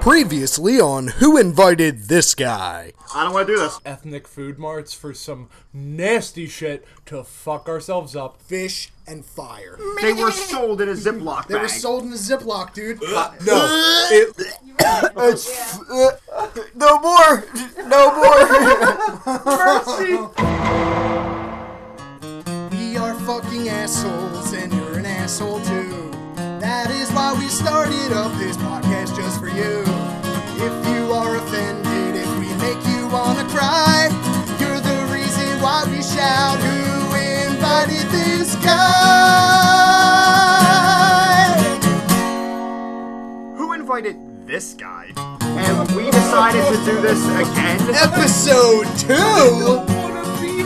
Previously on Who Invited This Guy? I don't want to do this. ethnic food marts for some nasty shit to fuck ourselves up. fish and fire. They were sold in a Ziploc bag. They were sold in a Ziploc, dude. Uh, No, it, No more! No more! We are fucking assholes, and you're an asshole too. That is why we started up this podcast just for you. If you are offended, if we make you wanna cry, you're the reason why we shout. Who invited this guy? Who invited this guy? And we decided to do this again. Episode two.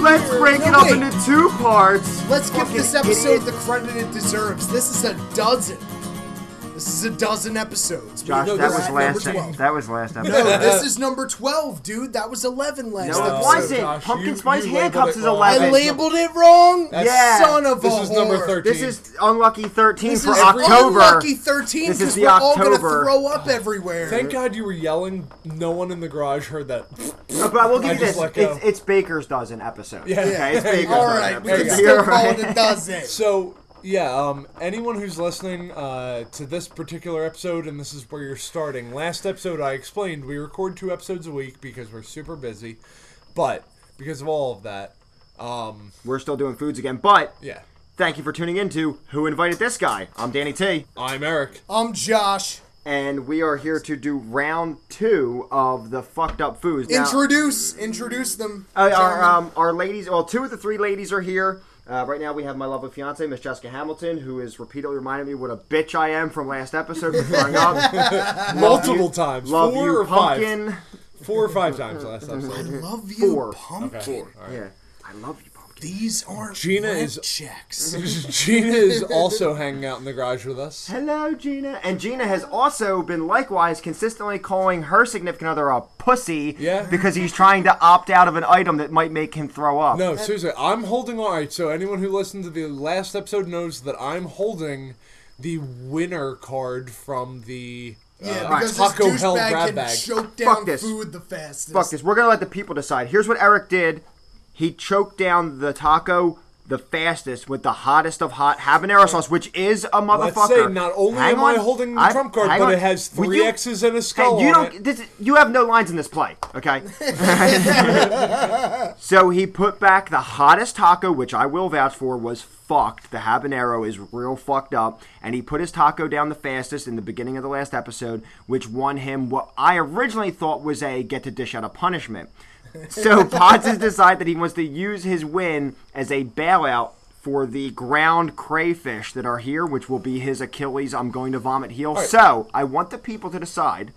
Let's break it up Wait. into two parts. Let's give Fucking this episode idiot. the credit it deserves. This is a dozen. This is a dozen episodes. Josh, No, that this was is last. number 12. That was last episode. No, this is number 12, dude. That was 11 last No, it episode. wasn't. Josh, Pumpkin you- Spice you Handcuffs is labeled it I wrong. 11. labeled it wrong? Yeah. Son of a this is number whore. thirteen. This is unlucky 13 This for is October. unlucky 13 This because is the we're all going to October. throw up everywhere. Thank God you were yelling. No one in the garage heard that. No, but I will give I you just this. let go. It's, it's Baker's dozen episode. Yeah. Okay, it's Baker's all dozen right, we episode. can go. still You're call it a right. dozen. So yeah, um, anyone who's listening uh, to this particular episode, and this is where you're starting. Last episode, I explained we record two episodes a week because we're super busy, but because of all of that, um, We're still doing foods again, but yeah, thank you for tuning in to Who Invited This Guy? I'm Danny T. I'm Eric. I'm Josh. and we are here to do round two of the fucked up foods. Now, Introduce, introduce them. uh, our, gentlemen. um, our ladies, well, two of the three ladies are here. Uh, right now, we have my lovely fiance, Miss Jessica Hamilton, who is repeatedly reminding me what a bitch I am from last episode for throwing up. Multiple times, Love four you, or pumpkin. five, four or five times last episode. love you, four. pumpkin. Yeah, I love you, pumpkin. These aren't Gina rent is- checks. Gina is also hanging out in the garage with us. Hello, Gina. And Gina has also been likewise consistently calling her significant other a pussy Yeah. because he's trying to opt out of an item that might make him throw up. No, seriously, I'm holding on. All right, so anyone who listened to the last episode knows that I'm holding the winner card from the uh, Yeah, because this Taco Hell douchebag grab can bag. choke down this. food the fastest. Fuck this. We're gonna let the people decide. Here's what Eric did. He choked down the taco the fastest with the hottest of hot habanero sauce, which is a motherfucker. Let's say not only am I holding the trump card, hang but on. it has Will three you- X's and a Hey, skull. you on don't. it. This, you have no lines in this play, okay? so he put back the hottest taco, which I will vouch for was fucked. The habanero is real fucked up, and he put his taco down the fastest in the beginning of the last episode, which won him what I originally thought was a get to dish out of punishment. So Pods has decided that he wants to use his win as a bailout. For the ground crayfish that are here, which will be his Achilles, I'm going to vomit heel. So I want the people to decide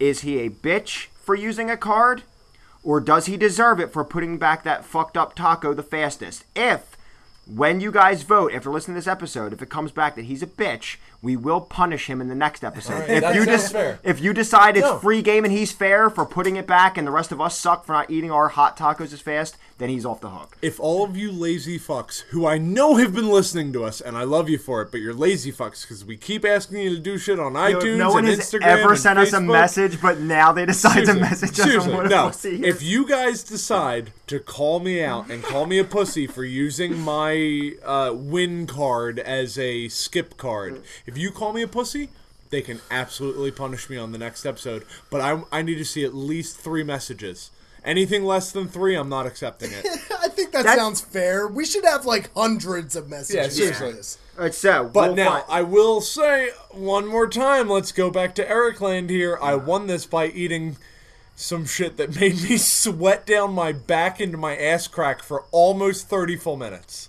is he a bitch for using a card? Or does he deserve it for putting back that fucked up taco the fastest? If, when you guys vote, after listening to this episode, if it comes back that he's a bitch, we will punish him in the next episode. All right, if, that you sounds fair. if you decide it's No. free game and he's fair for putting it back and the rest of us suck for not eating our hot tacos as fast, then he's off the hook. If all of you lazy fucks who I know have been listening to us, and I love you for it, but you're lazy fucks because we keep asking you to do shit on iTunes no one and has Instagram ever and sent us a Facebook. message, but now they decide to Seriously, message us seriously, on what no. a pussy he is. If you guys decide to call me out and call me a pussy for using my uh, win card as a skip card, if you call me a pussy, they can absolutely punish me on the next episode. But I, I need to see at least three messages. Anything less than three, I'm not accepting it. I think that That's- sounds fair. We should have like hundreds of messages. Yeah, like seriously. this. All right, so, But we'll now, find- I will say one more time, let's go back to Eric Land here. I won this by eating some shit that made me sweat down my back into my ass crack for almost 30 full minutes.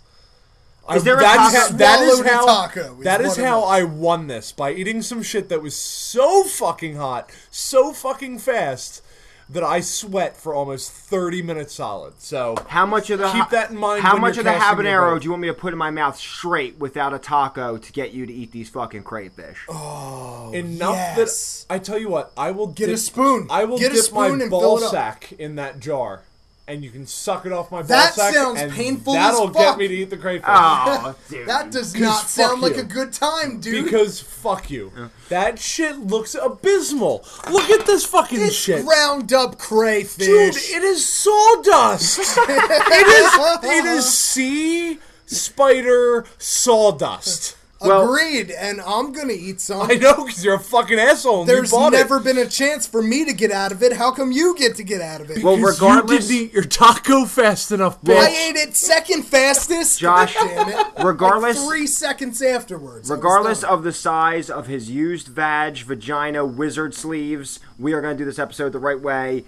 I, Is there a that's taco- how, that is Swallowed a how, taco is that is one of how them. I won this by eating some shit that was so fucking hot, so fucking fast that I sweat for almost 30 minutes solid. So How much of the Keep that in mind How when much of you're the casting your habanero vote. do you want me to put in my mouth straight without a taco to get you to eat these fucking crayfish? Oh. enough yes. that I tell you what, I will Get a spoon. I will Get a dip spoon my and ball fill it up. sack in that jar. and you can suck it off my That ballsack, sounds and painful as That'll fuck. get me to eat the crayfish. Oh, dude. That does 'Cause not sound fuck like you. a good time, dude. Because fuck you. That shit looks abysmal. Look at this fucking it's shit. ground up crayfish. Dude, it is sawdust. it is it is sea spider sawdust. Well- Agreed, and I'm gonna eat some. I know because you're a fucking asshole. And There's you bought never it. been a chance for me to get out of it. How come you get to get out of it? well, 'Cause regardless, you didn't eat your taco fast enough, bitch. I ate it second fastest. Josh, damn it. regardless- Like three seconds afterwards. I was regardless done. of the size of his used vag, vagina, wizard sleeves, we are going to do this episode the right way.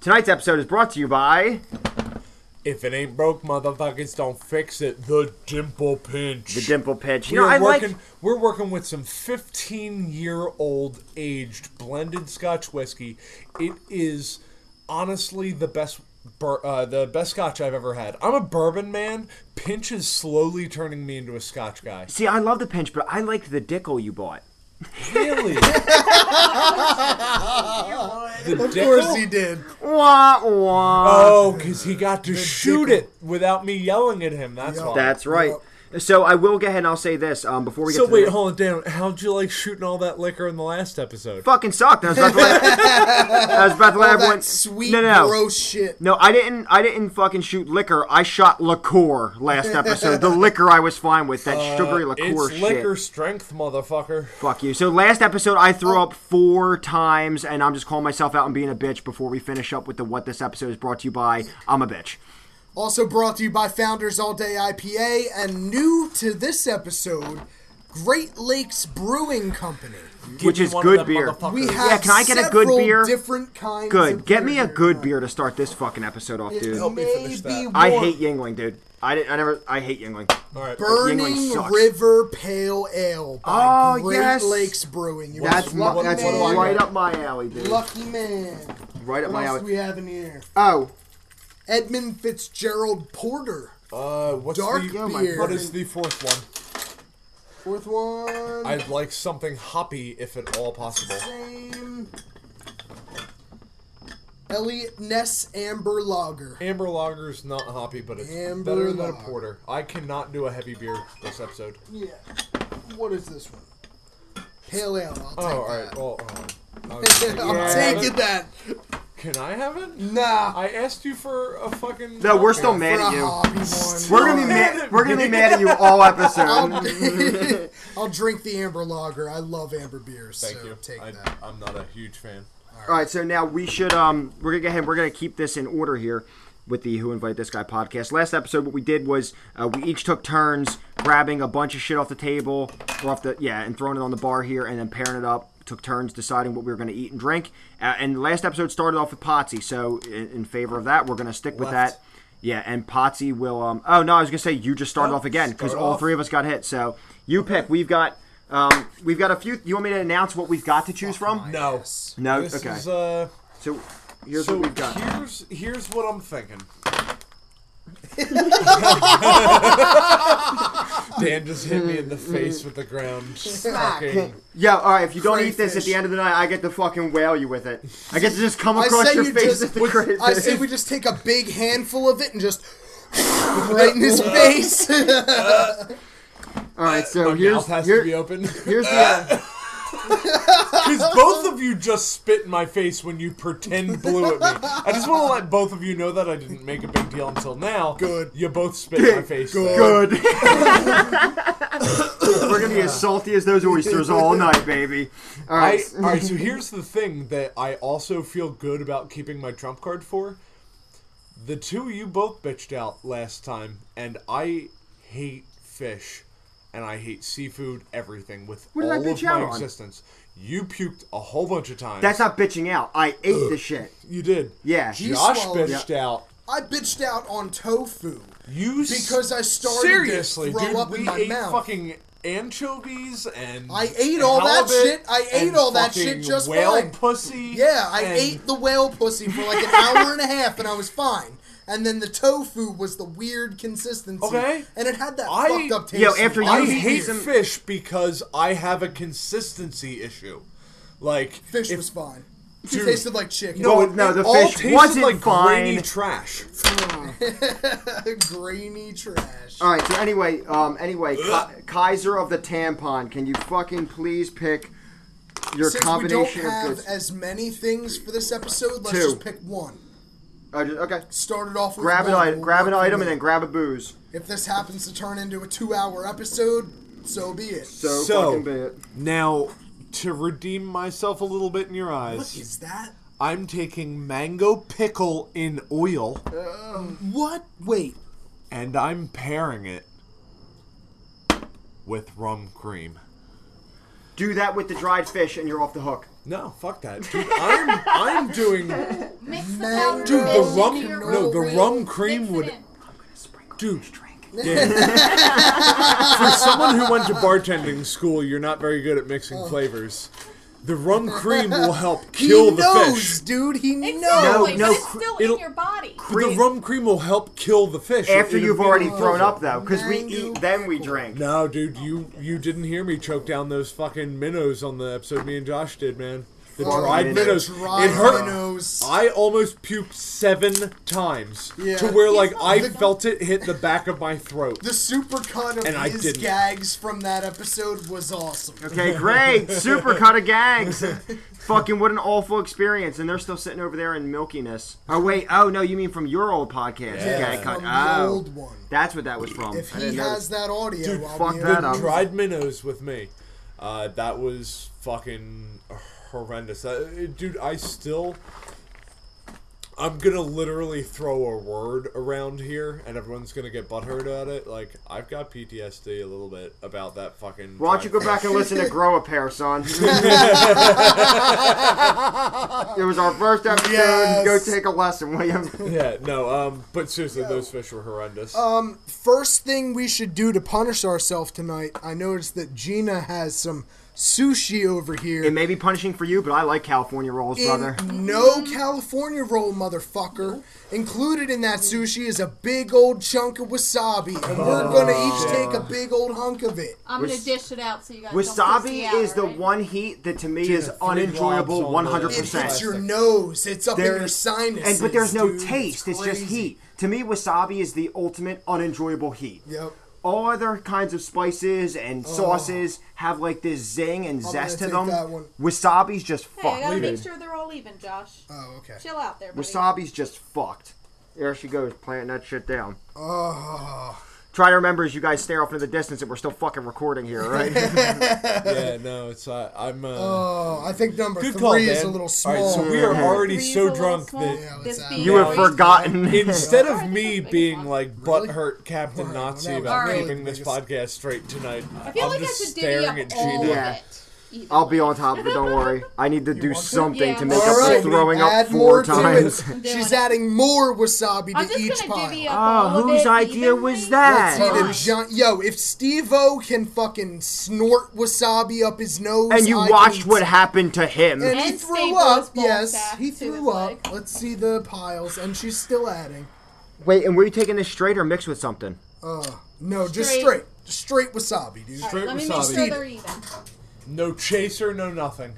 Tonight's episode is brought to you by If it ain't broke, motherfuckers don't fix it. The dimple pinch. the Dimple Pitch. You We're know, I working. like. We're working with some 15-year-old aged blended Scotch whiskey. It is honestly the best, bur- uh, the best Scotch I've ever had. I'm a bourbon man. Pinch is slowly turning me into a Scotch guy. See, I love the pinch, but I liked the dickle you bought. Really? Of course he did. Wah wah. Oh, because he got to shoot it without me yelling at him. That's why. That's right. So I will go ahead and I'll say this um, before we get so to wait, the hold on, Dan. How'd you like shooting all that liquor in the last episode? fucking sucked. I was about to let, I was about to let All everyone. that sweet, no, no, no. gross shit. No, I didn't. I didn't fucking shoot liquor. I shot liqueur last episode. the liquor I was fine with that sugary liqueur It's shit. liquor strength, motherfucker. Fuck you. So last episode I threw up four times, and I'm just calling myself out and being a bitch before we finish up with the what this episode is brought to you by. I'm a bitch. Also brought to you by Founders All Day IPA and new to this episode, Great Lakes Brewing Company. Which me is one of good them beer. motherfuckers. We have Yeah, can I get a good several beer? different kinds. Good. of Get me beer a here. good beer to start this fucking episode off, It dude. me may finish be that. one- I hate Yingling, dude. I didn't. I never. I hate Yingling. All Yingling right. Burning sucks. River Pale Ale by Oh, Great yes. Lakes Brewing. You That's lucky my, that's man. right up my alley, dude. Lucky man. Right up What my else do we alley. have in here? Oh, Edmund Fitzgerald Porter. Uh, what's Dark the, beer. What is the fourth one? Fourth one. I'd like something hoppy, if at all possible. Same. Elliot Ness Amber Lager. Amber Lager's not hoppy, but it's Amber better than a Lager. porter. I cannot do a heavy beer this episode. Yeah. What is this one? Pale Ale. I'll take Oh, all right. that. Well, um, I was gonna I'm say, Yeah. taking that. can I have it? Nah. I asked you for a fucking. no, we're still For mad a at you. hobby one. We're gonna be mad. We're gonna be mad at you all episode. I'll, I'll drink the amber lager. I love amber beers. Thank so you. Take I, that. I'm not a huge fan. All right, so now we should um we're gonna go ahead. We're gonna keep this in order here with the Who Invited This Guy podcast. Last episode, what we did was uh, we each took turns grabbing a bunch of shit off the table or off the yeah and throwing it on the bar here, and then pairing it up. Took turns deciding what we were gonna eat and drink. Uh, and last episode started off with Potsy, so in, in favor of that, we're gonna stick with Left. that. Yeah, and Potsy will. Um, oh no, I was gonna say you just started Oh, off again because start all off. three of us got hit. So you pick. We've got. Um, we've got a few. You want me to announce what we've got to choose from? No. No. This okay. is uh. So here's so what we've got. here's here's what I'm thinking. Dan just hit me in the face with the ground. Fucking, Yeah, all right. If you don't eat this at Crayfish. the end of the night, I get to fucking whale you with it. I get to just come I across say your you face just- with the what's- crayfish. I say we just take a big handful of it and just right in his face. all right, so my here's Oh, mouth has here- to be open because here's Ah. the. both of you just spit in my face when you pretend blew at me. I just want to let both of you know that I didn't make a big deal until now. Good. You both spit in my face. though. uh, Good. We're gonna be as salty as those oysters all night, baby. All I, right. all right, so here's the thing that I also feel good about keeping my trump card for. The two of you both bitched out last time, and I hate fish, and I hate seafood, everything with What did I all of bitch out my on? existence. You puked a whole bunch of times. That's not bitching out. I ate the shit. you did. Yeah. You Josh swallowed- bitched out. I bitched out on tofu. You s- Because I started to seriously, throw dude. up we in my ate mouth. fucking anchovies and I ate all that halibut shit. I ate and all that shit fucking just whale fine. pussy. Yeah, I and- ate the whale pussy for like an hour and a half, and I was fine. And then the tofu was the weird consistency. Okay. and it had that I- fucked up taste. Yo, after to it. I you- hate some- fish because I have a consistency issue. Like fish if- was fine. It tasted like chicken. No, no, the all fish tasted wasn't like fine. grainy trash. grainy trash. All right. So anyway, um, anyway, Ki- Kaiser of the tampon. Can you fucking please pick your Since we don't combination of have goods? as many things for this episode, let's Two. just pick one. I Uh, just- okay. Start it off with Grab an one. item. We'll Grab an work item from and then it. grab a booze. If this happens to turn into a two-hour episode, so be it. So, So fucking be it. now, to redeem myself a little bit in your what eyes, is that? I'm taking mango pickle in oil, What? Wait. and I'm pairing it with rum cream. Do that with the dried fish and you're off the hook. No, fuck that. Dude, I'm I'm doing Mix the powder Dude, fish the into rum- your no, oil the ring, rum cream mix it would- in. dude. yeah. For someone who went to bartending school, you're not very good at mixing flavors. The rum cream will help kill he the knows, fish. dude. He knows. Exactly, no, but it's cr- still it'll- in your body. The rum cream will help kill the fish. After It'll you've be- already thrown up though, because we Mango eat then we drink. No, dude, you you didn't hear me choke down those fucking minnows on the episode me and Josh did, man. The Fucking dried minnows. minnows. Dry it hurt. minnows. I almost puked seven times Yeah. to where like He's I not- felt it hit the back of my throat. The supercut of And I his didn't. gags from that episode was awesome. Okay, great. Super cut of gags. fucking what an awful experience. And they're still sitting over there in milkiness. Oh wait, oh no, you mean from your old podcast? Yeah. Gag cut. From the Oh, old one. that's what that was from. If I he didn't know has that audio, Dude, I'll fuck be that able up. to- dried minnows with me. Uh, that was fucking horrendous. Uh, dude, I still. I'm gonna literally throw a word around here, and everyone's gonna get butthurt at it. Like I've got PTSD a little bit about that fucking. Why don't you go dried back and listen to Grow a Pair, son? it was our first episode. Yes. Go take a lesson, William. Yeah, no. Um, but seriously, those fish were horrendous. First thing we should do to punish ourselves tonight, I noticed that Gina has some sushi over here. It may be punishing for you, but I like California rolls, brother. In no California roll, motherfucker. Included in that sushi is a big old chunk of wasabi, and we're gonna each take a big old hunk of it. I'm gonna dish it out so you guys. don't pussy Wasabi out, is the right? one heat that to me is three unenjoyable globs on the- It hits 100%. your nose. It's up in your There's- sinus. And but there's no taste, it's just heat. To me, wasabi is the ultimate unenjoyable heat. Yep. Oh. All other kinds of spices and sauces have like this zing and gonna zest to take them. that one. Wasabi's just Hey, I fucked. gotta Leave make it. sure they're all even, Josh. Oh, okay. Chill out there, buddy. Wasabi's just fucked. There she goes, planting that shit down. Oh, Try to remember as you guys stare off into the distance that we're still fucking recording here, right? yeah, no. It's uh, I'm. Uh, oh, I think number good three call, is man. a little All small. right, so we are already Three's a so little drunk small. that Yeah, This it's being you raised- have forgotten. Instead of Alright, me that's the being biggest like Really? butthurt Captain Alright, well, Nazi that was about really keeping the this biggest- podcast straight tonight, I feel am like I just should divvy staring up at all Gina. of Yeah. it. either I'll be way. on top of it. Don't worry. I need to do something Yeah. to make up All for right. throwing up add four more to times. it. doing She's it. adding more wasabi I'm to just each gonna divvy up pile. all Oh, of whose it idea evenly. was See that? the giant, yo, if Steve-O can fucking snort wasabi up his nose, And you I watched can- what happened to him. And, he And threw Staples up. ball Yes, sack he to threw his up. leg. Let's see the piles, and she's still adding. Wait, and were you taking this straight or mixed with something? No, just Straight. straight, straight wasabi, dude. All right, Let me Straight make wasabi. sure they're even. No chaser, no nothing.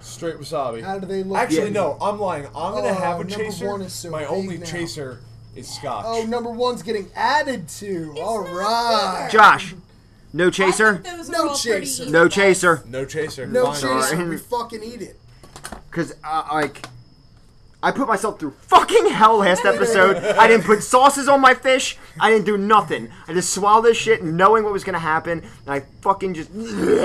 Straight wasabi. Uh, How do they look? Actually, Yeah. no. I'm lying. I'm gonna Oh, have a number chaser. one is so My big only now. chaser is scotch. Oh, number one's getting added to. All right. Josh, no I chaser? think those are No all pretty chaser. even, No guys. chaser. No chaser. No Fine. chaser, Sorry. we fucking eat it. Because, uh, like, I put myself through fucking hell last episode. I didn't put sauces on my fish. I didn't do nothing. I just swallowed this shit knowing what was going to happen. And I fucking just. You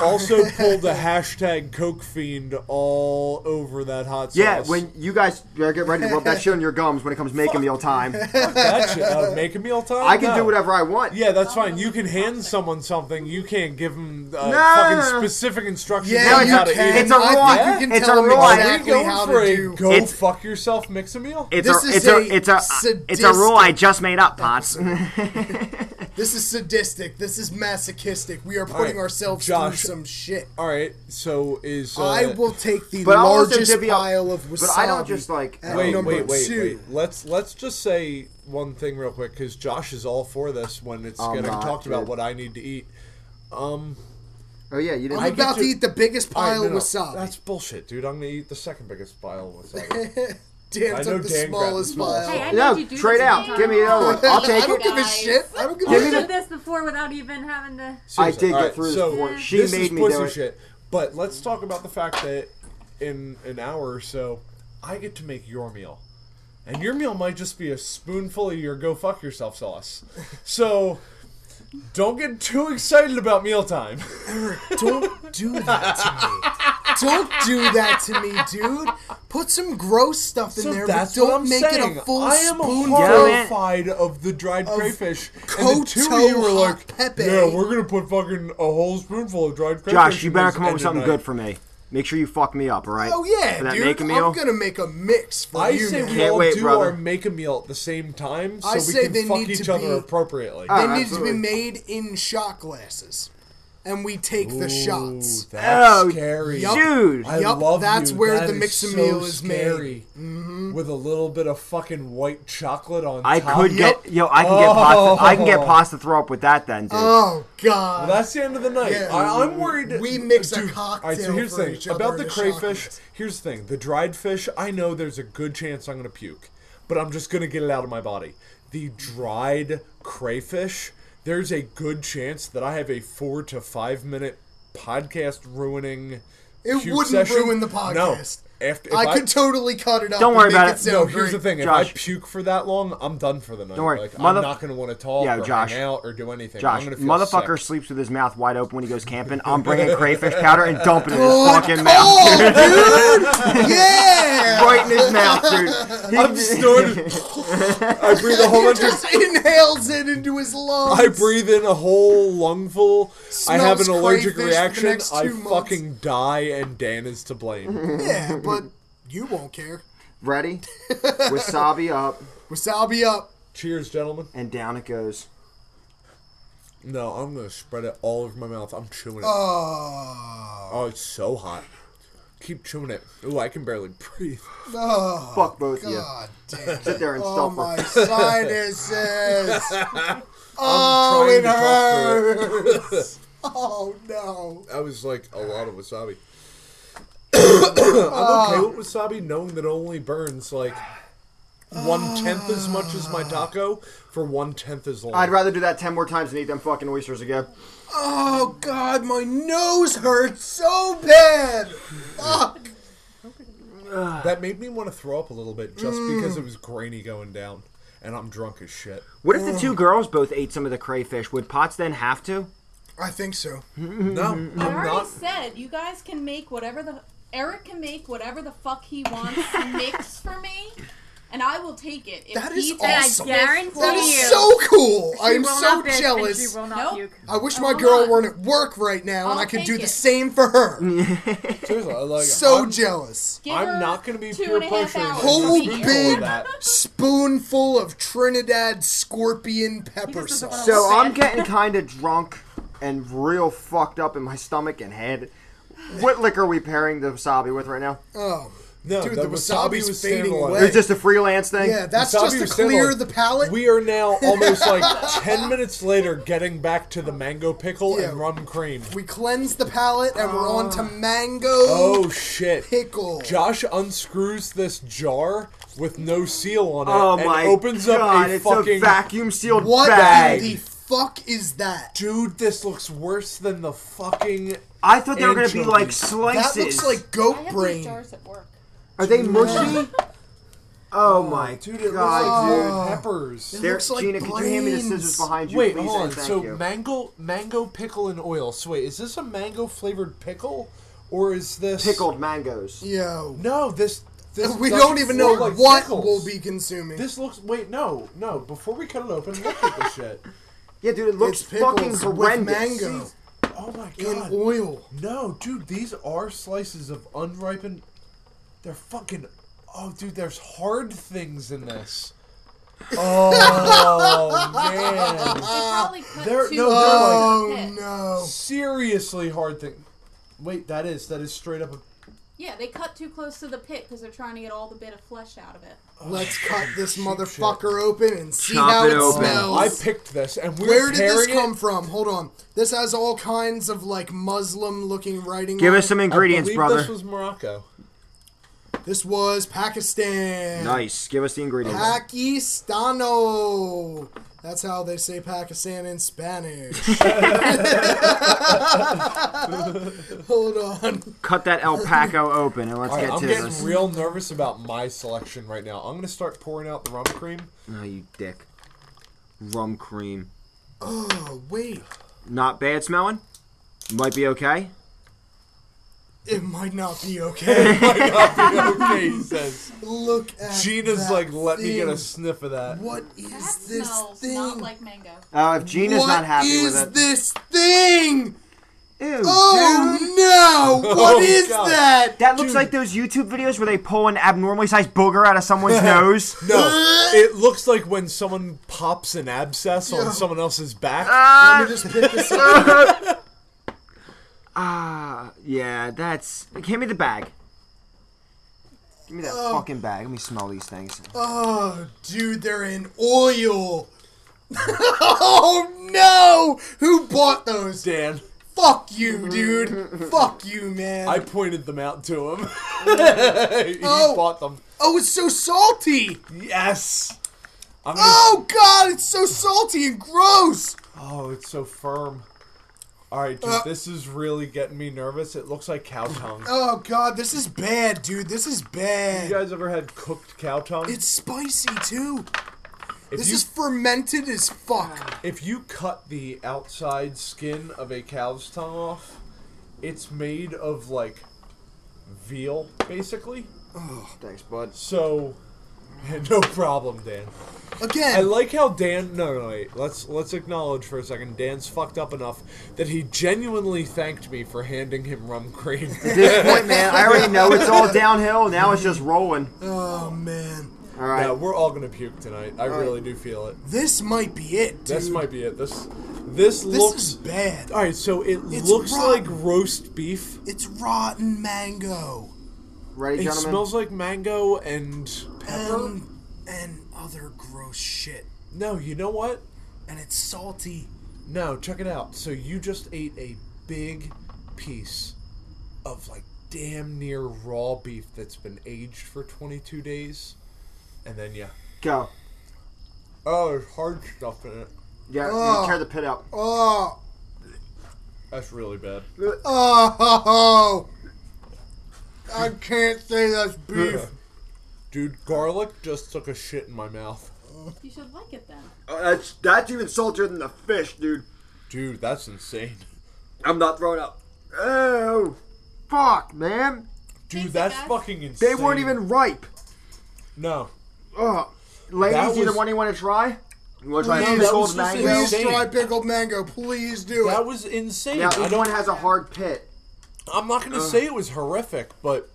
also pulled the hashtag Coke Fiend all over that hot sauce. Yeah, when you guys uh, get ready to rub that shit on your gums when it comes to making meal time, that shit out of make a meal time. I can do No. whatever I want. Yeah, that's fine. You can hand someone something. You can't give them uh, No. fucking specific instructions. Yeah, on you how to can. eat. It's a I raw- think you can it's tell a them raw- exactly Are you how going to for a do. go It's- fuck yourself mix a meal? It's This a, is it's a, a it's a, it's a rule I sadistic Oh, just made up, Potts. This is sadistic. This is masochistic. We are putting right, ourselves Josh. through some shit. All right. So is uh, I will take the But I'll also largest divvy up- pile of wasabi. but I don't just, like- at wait, number wait, wait, two. wait. Let's let's just say one thing real quick because Josh is all for this when it's I'm getting not, talked about dude. what I need to eat. Um, Oh yeah, you didn't. I'm about to, eat the biggest pile Alright, no, of no. wasabi. That's bullshit, dude. I'm gonna eat the second biggest pile of wasabi. Dan I know took the Dan grabbed smallest the smallest. pile. Hey, I No, made you do trade this out. before. Give me another one. I'll take I don't it. give a Guys. shit. I don't give Give a me I shit. did this before without even having to. I did get Alright, through this so before. She this made is me pussy do it. shit. But let's talk about the fact that in an hour or so, I get to make your meal, and your meal might just be a spoonful of your go fuck yourself sauce. So. Don't get too excited about mealtime. Don't do that to me. Don't do that to me, dude. Put some gross stuff in So there, but that's don't what I'm make saying. it a full I am spoonful. horrified of the dried crayfish. and the two of you were Koto like, hot pepe. "Yeah, we're gonna put fucking a whole spoonful of dried crayfish." Josh, you in better this come up end with of something night." good for me. Make sure you fuck me up, all right? Oh yeah, for that dude. make a meal. I'm gonna make a mix for I you. say we man. Can't all wait, do brother. our make a meal at the same time, so I we say can they fuck need to each other be- appropriately. They Oh, need absolutely. to be made in shot glasses, and we take the shots. that's Oh, scary, yup. Dude. I Yup, love that's you. where That the is mix-a-meal so is made. Mm-hmm. scary. with a little bit of fucking white chocolate on I top. could Yup. get yo. I can get pasta. I can get Oh. pasta throw up with that then, dude. Oh god. Well, that's the end of the night. Yeah. I, I'm worried. We mix a Dude, cocktail alright, so here's for the thing each other about the to crayfish. chocolate. Here's the thing: the dried fish. I know there's a good chance I'm gonna puke, but I'm just gonna get it out of my body. The dried crayfish. There's a good chance that I have a four to five minute podcast ruining. It puke wouldn't session. ruin the No. podcast. After, if I, could totally cut it up. Don't and worry make about it. sound no, here's the great. thing. If I Josh. puke for that long, I'm done for the night. Don't worry. Like, Mother- I'm not going to want to talk Yeah, or Josh. hang out or do anything. Josh, I'm gonna feel motherfucker sick. sleeps with his mouth wide open when he goes camping. I'm bringing crayfish powder and dumping it in his Good fucking mouth, call, Oh, dude. yeah. right in his mouth, dude. He- I'm snorting. I breathe a whole He bunch of. just inhales it into his lungs. I breathe in a whole lungful. I have an Smells crayfish allergic for the reaction. next I two months. fucking die, and Dan is to blame. Yeah, but you won't care. Ready? Wasabi up Wasabi up. Cheers, gentlemen. and down it goes. No, I'm gonna spread it all over my mouth. I'm chewing it. Uh. Oh, oh, it's so hot. Keep chewing it. Ooh, I can barely breathe. oh Fuck both of you. God damn. Sit there and Oh, stop. my sinuses. Oh, it hurts. oh, no. That was like a lot of wasabi. I'm Ah. okay with wasabi, knowing that it only burns like one tenth as much as my taco for one tenth as long. I'd rather do that ten more times than eat them fucking oysters again. Oh, God, my nose hurts so bad. Fuck. That made me want to throw up a little bit just Mm. because it was grainy going down, and I'm drunk as shit. What if the two girls both ate some of the crayfish? Would Potts then have to? I think so. No, I'm I already not. said you guys can make whatever the Eric can make whatever the fuck he wants to mix for me, and I will take it. If That is he And thinks Awesome. I guarantee That you, is so cool. she I am will so not bitch and jealous. She will not Nope. puke. I wish I my will girl not. weren't at work right now and Oh, I'll I could take do the it. same for her. Seriously, I like, so I'm, jealous. Give I'm her not going to be two peer and a half pressuring. hours. Whole Just ignore big that. spoonful of Trinidad scorpion pepper doesn't sauce. So Sad. I'm getting kind of drunk and real fucked up in my stomach and head. What liquor are we pairing the wasabi with right now? Uh, Oh, No, Dude, the, the wasabi wasabi's was fading standalone. away. It's just a freelance thing. yeah, that's Wasabi just to was clear standalone. the palate. We are now almost like ten minutes later, getting back to the mango pickle Yeah. and rum cream. We cleanse the palate and we're on to mango Oh shit! pickle. Josh unscrews this jar with no seal on it Oh and my opens god! up a it's fucking a vacuum sealed what bag. in the fuck is that? dude. This looks worse than the fucking. I thought they were gonna be Anchovy. like That slices. looks like I goat have these brain. jars at work. Are they mushy? oh my Dude, it god, looks like dude! dude. peppers. There, looks like Gina, could you hand me the brains. scissors behind you, Wait, please? hold on. and thank So you. mango, mango pickle and oil. So wait, is this a mango flavored pickle, or is this pickled mangoes. Yo. No, this. this we doesn't don't even know look like what pickles. we'll be consuming. This looks. Wait, no, no. Before we cut it open, look at this shit. Yeah, dude, it looks it's pickles fucking horrendous. with mango Oh my god. and oil. No, dude, these are slices of unripened. They're fucking. Oh, dude, there's hard things in this. Oh man, They probably cut they're- two no, they're out Oh of the pit. Ah. no. seriously hard thing. Wait, that is that is straight up a Yeah, they cut too close to the pit because they're trying to get all the bit of flesh out of it. Let's cut this motherfucker open and see Chop how it it, open. I smells. picked this, and we Where were did this pairing come it. from? Hold on. This has all kinds of like Muslim looking writing. Give on us it. some ingredients, I believe brother. This was Morocco. This was Pakistan. nice. Give us the ingredients. Pakistano. That's how they say Pakistan in Spanish. Hold on. Cut that El Paco open and let's All right, get I'm to getting this. real nervous about my selection right now. I'm going to start pouring out the rum cream. oh, you dick. Rum cream. Oh, wait. Not bad smelling. Might be okay. It might not be okay. okay, he says. Look at Gina's that like, let me get a thing. sniff of that. What That is this smells thing? not like mango. Uh, if Gina's What not happy is with it. this thing? Ew, Oh dude. no! What Oh, is God. that? That looks like those YouTube videos where they pull an abnormally sized booger out of someone's nose. No, it looks like when someone pops an abscess on someone else's back. Let me just pick this up. Yeah, that's. Give me the bag. Give me that Oh. fucking bag. Let me smell these things. Oh, dude, they're in oil. oh no! Who bought those? Dan, Fuck you, dude. Fuck you, man. I pointed them out to him. he Oh. bought them. oh, it's so salty. Yes. I'm gonna- Oh god, it's so salty and gross. Oh, it's so firm. All right, dude, Uh. this is really getting me nervous. It looks like cow tongue. Oh god, this is bad, dude. This is You bad. guys ever had cooked cow tongue? It's spicy too. if This you is fermented as fuck. if you cut the outside skin of a cow's tongue off, it's made of like veal, basically. Thanks, bud. So, no problem, Dan. I Again, like how Dan. No, no, wait. Let's let's acknowledge for a second. Dan's fucked up enough that he genuinely thanked me for handing him rum cream. At this point, man, I already know it's all downhill. Now it's just rolling. oh man. All right. yeah, we're all gonna puke tonight. I really do feel it. This might be it, dude. This might be it. This this, This looks. is bad. all right, so it It's looks raw. like roast beef. It's rotten mango Ready, It gentlemen? smells like mango and pepper. and, and other gross shit. no, you know what? And it's salty. No, check it out. So you just ate a big piece of like damn near raw beef that's been aged for 22 days, and then yeah. Go. Oh, there's hard stuff in it. Yeah, Ugh. tear the pit out. Oh, That's really bad. oh, ho, ho. I can't say that's beef. Dude, garlic just took a shit in my mouth. You should like it then. that's that's even saltier than the fish, dude. Dude, that's insane. I'm not throwing up. Oh, fuck, man. Dude, Taste it, that's guys. fucking insane. They weren't even ripe. No. Ugh. Ladies, That either was- one you want to try? You want to try Please, some that cold was just mango? Please insane. try pickled mango. Please do That it. was insane. Now, I each don't, one has a hard pit. I'm not Uh. gonna say it was horrific, but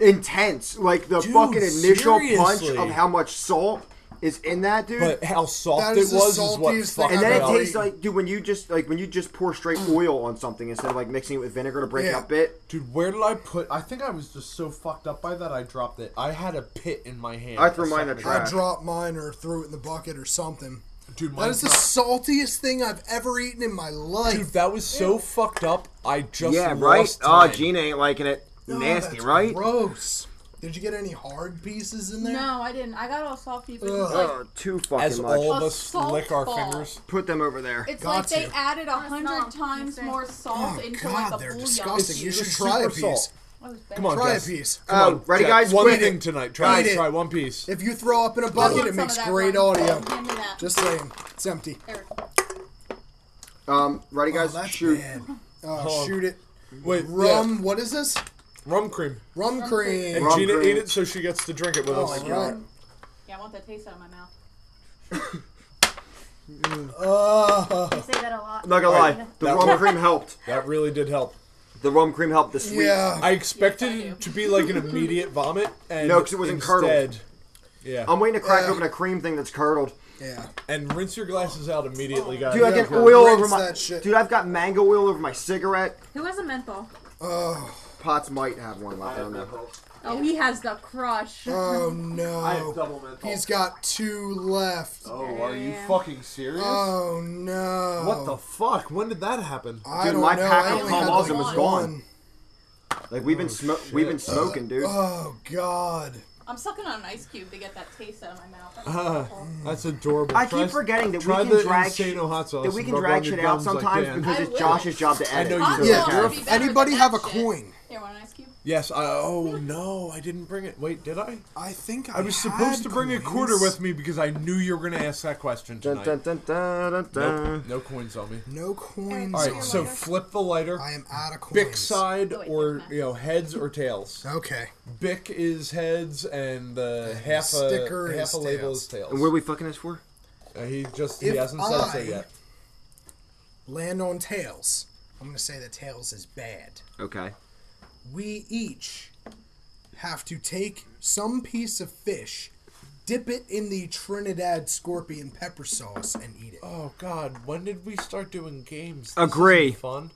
Intense. Like, the Dude, fucking initial punch seriously. of how much salt is in that, dude. but how soft That it is the was is what saltiest thing fucked and then it me I've up. ever tastes like, dude, when you just like when you just pour straight oil on something instead of like mixing it with vinegar to break Yeah. it up bit. Dude, where did I put? I think I was just so fucked up by that I dropped it. I had a pit in my hand. I threw a mine in the second trash. ago. I dropped mine or threw it in the bucket or something. Dude, That mine is the saltiest thing I've ever eaten in my Dude, life. that was so fucked up. I just Yeah, right. lost Oh, time. Gina ain't liking it. Oh, Nasty, that's right? Gross. Did you get any hard pieces in there? No, I didn't. I got all salty. But Ugh. it's like, Oh, too fucking Oh, As much. all of A us salt lick our ball. fingers. Put them over there. it's Got like they you. added a not hundred times insane. more salt Oh, into God, like they're a disgusting. bouillon. You should It's try a super salt. piece. That was bad. Come on, Try guys. a piece. Come Oh, on, ready, Jack, guys? One Quit thing it. tonight. Try, Eat it. try one piece. If you throw up in a I bucket, want it some of makes that great one. audio. Hand me that. Just saying, it's empty. Eric. Um, ready, Oh, guys? that's Shoot. bad. Oh, Hold on. shoot it. Wait, Rum. yeah, What is this? rum cream. Rum cream. And Rum Gina cream. ate it, so she gets to drink it with Oh, us. my God. Yeah, I want that taste out of my mouth. I say that a lot. I'm not gonna lie, the That rum one- cream helped. That really did help. The rum cream helped. The sweet. Yeah. I expected Yes, I do. it to be like an immediate vomit, and No, 'cause it wasn't curdled. instead- Yeah, I'm waiting to crack Yeah. open a cream thing that's curdled. Yeah. and rinse your glasses out immediately, guys. Dude, I Yeah, get girl, oil rinse over my. that shit. Dude, I've got mango oil over my cigarette. Who has a menthol? Oh, Potts might have one left. I don't know. Oh, he has the crush. Oh no. I have double menthol. He's got two left. Oh, oh, are you fucking serious? Oh. no. what the fuck? When did that happen? I Dude, don't my know. pack I of only Pall had, Malls like, was gone. one. Like we've been smo- we've been smoking, dude. Oh god. I'm sucking on an ice cube to get that taste out of my mouth. uh, That's awful. That's adorable. I Try keep s- forgetting that we try can the drag shit, Insano hot sauce that we and can rub it drag on your shit out gums like sometimes Dan. because I it's will. Josh's job to edit. know you Hot do. So it sauce counts. would be better Anybody than have a that shit. coin? Here, want an ice cube? Yes, I. Oh no, I didn't bring it. Wait, did I? I think I, I was had supposed to bring a quarter coins. with me because I knew you were going to ask that question Dun, tonight. dun, dun, dun, dun, dun. Nope, no coins on me. No coins. All on right, so me. flip the lighter. I am out of coins. Bic side Oh, wait, or that's you know heads or tails. Okay. Bic is heads, and the And half the sticker a half is a label tails. is tails. And where are we fucking this for? Uh, he just If he hasn't said so I- yet. Land on tails. I'm gonna say that tails is bad. Okay. we each have to take some piece of fish, dip it in the Trinidad scorpion pepper sauce, and eat it. Oh God, when did we start doing games? This Agree. isn't Fun.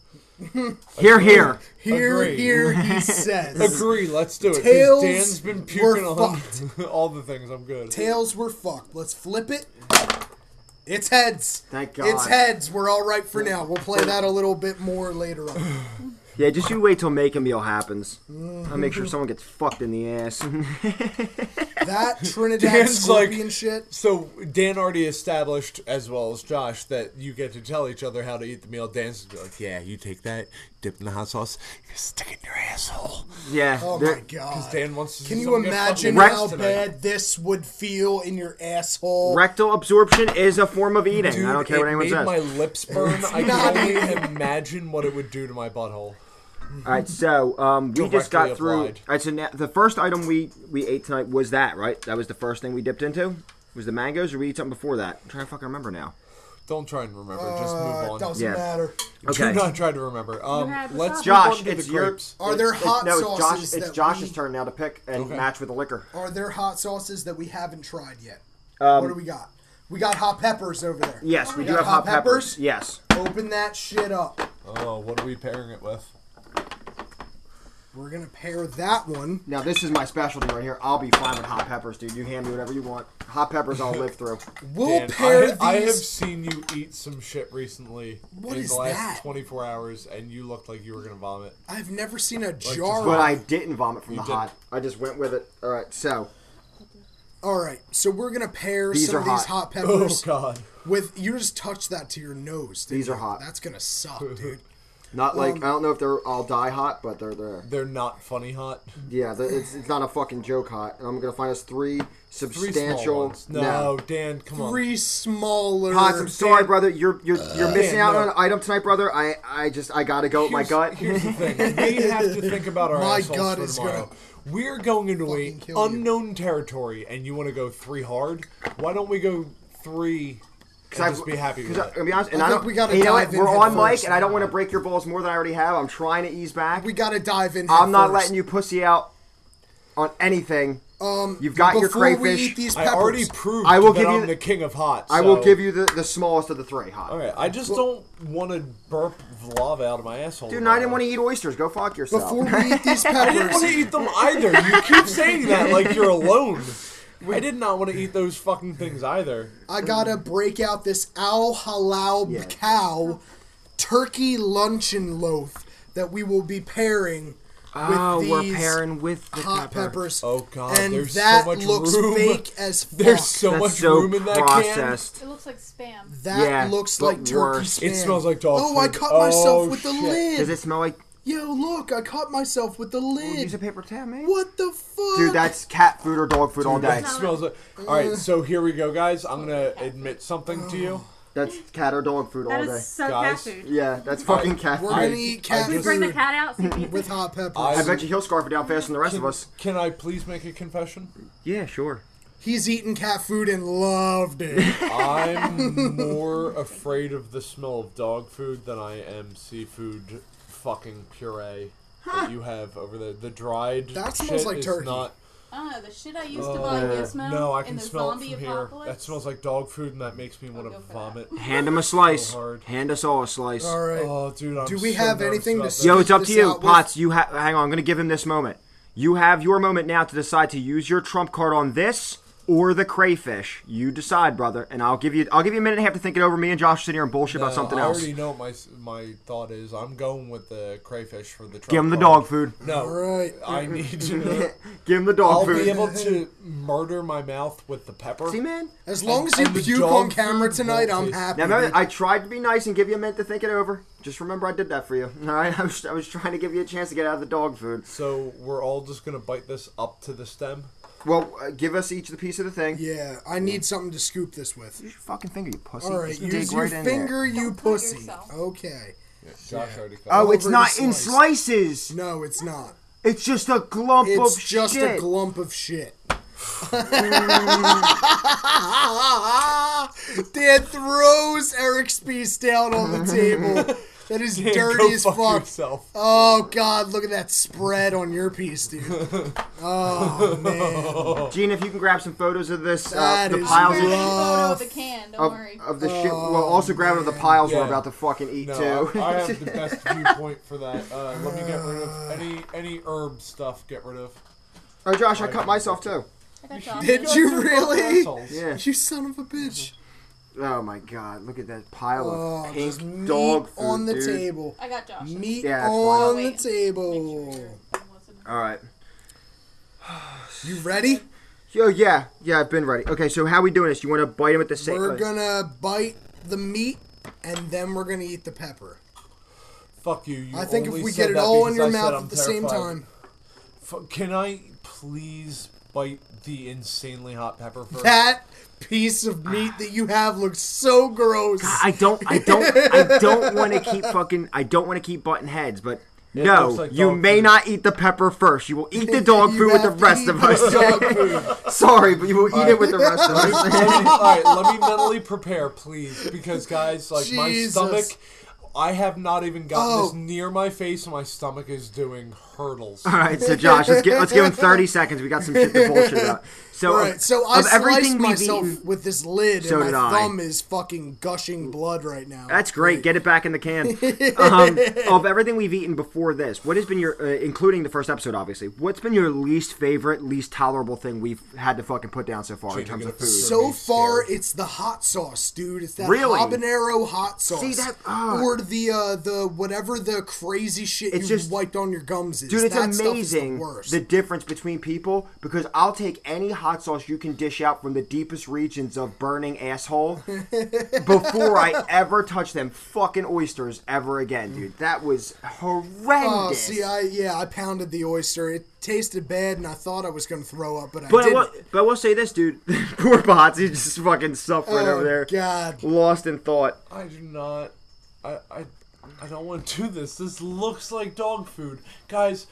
Here, here. Here, Agreed. here, he says. Agree. Let's do it. 'cause Tails Dan's been were puking on all the things. I'm good. Tails, we're fucked. Let's flip it. It's heads. Thank It's God. heads. We're all right for now. We'll play that a little bit more later on. Yeah, just you wait till make a meal happens. I'll make sure someone gets fucked in the ass. That Trinidad Dan's like- scorpion shit. So Dan already established, as well as Josh, that you get to tell each other how to eat the meal. Dan's gonna be like, "Yeah, you take that, dip in the hot sauce, stick it in your asshole." yeah. Oh there- my god. Dan wants to. Can see you someone get imagine fucking wrecked how tonight. bad this would feel in your asshole? Rectal absorption is a form of eating. Dude, I don't care what it anyone made says. my lips burn. I not can only imagine what it would do to my butthole. All right, so um, we just Directly got through. applied. All right, so now, the first item we we ate tonight was that, right? That was the first thing we dipped into. Was the mangoes, or we eat something before that? I'm trying to fucking remember now. Don't try and remember. Just Uh, move on. doesn't Yeah. matter. Okay. Do not try to remember. Um, had the let's sauce. move on Josh, to the it's your- grapes. Are there It's- hot no, it's sauces Josh, it's that Josh's we, turn now to pick and Okay. match with the liquor. Are there hot sauces that we haven't tried yet? Um, what do we got? We got hot peppers over there. Yes, we do got have hot peppers. Yes. Open that shit up. Oh, what are we pairing it with? We're gonna pair that one. Now this is my specialty right here. I'll be fine with hot peppers, dude. You hand me whatever you want. Hot peppers, I'll live through. We'll Dan, pair I, these. I have seen you eat some shit recently What in is the last that? 24 hours, and you looked like you were gonna vomit. I've never seen a just jar. But I didn't vomit from the didn't. hot. I just went with it. All right, so All right, so we're gonna pair These some are of these hot. hot Oh peppers God! with. You just touched that to your nose. didn't These are you? hot. That's gonna suck, dude. not like Um, I don't know if they're all die hot, but they're there. They're not funny hot. Yeah, the, it's, it's not a fucking joke hot. And I'm gonna find us three Three substantial. small ones. No, Dan, come on. Three smaller. Pots, I'm sorry, brother. You're you're you're missing Uh, yeah, out no. on an item tonight, brother. I I just I gotta go with Oh my Here's- gut. Here's the thing: we have to think about our My assholes gut for is tomorrow. gonna We're going into a fucking kill you. unknown territory, and you want to go three hard? Why don't we go three? And I've- just be happy with Because I'm it. gonna be honest, and I I, think don't. we gotta and you know what? dive in We're head on mic, first. and I don't want to break your balls more than I already have. I'm trying to ease back. We gotta dive in. I'm not headfirst. letting you pussy out on anything. Um, You've got your before we crayfish. eat these I already peppers- proved I will that give you I'm the- the king of hot. I will so- give you the, the smallest of the three. Hot. All right, I just don't want to burp lava out of my asshole. Dude, and I didn't want to eat oysters. Go fuck yourself. Before we eat these I didn't want to peppers, eat them either. You keep saying that like you're alone. I did not want to eat those fucking things either. I gotta break out this Al Halal Yeah. Cow turkey luncheon loaf that we will be pairing. with these Oh, with the hot peppers. Oh, God, and there's so that much looks room. fake as fuck. There's so That's much so room in that can. processed. It looks like spam. that yeah, looks but like turkey worse. spam. It smells like dog Oh, I food. cut Oh, myself with the shit. lid. Does it smell like? Yo, look, I cut myself with the Use a lid. paper towel, man. What the fuck? Dude, that's cat food or dog food all day. That smells like. All right, so here we go, guys. I'm gonna admit something to Oh. you. That's cat or dog food That all day. is so cat Guys. food. Yeah, that's fucking cat We're food. gonna I- eat I cat just- Bring the food cat out. see if he eats with it. hot peppers. I I- bet you he'll scarf it down faster than the rest of us. Can I please make a confession? Yeah, sure. He's eaten cat food and loved it. I'm more afraid of the smell of dog food than I am seafood fucking puree that you have over there. The dried That smells shit like is turkey. Not, Oh, the shit I used to buy Gizmo Uh, no, I in can the smell it zombie from here. apocalypse. That smells like dog food, and that makes me want to go for vomit. Hand him a slice. So hard. Hand us all a slice. All right. Oh, dude, I'm Do we so have nervous anything to about say? that. Yo, it's up to This you, out with- Potts. You ha- hang on. I'm gonna give him this moment. You have your moment now to decide to use your trump card on this or the crayfish. You decide, brother. And I'll give you. I'll give you a minute and a half to think it over. Me and Josh sitting here and bullshit about Uh, something I else. already know what my s- my thought is. I'm going with the crayfish for the. Trump Give him the card. dog food. No, Right. I need to. Give him the dog I'll food. be able to murder my mouth with the pepper. See, man. As long as you and the puke dog on camera food tonight, won't I'm taste- happy. Now, remember, dude. I tried to be nice and give you a minute to think it over. Just remember, I did that for you. All right, I was, I was trying to give you a chance to get out of the dog food. So we're all just gonna bite this up to the stem. Well, uh, give us each the piece of the thing. yeah, I need something to scoop this with. Use your fucking finger, you pussy. All right, Just use dig your right in there. finger, you Don't cut pussy. yourself. Okay. Josh already cut. Oh, Over it's not the in slice. slices. No, it's not. It's just a glump It's of just shit. a glump of shit. Dan throws Eric Spees down on the table. That is Go dirty as fuck fuck. yourself. Oh god, look at that spread on your piece, dude. Oh man. Gene, if you can grab some photos of this, uh, That the is Oh, piles Grab a of, rough. photo of the can. Don't of, worry. of the shit. Well, also grab of the piles we're Yeah. about to fucking eat No, too. I, I have the best viewpoint for that. Uh, let me get rid of any any herb stuff. Get rid of. oh, Josh, I cut myself too. I got Josh. Did you really? Assholes. Yeah. You son of a bitch. Oh my God, look at that pile Oh, of just pink meat dog food, on the dude. table. I got Josh. Meat Yeah, that's on fine. the Make sure table. your phone wasn't- All right. You ready? Yo, yeah, yeah, I've been ready. Okay, so how we doing this? You want to bite him at the uh, same? We're gonna bite the meat and then we're gonna eat the pepper. Fuck you. you I think if only we said get it that all in because your I said mouth I'm at the same terrified. time. F- can I please bite the insanely hot pepper first? That piece of meat that you have looks so gross. I don't, I don't, I don't want to keep fucking, I don't want to keep butting heads, but no, looks like you dog may food. not eat the pepper first. You will eat the dog You food with the have to rest eat of the us. dog Sorry, but you will eat it with the rest of us. Let me- all right, let me mentally prepare, please, because guys, like Jesus. my stomach, I have not even gotten Oh. this near my face, and my stomach is doing hurdles. Uh-huh. All right, so Josh, let's get let's give him thirty seconds. We got some shit to bullshit about. So, All right, so I of sliced everything we've myself eaten, with this lid, So and did my I. thumb is fucking gushing blood right now. that's great. Get it back in the can. Um, of everything we've eaten before this, what has been your, uh, including the first episode, obviously, what's been your least favorite, least tolerable thing we've had to fucking put down so far in Gee, terms you're of food? gonna So Scared. far, it's the hot sauce, dude. It's that Really? habanero hot sauce, See, that- ah. or the uh, the whatever the crazy shit It's you just- wiped on your gums is. Dude, it's that stuff is amazing the the, worst. difference between people because I'll take any hot sauce you can dish out from the deepest regions of burning asshole before I ever touch them fucking oysters ever again, dude. That was Oh, horrendous. see, I yeah, I pounded the oyster. It tasted bad, and I thought I was gonna throw up, but I but I, didn't. will, but I will say this, dude. Poor Bots, he's just fucking suffering oh over there. God, Lost in thought. I do not. I I I don't want to do this. This looks like dog food, guys.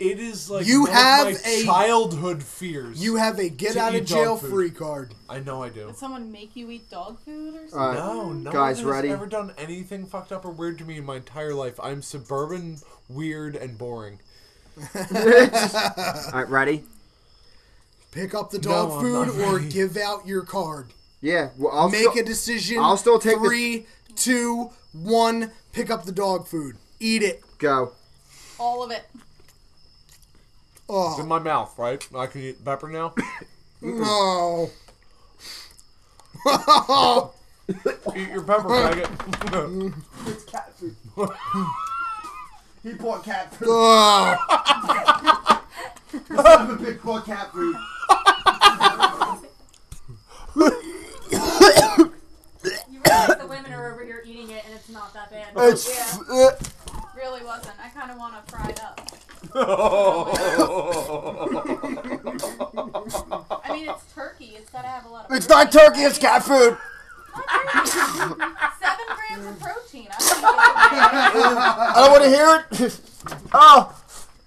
It is like You one of have my a- childhood fears. you have a get To out of eat dog jail food. free card. I know I do. Did someone make you eat dog food or something? All right. No, no Uh, Guys, one has ready? ever done anything fucked up or weird to me in my entire life. I'm suburban, weird, and boring. All right, ready? Pick up the No, dog I'm not food or ready. give out your card. Yeah. Well, I'll Make still- a decision. I'll still take the- three, two, one. Pick up the dog food. Eat it. go. All of it. It's in Oh my mouth, right? I can eat pepper now. no! eat your pepper faggot. It's cat food. he bought cat food. Oh, I'm a big poor cat food. You realize the women are over here eating it, and it's not that bad. Uh, yeah, Really wasn't. I kind of want to fry it up. I mean, it's turkey. It's got to have a lot of. It's not turkey, it's cat food. Seven grams of protein. I'm gonna I don't want to hear it. oh,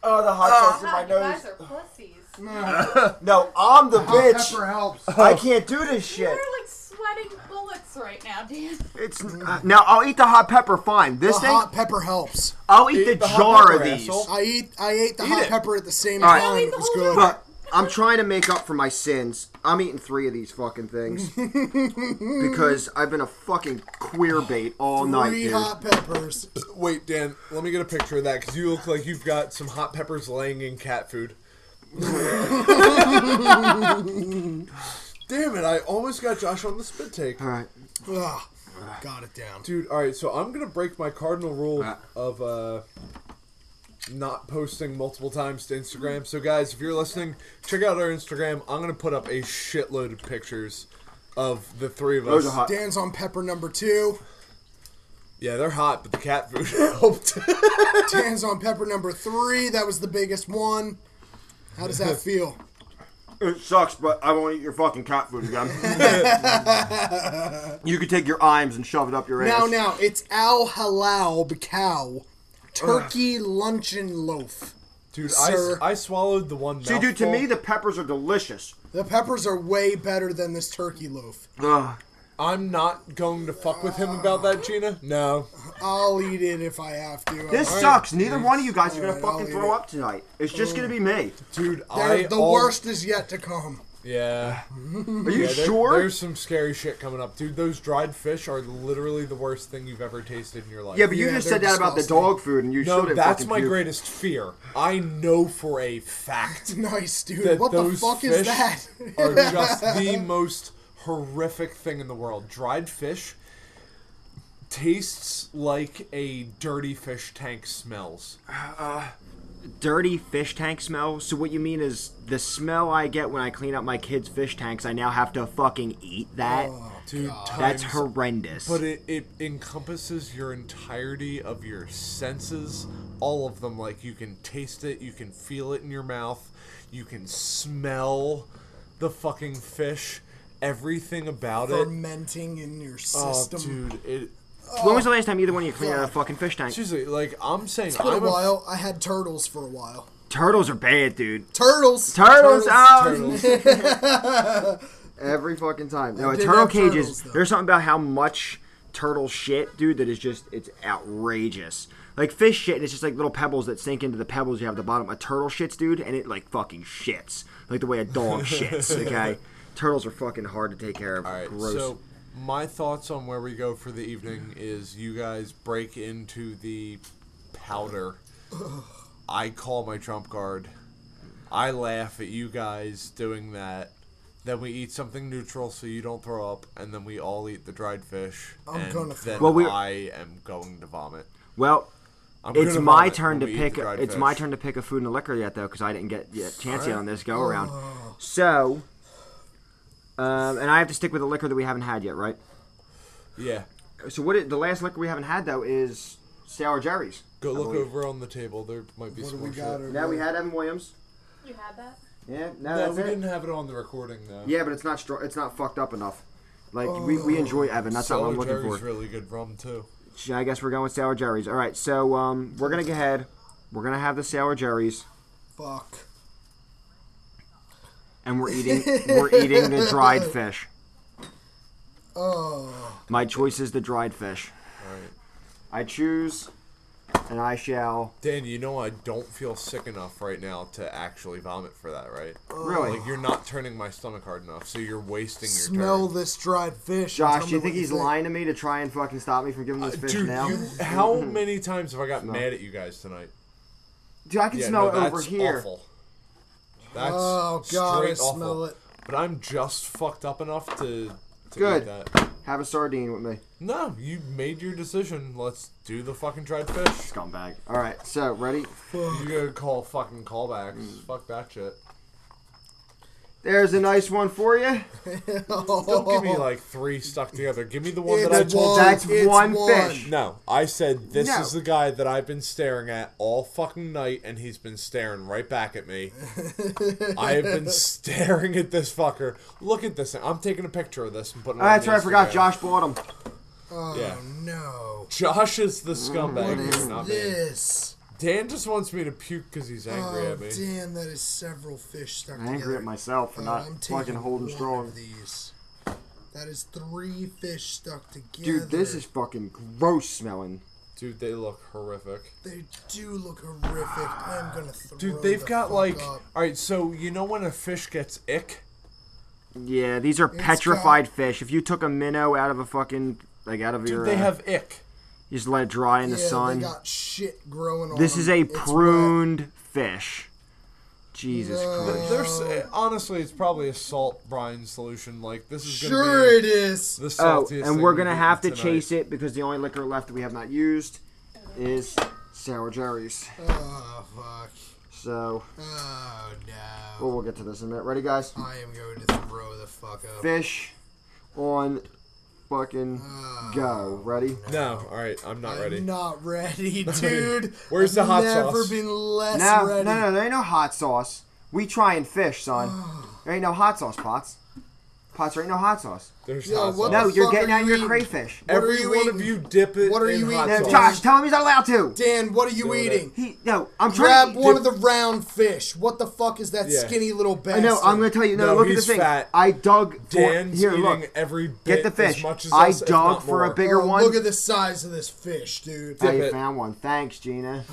oh, the hot sauce get in my God, you guys nose. are pussies. No, I'm the bitch. helps. I can't do this You're shit. like sweating bullets right now, Dan. It's uh, now. I'll eat the hot pepper. Fine. The This thing, hot pepper helps. I'll eat, Eat the, the hot jar pepper, of these. asshole. I eat. I ate the hot it. pepper at the same All right. time. I'll eat It the was whole good. jar. But I'm trying to make up for my sins. I'm eating three of these fucking things because I've been a fucking queer bait all night, Three dude. hot peppers. Wait, Dan, let me get a picture of that because you look like you've got some hot peppers laying in cat food. Damn it, I almost got Josh on the spit take. All right. Ugh. Got it down. Dude, alright, so I'm going to break my cardinal rule of uh, not posting multiple times to Instagram. So, guys, if you're listening, check out our Instagram. I'm going to put up a shitload of pictures of the three of us. Those are hot. Dan's on pepper number two. Yeah, they're hot, but the cat food helped. Dan's on pepper number three. That was the biggest one. How does that feel? It sucks, but I won't eat your fucking cat food again. you could take your arms and shove it up your Now, ass. now, it's Al Halal Bacow Turkey Luncheon Loaf. Dude, Sir. I, I swallowed the one See, dude, to mouthful. me, the peppers are delicious. The peppers are way better than this turkey loaf. Ugh. I'm not going to fuck with him about that, Gina. No. I'll eat it if I have to. This All right. sucks. Neither one of you guys are gonna Alright, I'll fucking eat throw it. up tonight. It's just gonna be me. Dude, They're- I the al- worst is yet to come. Yeah. Are you Yeah, there- sure? There's some scary shit coming up, dude. Those dried fish are literally the worst thing you've ever tasted in your life. yeah, but you Yeah, just they're said that about the disgusting. dog food, and you still no, didn't that's fucking my puke. greatest fear. I know for a fact Nice, dude. that what the those fuck fish is that? are just the most horrific thing in the world. Dried fish tastes like a dirty fish tank smells. dirty fish tank smell. So what you mean is the smell I get when I clean up my kids' fish tanks. I now have to fucking eat that. Dude, That's times horrendous. But it, it encompasses your entirety of your senses, all of them. Like you can taste it, you can feel it in your mouth, you can smell the fucking fish, everything about it. Fermenting in your system. Oh, dude, it. when was the last time either one of you cleaned out a fucking fish tank? Seriously, like I'm saying, For a I'm a, while, I had turtles for a while. Turtles are bad, dude. Turtles. Turtles, out turtles. every fucking time. No, I a did turtle love cage turtles, is. though. There's something about how much turtle shit, dude, that is just it's outrageous. Like fish shit, it's just like little pebbles that sink into the pebbles you have at the bottom. A turtle shits, dude, and it like fucking shits, like the way a dog shits. Okay, turtles are fucking hard to take care of. All right, Gross. so my thoughts on where we go for the evening is you guys break into the powder. I call my trump card. I laugh at you guys doing that. Then we eat something neutral so you don't throw up, and then we all eat the dried fish. I'm and gonna throw then up. Well, we're- I am going to vomit. well, I'm it's gonna my vomit turn when to we eat the pick. dried It's my fish. turn to pick a food and a liquor yet, though, because I didn't get yet chance yet on this go around. Oh. So, um, and I have to stick with a liquor that we haven't had yet, right? Yeah, So what? It, the last liquor we haven't had though is Sour Jerry's. go I look believe. over on the table. There might be What do some we more shit. got? over Now we there? had Evan Williams. You had that? Yeah, now No, that's we it. didn't have it on the recording though. Yeah, but it's not strong. It's not fucked up enough. Like we, we enjoy Evan. That's not what Oh, Sour I'm looking Jerry's for. really good rum too. Sh- I guess we're going with Sour Jerry's. All right, so um, we're gonna go ahead. We're gonna have the Sour Jerry's, Fuck. and we're eating we're eating the dried fish. Oh, My choice is the dried fish. All right. I choose, and I shall. Dan, you know I don't feel sick enough right now to actually vomit for that, right? Really? Like you're not turning my stomach hard enough, so you're wasting your smell turn. this dried fish. and tell Josh, do me you what think he's lying to me to try and fucking stop me from giving this fish Uh, Dude, now? you, how many times have I got mad at you guys tonight? Dude, I can Yeah, smell no, it over that's here. awful. That's Oh god, I straight awful. smell it. But I'm just fucked up enough to, to Good. eat that. Have a sardine with me. No, you made your decision. Let's do the fucking dried fish. Scumbag. All right, so ready? You gotta call fucking callbacks. Mm. Fuck that shit. There's a nice one for you. Oh, Don't give me like three stuck together. Give me the one that I It's told you. one, that's it's one fish. No, I said this No. is the guy that I've been staring at all fucking night, and he's been staring right back at me. I have been staring at this fucker. Look at this. thing. I'm taking a picture of this and putting. it Oh, on that's the right. I forgot. Instagram. Josh bought them. Yeah, No. Josh is the scumbag. here, not me. This. Dan just wants me to puke because he's angry Oh at me. damn, that is several fish stuck I'm angry together. at myself for Uh, not I'm fucking taking holding one strong. Of these. That is three fish stuck together. Dude, this is fucking gross smelling. Dude, they look horrific. They do look horrific. I am gonna throw. Dude, they've the got fuck like. up. All right, so you know when a fish gets ick? Yeah, these are petrified fish. If you took a minnow out of a fucking like out of Dude, your, they uh, have ick. you just let it dry in the yeah, sun. They got shit growing on. This is them. a It's wet. pruned fish. Jesus Christ. There's Uh, honestly, it's probably a salt brine solution. Like this is gonna Sure, be it is. the Oh, saltiest. and thing we're we've gonna eaten have to tonight. chase it because the only liquor left that we have not used is Sour Jerry's. Oh fuck. So, Oh no. well, we'll get to this in a minute. Ready, guys? I am going to throw the fuck up. Fish on fucking go. Ready? No, all right, I'm not ready. I'm not ready, dude. Where's the I've hot never sauce? been less No, no, ready. no, there ain't no hot sauce. We trying fish, son. there ain't no hot sauce, Pots. Pots, there ain't no hot sauce. There's Yo, hot what sauce. No, the you're fuck getting are out you your eating? crayfish. what are Every you one eating? of you dip it. What are in you hot eating? No, sauce. Josh, tell him he's not allowed to. Dan, what are you Doing it. eating? He, no, I'm Grab trying to. one of the round fish. What the fuck is that Yeah. skinny little I bastard? know. I'm gonna tell you. No, No, look at he's this thing. fat. I dug for Dan's here. eating Look, every bit get the as fish. much as I us, if dug not for a more. bigger Oh, one. Look at the size of this fish, dude. I it. found one. Thanks, Gina.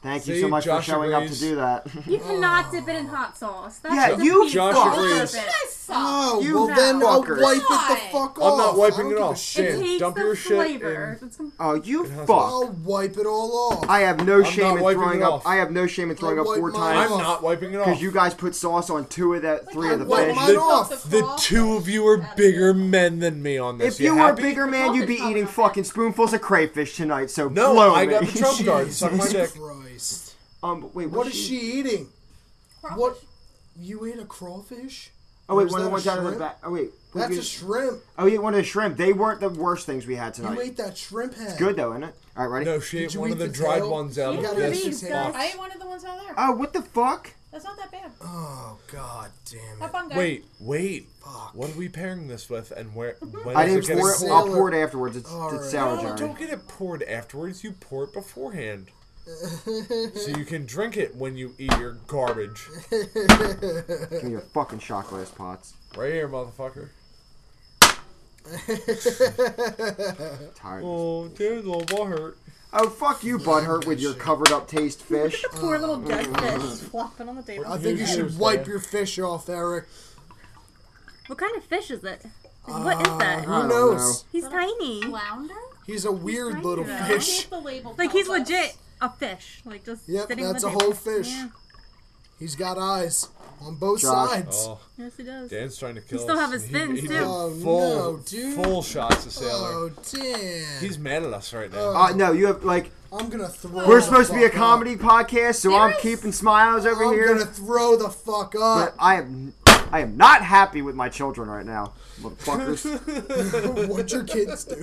Thank you See, so much Josh for showing agrees. up to do that. You cannot dip it in hot sauce. That's Yeah, just a you piece Josh of agrees. shit. guys suck. Oh, You well then I'll wipe fuckers. it the Why? fuck off. I'm not I don't wiping it give a off. shit. It Shan, takes dump the your shit. flavor. in- It's com- Oh, you has fuck! I'll wipe it all off. I have no not shame in wiping throwing it up. off. I have no shame in throwing up wipe four mine times off. I'm not wiping it off. because you guys put sauce on two of that, three of the wipe fish. mine The- off. The two of you are bigger men than me on this. If you were a happy? bigger man, Well, you'd be it's not eating bad. fucking spoonfuls of crayfish tonight. So No, blow I me. got the trump card. Suck my dick. Jesus Christ. um, wait, What is she eating? What? What? You ate a crawfish? Oh wait, Is one that of the a ones out of the shrimp? back. Oh wait, we That's a could- shrimp. oh yeah, one of the shrimp. They weren't the worst things we had You tonight. ate that shrimp head. Good though, isn't it? All right, ready? No, she Did ate you one of eat the the dried tail? ones out You of got this these, box. guys. I ate one of the ones out there. Oh, what the fuck? That's not that bad. Oh god damn Have it. fun, guys. Wait, wait. Fuck. What are we pairing this with, and where? When I is didn't it pour it. getting- I'll sour? pour it afterwards. It's, Alright. it's sour, No, Jerry. don't get it poured afterwards. You pour it beforehand, so you can drink it when you eat your garbage. Give me your fucking shot glass pots. Right here, motherfucker. I'm tired. of this. Oh, dude, little ball hurt. Oh fuck you, butthurt, with your covered up taste fish. Poor little Uh, dead fish flopping on the table. I think you Here's yours, should wipe Dan. your fish off, Eric. What kind of fish is it? What Uh, is that? I Who don't knows? He's tiny. Flounder? He's a weird tiny little though. I fish. think the label Like he's tells us. legit a fish. Like just Yep, sitting that's a on the table. whole fish. Yeah, He's got eyes on both Josh. sides. Oh, yes he does. Dan's trying to kill still us. have his fins, he, he too. did Oh, full, no, dude. full shots of sailor. Oh, damn. He's mad at us right now. Uh, no, you have like I'm gonna throw. we're the supposed to be a Oh, fuck up. comedy podcast, so I'm There is- keeping smiles over I'm here. gonna throw the fuck But up. I am, I am not happy with my children right now, motherfuckers. what your kids do? no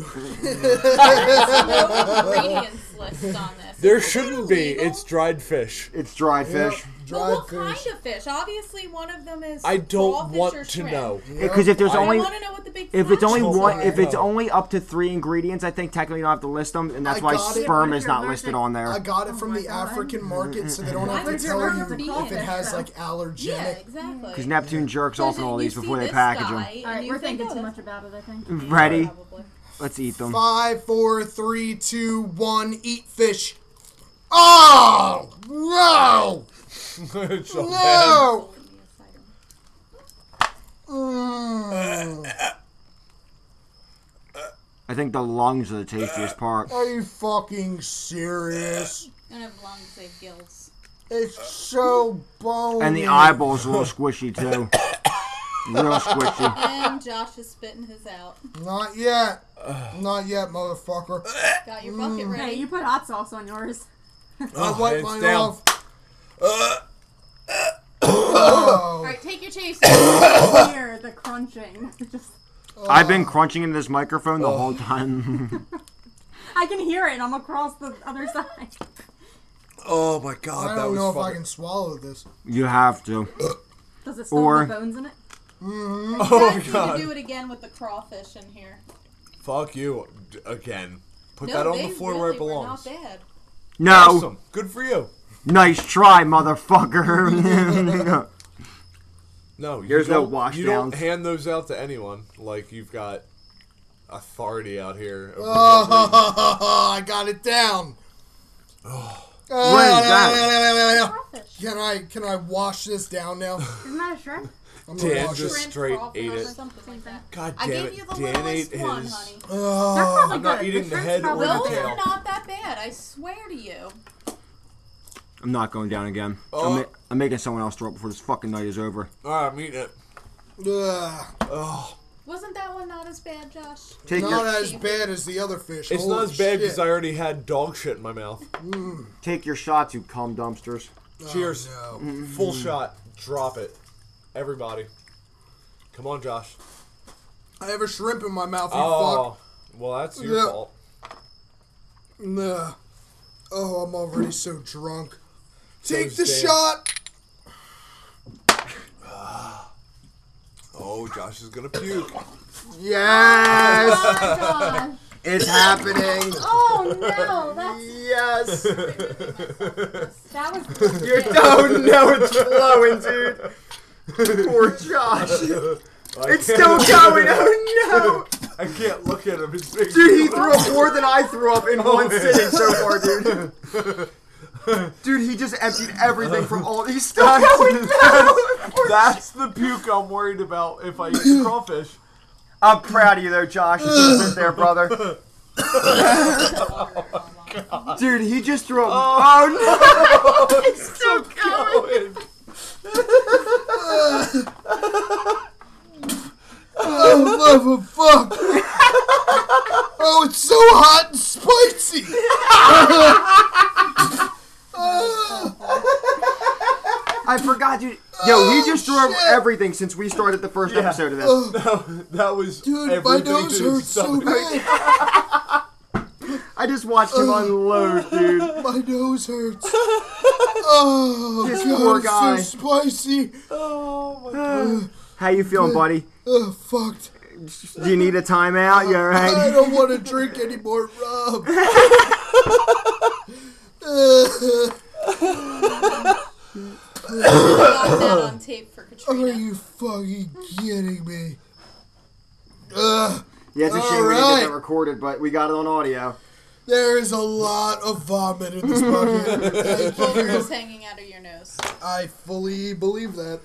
ingredients list on this. there Is it shouldn't be. illegal? It's dried fish. it's dried Yep, fish. But dried what fish. kind of fish? Obviously, one of them is. I don't crawfish want or to shrimp. know. Because if there's I only want to know what the big. if it's only flounder Don't one, wanna if it's know. only up to three ingredients, I think technically you don't have to list them, and that's I why got it. sperm is Where's not your listed virgin- on I, there. got it from my the God. African market, so they don't have to Where's your tell virgin you if it fish, has though? like allergenic. Yeah, exactly. Because Neptune jerks off in all these before they package them. All right, we're thinking too much about it. I think. Ready? Let's eat them. Five, four, three, two, one. Eat fish. Oh no! Oh. It's so bad. No! Mm. I think the lungs are the tastiest part. Are you fucking serious? Don't have lungs, they have gills. It's so bony. And the eyeball's a little squishy too. Real squishy. And Josh is spitting his out. Not yet. Not yet, motherfucker. Got your bucket Hey, ready. you put hot sauce on yours. I it's wiped mine Oh, down. off. All right, take your chaser. Hear the crunching. Just, I've been crunching into this microphone the whole time. I can hear it, and I'm across the other side. Oh my god, I that don't was know if I fucking. can swallow this. you have to. Does it still Or- have the bones in it? oh, you God. can do it again with the crawfish in here. Fuck you d- again. Put No, that on they the floor really where it were belongs. Not bad. No. Awesome. Good for you. Nice try, motherfucker. No, you There's no don't- You washdowns. don't hand those out to anyone. Like you've got authority out here. over I got it down. Crawfish. Can I can I wash this down now? Isn't that a shrimp? I'm Dan wash just- it. straight Shrimp ate crawfish it. or something like that. God I damn gave it. you the Dan ate littlest one, his. honey. Oh, That's probably I'm not good. eating the shrimp's head probably or the Those good. tail. are not that bad. I swear to you. I'm not going down again. Oh. I'm, ma- I'm making someone else throw up before this fucking night is over. All right, I'm eating it. Ugh, Wasn't that one not as bad, Josh? Take not your as bad as the other fish. It's Holy not as bad because Oh, shit. I already had dog shit in my mouth. take your shots, you cum dumpsters. Oh, Cheers. no. Full shot. Drop it. Everybody. Come on, Josh. I have a shrimp in my mouth. You Oh, well, that's your Yeah. fault. fuck. Nah. Oh, I'm already so drunk. Take So's the Dan. shot. Oh, Josh is gonna puke. Yes, Oh, it's happening. oh no, that's Yes, that was. you're oh no, it's flowing, dude. Poor Josh. It's still going. Oh no, I can't look at him. His face. dude, he threw up more than I threw up in one sitting so far, dude. Dude, he just emptied everything from all. He's still going. That's the puke I'm worried about if I eat crawfish. I'm proud of you though, Josh. You should've been there, brother. Dude, he just threw up. Oh, Oh, fuck. oh, it's so hot and spicy. Ah, no! I forgot, dude. Yo, he just threw up shit. Oh. everything since we started the first episode of this. That was Dude, my everything nose to his hurts so stomach. bad. I just watched him unload, dude. My nose hurts. Oh, This God, poor it's guy. so spicy. How you feeling, buddy? Oh, fucked. Do you need a timeout? You I alright? don't want to drink any more rum. I got that on tape for Are Katrina. you fucking kidding me? Ugh. Yeah, it's a shame we didn't Alright. get that recorded, but we got it on audio. There is a lot of vomit in this bucket. Thank you. Boogers hanging out of your nose. I fully believe that.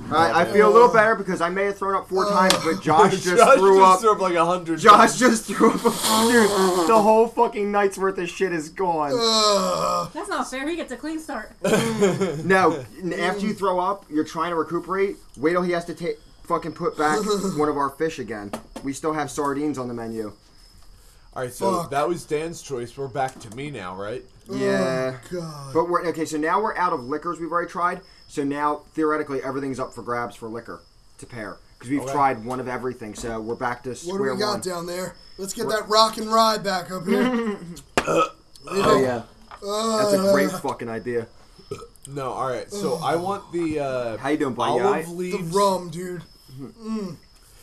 Alright, I feel a little better because I may have thrown up four times, but Josh just threw up. like a hundred. Josh just threw up. Dude, the whole fucking night's worth of shit is gone. Ugh. That's not fair. He gets a clean start. No, n- after you throw up, you're trying to recuperate. Wait till he has to take fucking put back one of our fish again. We still have sardines on the menu. All right, so Fuck. that was Dan's choice. We're back to me now, right? Yeah. God. But we're okay, so now we're out of liquors we've already tried. So now theoretically everything's up for grabs for liquor to pair because we've Okay. tried one of everything. So we're back to square What do we one. got down there? Let's get that rock and ride back up here. Oh yeah. That's a great fucking idea. No. All right. So I want the uh, How you doing, buddy? You olive alright? the leaves. rum, dude. Mm.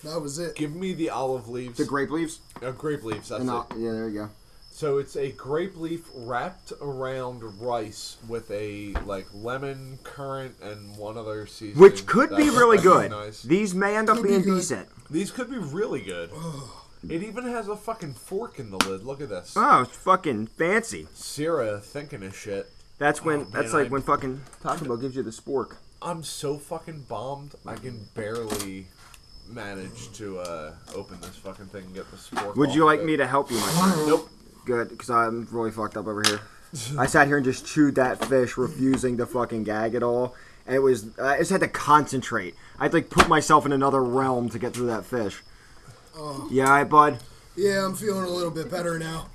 That was it. Give me the olive leaves. The grape leaves? uh, grape leaves. That's And it. I'll- yeah, there you go. So it's a grape leaf wrapped around rice with a like lemon, currant, and one other seasoning. Which could be That- really that'd good. nice. These may end up Could be being good. decent. These could be really good. It even has a fucking fork in the lid. Look at this. Oh, it's fucking fancy. Sarah thinking of shit. That's when. Oh, that's man, like I- when fucking Taco Bell gives you the spork. I'm so fucking bombed. I can barely manage to uh, open this fucking thing and get the fork. Would off you of like it. me to help you, my friend? Nope. Good, because I'm really fucked up over here. I sat here and just chewed that fish, refusing to fucking gag at all. And it was. I just had to concentrate. I had to like, put myself in another realm to get through that fish. Yeah, all right, bud. Yeah, I'm feeling a little bit better now.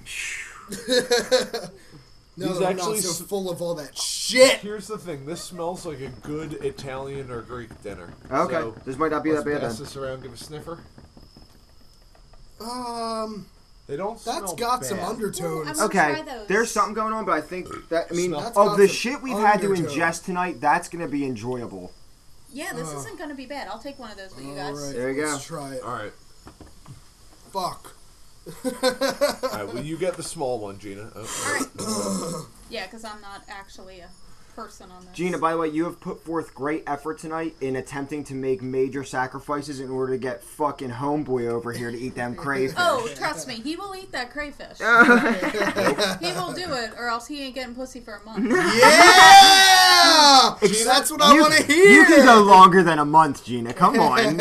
now These that I'm actually not so s- full of all that shit. Here's the thing. This smells like a good Italian or Greek dinner. Okay, So, this might not be let's that bad pass then. this around. Give a sniffer. Um, They don't. that's smell got some bad. undertones. Well, Okay, Try those. there's something going on, but I think that I mean Smell. That's of got the some shit we've had to undertone. ingest tonight, that's gonna be enjoyable. Yeah, this isn't gonna be bad. I'll take one of those with you Oh. All guys. right, There you go. let's try it. All right. Fuck. All right. Well, you get the small one, Gina. Oh, Yeah, because I'm not actually a person on this. Gina, by the way, you have put forth great effort tonight in attempting to make major sacrifices in order to get fucking homeboy over here to eat them crayfish. Oh, trust me, he will eat that crayfish. Oh. he will do it, or else he ain't getting pussy for a month. Yeah! That's what I You- want to You hear. can go longer than a month, Gina. Come on. I can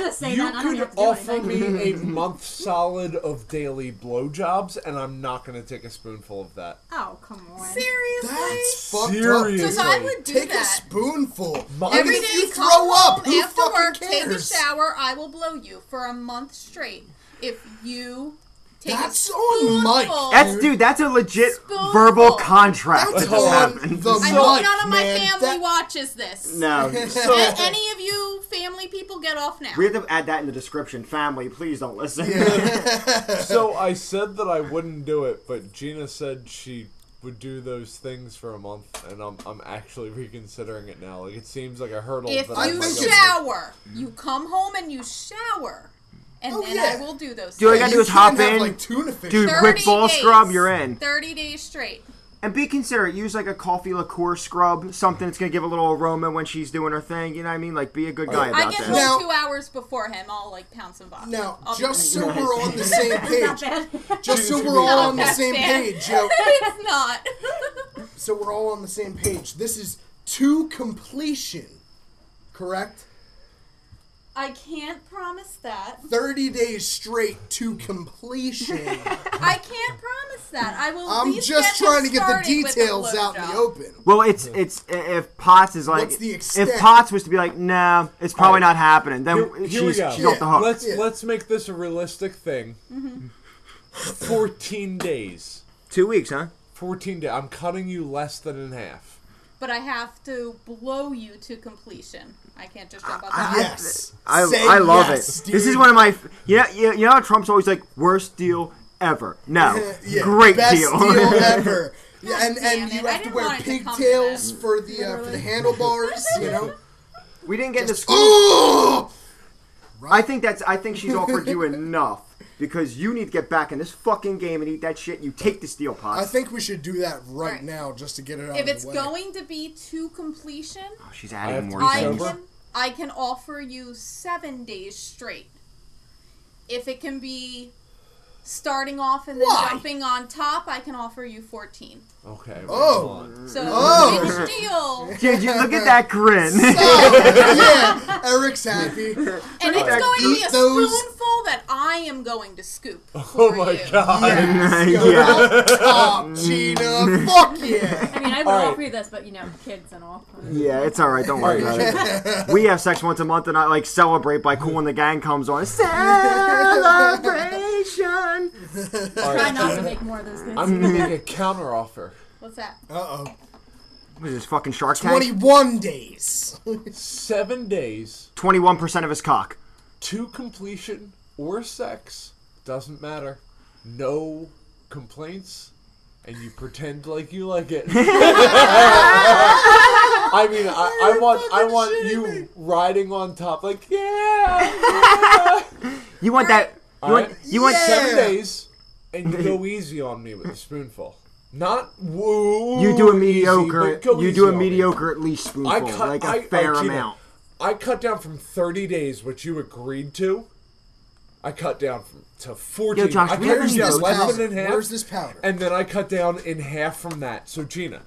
just say You that. I don't could have to do offer anything. me a month solid of daily blowjobs, and I'm not going to take a spoonful of that. Oh, come on. Seriously? That's fucked Serious. up. Because I would do Take a that. spoonful. Mine- Even Every if day, you come throw up. home Who after fucking work, cares? take a shower. I will blow you for a month straight if you take That's a on Mike. spoonful- That's dude. That's a legit Spoonful. verbal contract That's that just on happened. the I mic, hope none of my man. family That- watches this. No, A- Any of you family people get off now. we have to add that in the description. Family, please don't listen. so I said that I wouldn't do it, but Gina said she would do those things for a month, and I'm, I'm actually reconsidering it now. Like it seems like a hurdle. If that I'm you not gonna- shower, you come home and you shower, and Oh, then yeah. I will do those. Do You I things. gotta do is can't hop have, in. like, tuna fish. Dude, quick 30 ball days. scrub, you're in. Thirty days straight. And be considerate. Use like a coffee liqueur scrub, something that's gonna give a little aroma when she's doing her thing. You know what I mean? Like, be a good guy I about get that. home Now- two hours before him. I'll like pound some vodka. Now, I'll be just so like, we're on the same Not page, bad. just so we're No, all on the that's same bad. page, yo. it's not. So we're all on the same page. This is to completion, correct? I can't promise that. 30 days straight to completion. I can't promise that. I will. at I'm least just get him trying to get the started with a details out in the blowjob. open. Well, it's it's if Potts is like What's the extent? if Potts was to be like, nah, it's probably not happening. Then Here- here we she's, go. she's off the hook. Let's Yeah. let's make this a realistic thing. Fourteen days. Two weeks, huh? Fourteen days. I'm cutting you less than in half. But I have to blow you to completion. I can't just jump out the house. Yes. I, Say I love yes, it. This is dude. one of my. You know, you, you know how Trump's always like, worst deal ever. No. Yeah, Great best deal. ever. Yeah, and and Damn you it, I have to didn't wear want it to come to pigtails for the uh, for the handlebars, you know. we didn't get into school. Ooh! I think that's. I think she's offered you enough because you need to get back in this fucking game and eat that shit. You take this deal, I Potts. think we should do that right, Alright. now just to get it out If of it's the way. going to be to completion, Oh, she's I have adding to more be I things. sober? can I can offer you seven days straight. If it can be starting off and then Why? jumping on top, I can offer you fourteen. Okay. Oh. Mm. So Oh. which deal? Dude, you look at that grin. Oh, yeah, Eric's happy. And it's that going to be a eat those. spoonful that I am going to scoop. Oh for my you. god. yeah. Top Gina, fuck yeah. I mean, I would Alright. offer you this, but you know, kids and all. Yeah, it's all right. Don't worry about it. We have sex once a month, and I like celebrate by cool when the gang comes on. Celebration. Try not to make more of those things. I'm gonna make a counter offer. What's that? Uh oh. What is this fucking Shark Tank? Twenty-one days. Seven days Twenty-one percent of his cock. to completion or sex doesn't matter. No complaints, and you pretend like you like it. I mean, I, I want I want you riding on top, like yeah. You want that? You want? Alright. You want? Seven days, and you go easy on me with a spoonful. Not woo. You do a easy, mediocre. but go you easy do a on me. mediocre at least spoonful, I cut like a I- I- fair Gina, amount. I cut down from 30 days, which you agreed to. I cut down from to 14. Yo, Josh, I where cut is down this less powder? than in half. Where's this powder? And then I cut down in half from that. So Gina,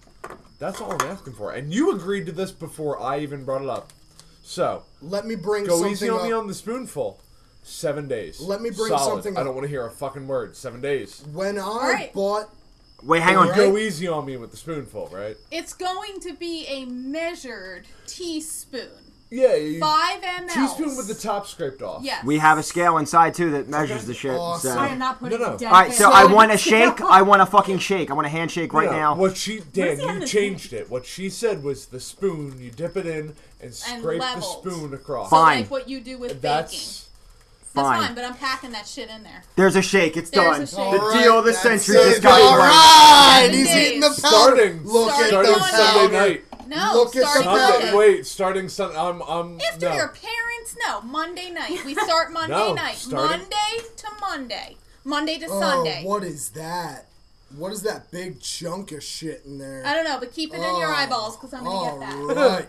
that's all I'm asking for. And you agreed to this before I even brought it up. So Let me bring go something easy on up. me on the spoonful. Seven days. Let me bring Solid. something I up. don't want to hear a fucking word. Seven days. when I Alright. bought Wait, hang on. Alright. Go easy on me with the spoonful, right? It's going to be a measured teaspoon. Yeah. You, Five ml. teaspoon with the top scraped off. Yes. We have a scale inside too that measures the shit. Awesome. So. I am not putting No, no. a dead All right, fish so on I it. want a shake. I want a fucking shake. I want a handshake right No, now. What she does Dan, he have in you his changed it. What she said was the spoon. You dip it in and scrape the leveled. spoon across. Fine. Like what you do with baking. That's That's Fine. fine. but I'm packing that shit in there. There's a shake. It's There's done. a shake. The Alright, deal of the that's century it. just got All right, he's Days. eating the powder. starting. Look at starting the Sunday powder. night. No, Look at starting the Monday. Sunday, wait, starting Sunday. I'm. I'm. After no. your parents, no. Monday night. We start Monday No, night. starting- Monday to Monday. Monday to Oh, Sunday. what is that? What is that big chunk of shit in there? I don't know, but keep it in your Oh. eyeballs because I'm gonna All get that. right.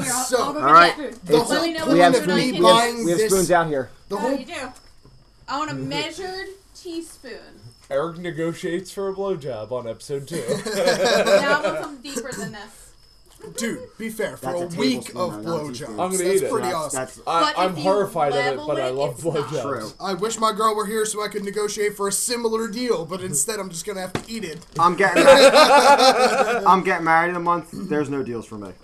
Here, I'll, So- I'll go All get right. that. It's- Let me know we what have, spoon I spoons, can we get. have, we have this- spoons out here. The Oh, whole you Oh, do. I want a measured teaspoon. Eric negotiates for a blowjob on episode two. now I want something deeper than this. dude. Be fair. For That's a a week tablespoon, of though, not a blowjobs, teaspoon. I'm gonna that's eat it. pretty That's, awesome. that's I, But I'm if you horrified of it, level but I it, love it's not. blowjobs. true. I wish my girl were here so I could negotiate for a similar deal, but instead I'm just gonna have to eat it. I'm getting married. I'm getting married in a month. There's no deals for me.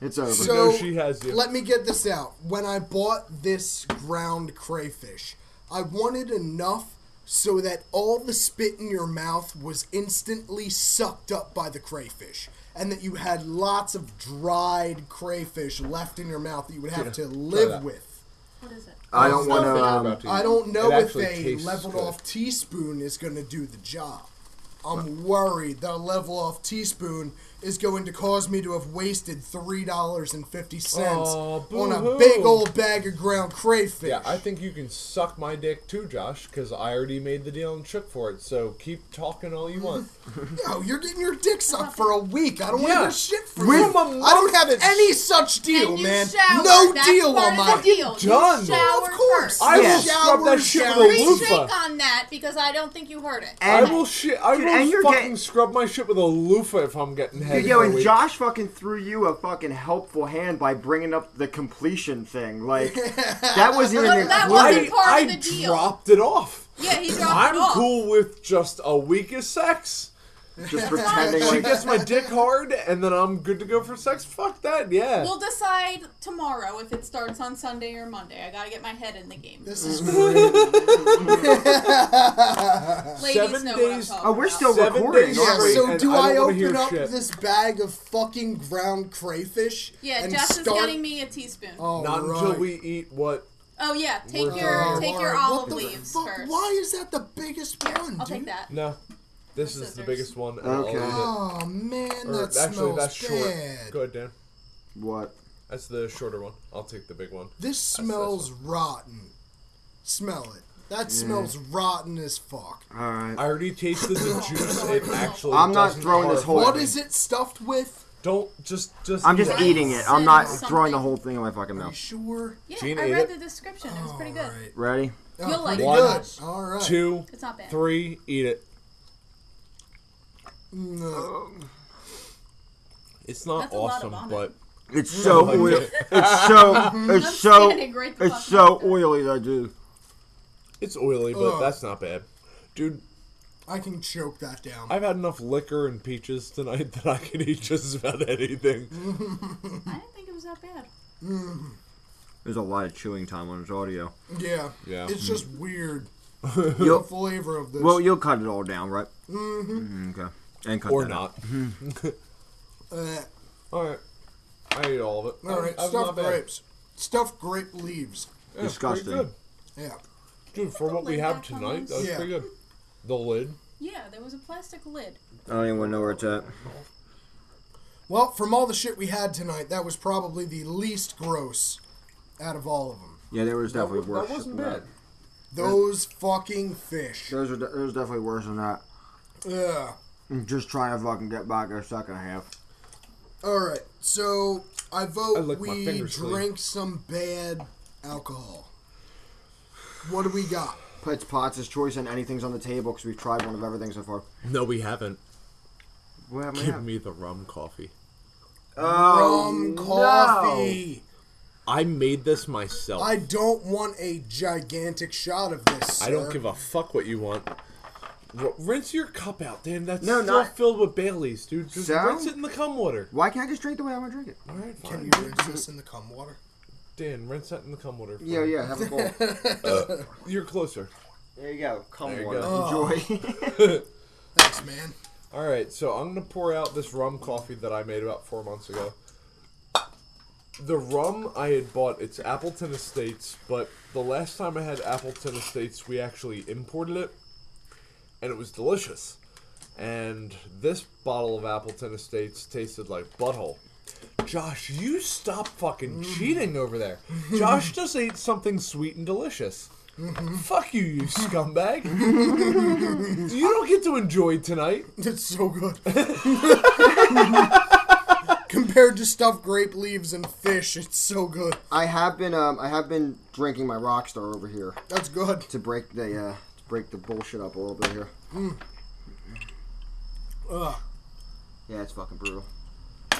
it's over. So- No, she has you. Let me get this out. When I bought this ground crayfish, I wanted enough so that all the spit in your mouth was instantly sucked up by the crayfish and that you had lots of dried crayfish left in your mouth that you would have to live that. with. What is it? I don't want Stuff that to. you're Um, about to I eat. don't know It if actually a tastes leveled good. off teaspoon is going to do the job. I'm worried that a level off teaspoon is going to cause me to have wasted three dollars and fifty cents Aw, on a boo-hoo. big old bag of ground crayfish. Yeah, I think you can suck my dick too, Josh, because I already made the deal and shook for it. So keep talking all you want. no, you're getting your dick sucked for a week. I don't Yeah. want to shit for With you. a I don't have month. any such deal, and you man. Shower. no That's deal part on of my. the deal. You done. shower Of course. first. I Yeah. will scrub that Showers, shit with showers. a Please shake loofah. on that because I don't think you heard it. I and, will shit. I Dude, and will you're fucking getting- scrub my shit with a loofah if I'm getting head. Dude, yo, for a and week. Josh fucking threw you a fucking helpful hand by bringing up the completion thing. Like that wasn't even Look, that wasn't included. I, part of I the deal. dropped it off. Yeah, he dropped it I'm off. cool with just a week of sex. Just pretending She like gets my dick hard, and then I'm good to go for sex. Fuck that, yeah. We'll decide tomorrow if it starts on Sunday or Monday. I gotta get my head in the game. This is great. Uh, Ladies seven know days- what I'm talking Oh, we're about. still Seven recording. days Yeah, aren't we? straight. so and do I I, don't wanna open hear up shit. this bag of fucking ground crayfish? Yeah, and Jess is start- getting me a teaspoon. Oh, Not until Alright. we eat what. yeah, take We're your done. take your Alright, olive what the leaves fuck? first. Why is that the biggest one, dude? I'll take that. No, this is Or the scissors. biggest one. and Okay. I'll eat Oh man, it. Or that actually, smells that's bad. short. Go ahead, Dan. What? That's the shorter one. I'll take the big one. This smells rotten. Smell it. Mm. That smells rotten as fuck. Oh, All right. I already tasted the juice. It actually. I'm not doesn't throwing this horrify What whole- me. is it stuffed with? Don't just just. I'm just yeah. eating it. I'm not Something. throwing the whole thing in my fucking Are you mouth. sure? Yeah, Gene I ate read it. the description. It was pretty good. Ready? Oh, You'll like pretty it. good. One, All right. Two, It's not bad. three, eat it. Mm, uh, It's not That's a lot of awesome, vomit. but It's so oily. It's so. It's so. standing right the It's fuck so next to it. oily. I do. it's oily. But Ugh. that's not bad, dude. I can choke that down. I've had enough liquor and peaches tonight that I could eat just about anything. I didn't think it was that bad. There's a lot of chewing time on his audio. yeah. Yeah. Mm. It's just weird. the You'll, flavor of this. well, you'll cut it all down, right? Mm-hmm. Okay. And cut or that out. not. Uh, All right. I ate all of it. all right. That was Stuffed not bad. grapes. Stuffed grape leaves. Yeah, it's Disgusting. pretty good. Yeah. Dude, for what we lid have back on tonight, those? that was Yeah. pretty good. The lid. Yeah, there was a plastic lid. I don't even know where it's at. Well, from all the shit we had tonight, that was probably the least gross out of all of them. Yeah, there was definitely that worse. wasn't than bad. that. Those fucking fish. Those are de- there's definitely worse than that. Ugh. I'm just trying to fucking get back a second half. All right. So I I vote licked my we fingers clean. drink some bad alcohol. What do we got? It's Potts' choice and anything's on the table because we've tried one of everything so far. No, we haven't. What have we Give had? me the rum coffee. Oh, Rum coffee. I made this myself. I don't want a gigantic shot of this. I don't give a fuck what you want. R- rinse your cup out, Dan. That's No, still not- filled with Bailey's, dude. Just So? rinse it in the cum water. Why can't I just drink the way I want to drink it? All right, Can fine. you rinse this in the cum water? Dan, rinse that in the cum water. Yeah, fine. yeah, have a bowl. You're closer. there you go. Come There you water. go. Oh. Enjoy. Thanks, man. All right, so I'm gonna pour out this rum coffee that I made about four months ago. The rum I had bought, it's Appleton Estates, but the last time I had Appleton Estates, we actually imported it, and it was delicious. And this bottle of Appleton Estates tasted like butthole. Josh, you stop fucking cheating over there. Josh just ate something sweet and delicious. Fuck you, you scumbag. you don't get to enjoy tonight. It's so good. Compared to stuffed grape leaves and fish, it's so good. I have been um I have been drinking my Rockstar over here That's good. to break the uh to break the bullshit up a little bit here. Ugh. Yeah, it's fucking brutal.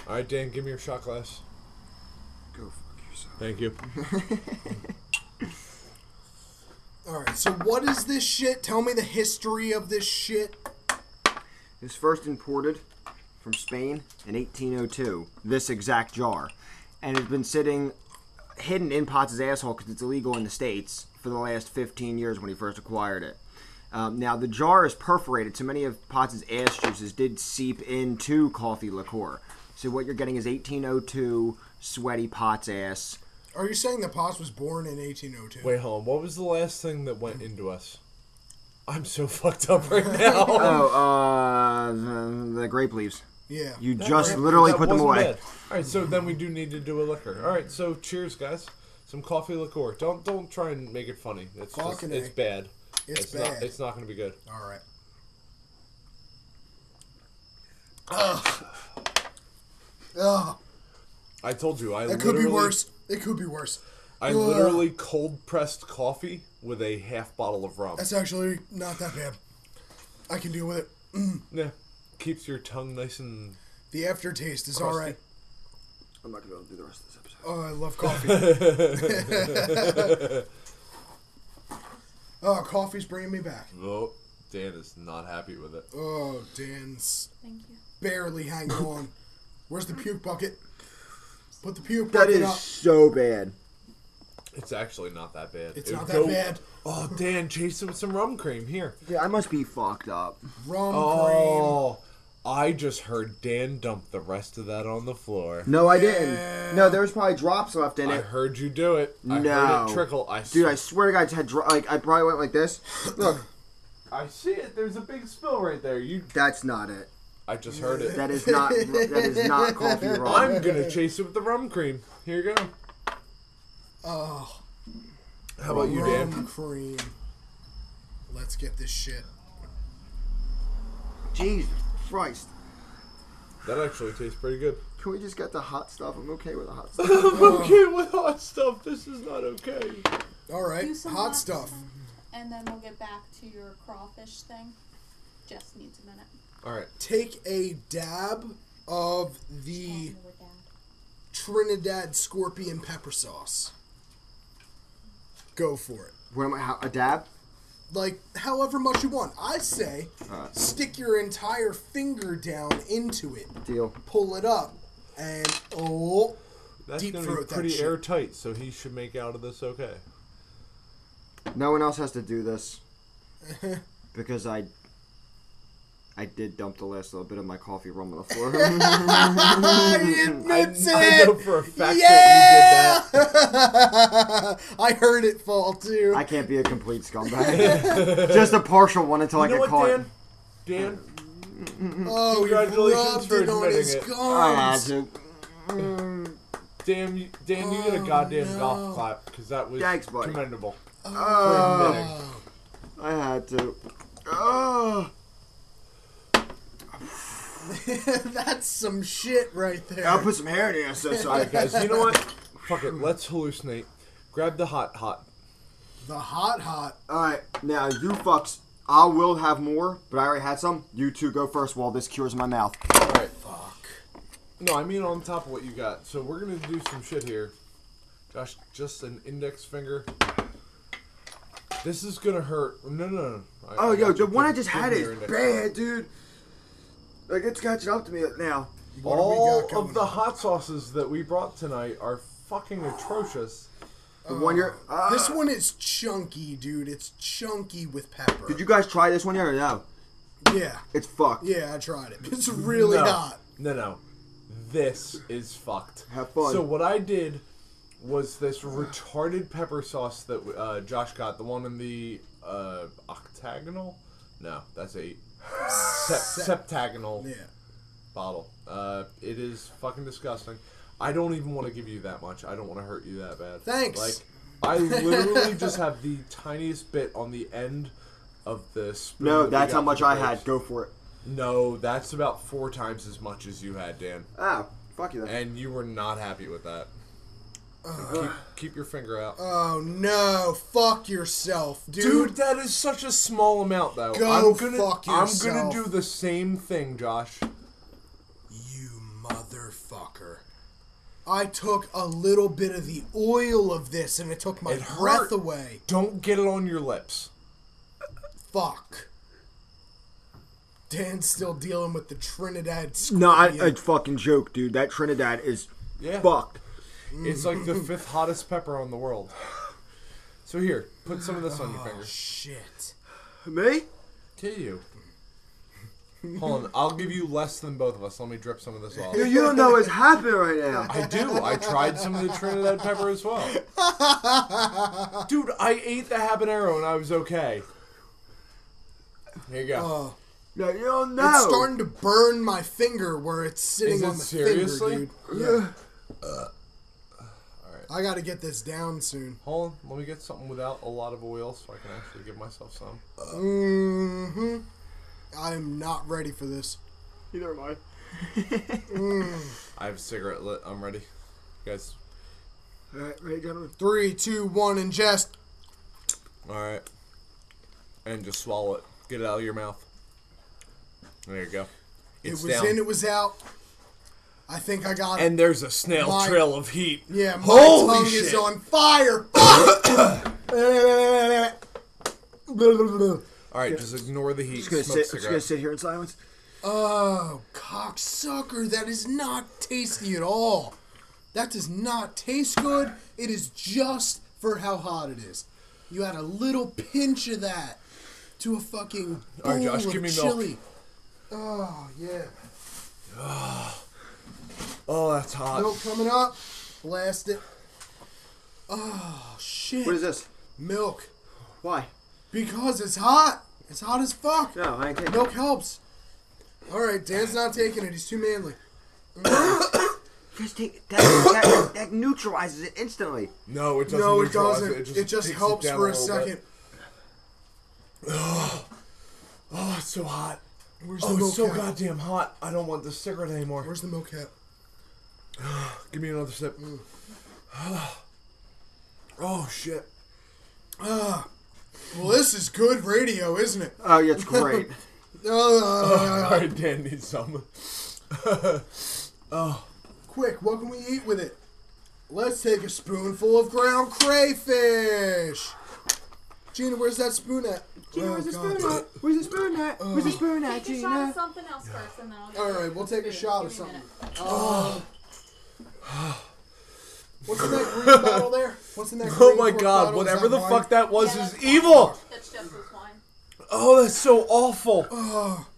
All right, Dan, give me your shot glass. Go fuck yourself. Thank you. All right. So what is this shit? Tell me the history of this shit. It was first imported from Spain in 1802. This exact jar, and it's been sitting hidden in Potts' asshole because it's illegal in the states for the last 15 years when he first acquired it. Um, now the jar is perforated, so many of Potts' ass juices did seep into coffee liqueur. So what you're getting is 1802 sweaty Potts ass. Are you saying that Potts was born in 1802? Wait, hold on. What was the last thing that went into us? I'm so fucked up right now. Oh, uh, the, the grape leaves. Yeah. You just literally That put them away. wasn't bad. All right, so then we do need to do a liquor. All right, so cheers, guys. Some coffee liqueur. Don't don't try and make it funny. It's just, Fucking it's A. bad. It's Not, bad. it's not going to be good. All right. Ugh. I told you. I It could be literally- worse. It could be worse. I Ugh. literally cold pressed coffee with a half bottle of rum. That's actually not that bad. I can deal with it. Yeah, keeps your tongue nice and The aftertaste is all right. I'm not gonna be able to do the rest of this episode. Oh, I love coffee. oh, coffee's bringing me back. oh, Dan is not happy with it. Oh, Dan's Thank you. barely hanging on. Where's the puke bucket? Put the puke That bucket is up. so bad. It's actually not that bad. It's It not would that go- bad. Oh, Dan, chase him with some rum cream here. Yeah, I must be fucked up. Rum Oh, I just heard Dan dump the rest of that on the floor. No, I didn't. No, there was probably drops left in I it. heard you do it. I No. heard it trickle. I Dude, swear- I swear to God, I had dro- like I probably went like this. Look, I see it. There's a big spill right there. You, that's not it. I just heard it. That is not. that is not coffee I'm rum. gonna chase it with the rum cream. Here you go. Oh, How about you, rum Dan? cream. Let's get this shit. Jesus Christ! That actually tastes pretty good. Oh. Can we just get the hot stuff? I'm okay with the hot stuff. I'm okay with hot stuff. This is not okay. All right, Do some hot stuff. And then we'll get back to your crawfish thing. Jess needs a minute. All right. Take a dab of the Trinidad scorpion pepper sauce. Go for it. what am I? How, a dab? Like however much you want. I say stick your entire finger down into it, Deal. pull it up, and oh, That's Deep gonna throat be that pretty shit. airtight, so he should make out of this okay. No one else has to do this because I. I did dump the last little bit of my coffee rum on the floor. I, admits I know it! for a fact Yeah! that you did that. I heard it fall too. I can't be a complete scumbag. Just a partial one until I You know get caught. what, Dan? Dan, oh, you Congratulations rubbed for it on admitting his it. Ah, gums. dude. Dan, you- Dan, you Oh, get a goddamn golf clap because that was Thanks, buddy. commendable. Oh. Ah. For admitting. I had to. Oh, That's some shit right there. I'll put some hair in here. So sorry. Alright, guys, you know what? Oh, Fuck it, let's hallucinate. Grab the hot, hot. the hot hot. All right, now you fucks. I will have more, but I already had some. You two go first while this cures my mouth. Alright. Fuck. No, I mean on top of what you got. So we're gonna do some shit here. Gosh, just an index finger. This is gonna hurt. No, no, no. I- Oh, I yo, got the you. one I Give- just give had me your is index finger. bad, dude. Like it's catching up to me now. What do we All got of going the on? hot sauces that we brought tonight are fucking atrocious. The one you're. Uh, This one is chunky, dude. It's chunky with pepper. Did you guys try this one yet or no? Yeah, It's fucked. yeah, I tried it. It's really no. hot. No, no. This is fucked. Have fun. So what I did was this retarded pepper sauce that uh, Josh got, the one in the uh, octagonal. No, that's eight. Sep- septagonal Yeah. bottle. Uh, it is fucking disgusting. I don't even want to give you that much. I don't want to hurt you that bad. Thanks. Like I literally just have the tiniest bit on the end of the spoon. that No, we that's got how much from I had. Graves. Go for it. No, that's about four times as much as you had, Dan. Oh, fuck you then. And you were not happy with that. Keep, keep your finger out. Oh no! Fuck yourself, dude. Dude, that is such a small amount, though. Go I'm gonna, fuck I'm yourself. gonna do the same thing, Josh. You motherfucker! I took a little bit of the oil of this, and it took my It breath hurt. away. Don't get it on your lips. Fuck. Dan's still dealing with the Trinidad. No, I, Scorpion. a fucking joke, dude. That Trinidad is Yeah. fucked. It's like the fifth hottest pepper on the world. So here, put some of this on your finger. shit. Me? To you. Hold on, I'll give you less than both of us. Let me drip some of this off. Dude, you don't know what's happening right now. I do. I tried some of the Trinidad pepper as well. Dude, I ate the habanero and I was okay. Here you go. Oh, No, you don't know. it's starting to burn my finger where it's sitting Is on it the seriously? finger, dude. Yeah. I gotta get this down soon. Hold on, let me get something without a lot of oil so I can actually give myself some. hmm I'm not ready for this. Neither am I. I have a cigarette lit. I'm ready. You guys. All right, ready, gentlemen. Three, two, one, ingest. Alright. And just swallow it. Get it out of your mouth. There you go. It It's was down. in, it was out. I think I got it. and there's a snail My- trail of heat. Yeah, my Holy tongue is shit. on fire. Alright, just ignore the heat. Just gonna, Smoke sit, just gonna cigarette. sit here in silence. oh, cocksucker, that is not tasty at all. That does not taste good. It is just for how hot it is. You had a little pinch of that to a fucking bowl All right, Josh, of give me milk. chili. Oh yeah, Oh, that's hot. milk coming up. Blast it. Oh shit, What is this? milk Why? because it's hot. It's hot as fuck. No, I ain't taking Milk helps. All right, Dan's not taking it. He's too manly. Just take that, that. That neutralizes it instantly. No, it doesn't. no, it neutralize doesn't. It just, takes helps down for a, little second. bit. Oh, it's so hot. Where's the Oh, milk it's so cap? goddamn hot. I don't want this cigarette anymore. Where's Mm. the milk cap? Give me another sip. oh shit. Well, this is good radio, isn't it? Oh, yeah, it's great. Uh, All right, Dan needs some. quick, what can we eat with it? Let's take a spoonful of ground crayfish. Gina, where's that spoon at? Oh, Gina, Where's the spoon at? Where's the spoon at? Where's the spoon at, Take a shot Gina? of something else first, and then I'll. All right, we'll take a shot of something. Oh. What's in that green bottle there? What's in that? Oh green my cork god, bottle? Is whatever the wine? fuck that was Yeah, is that's- evil. That's just this wine. Oh, that's so awful.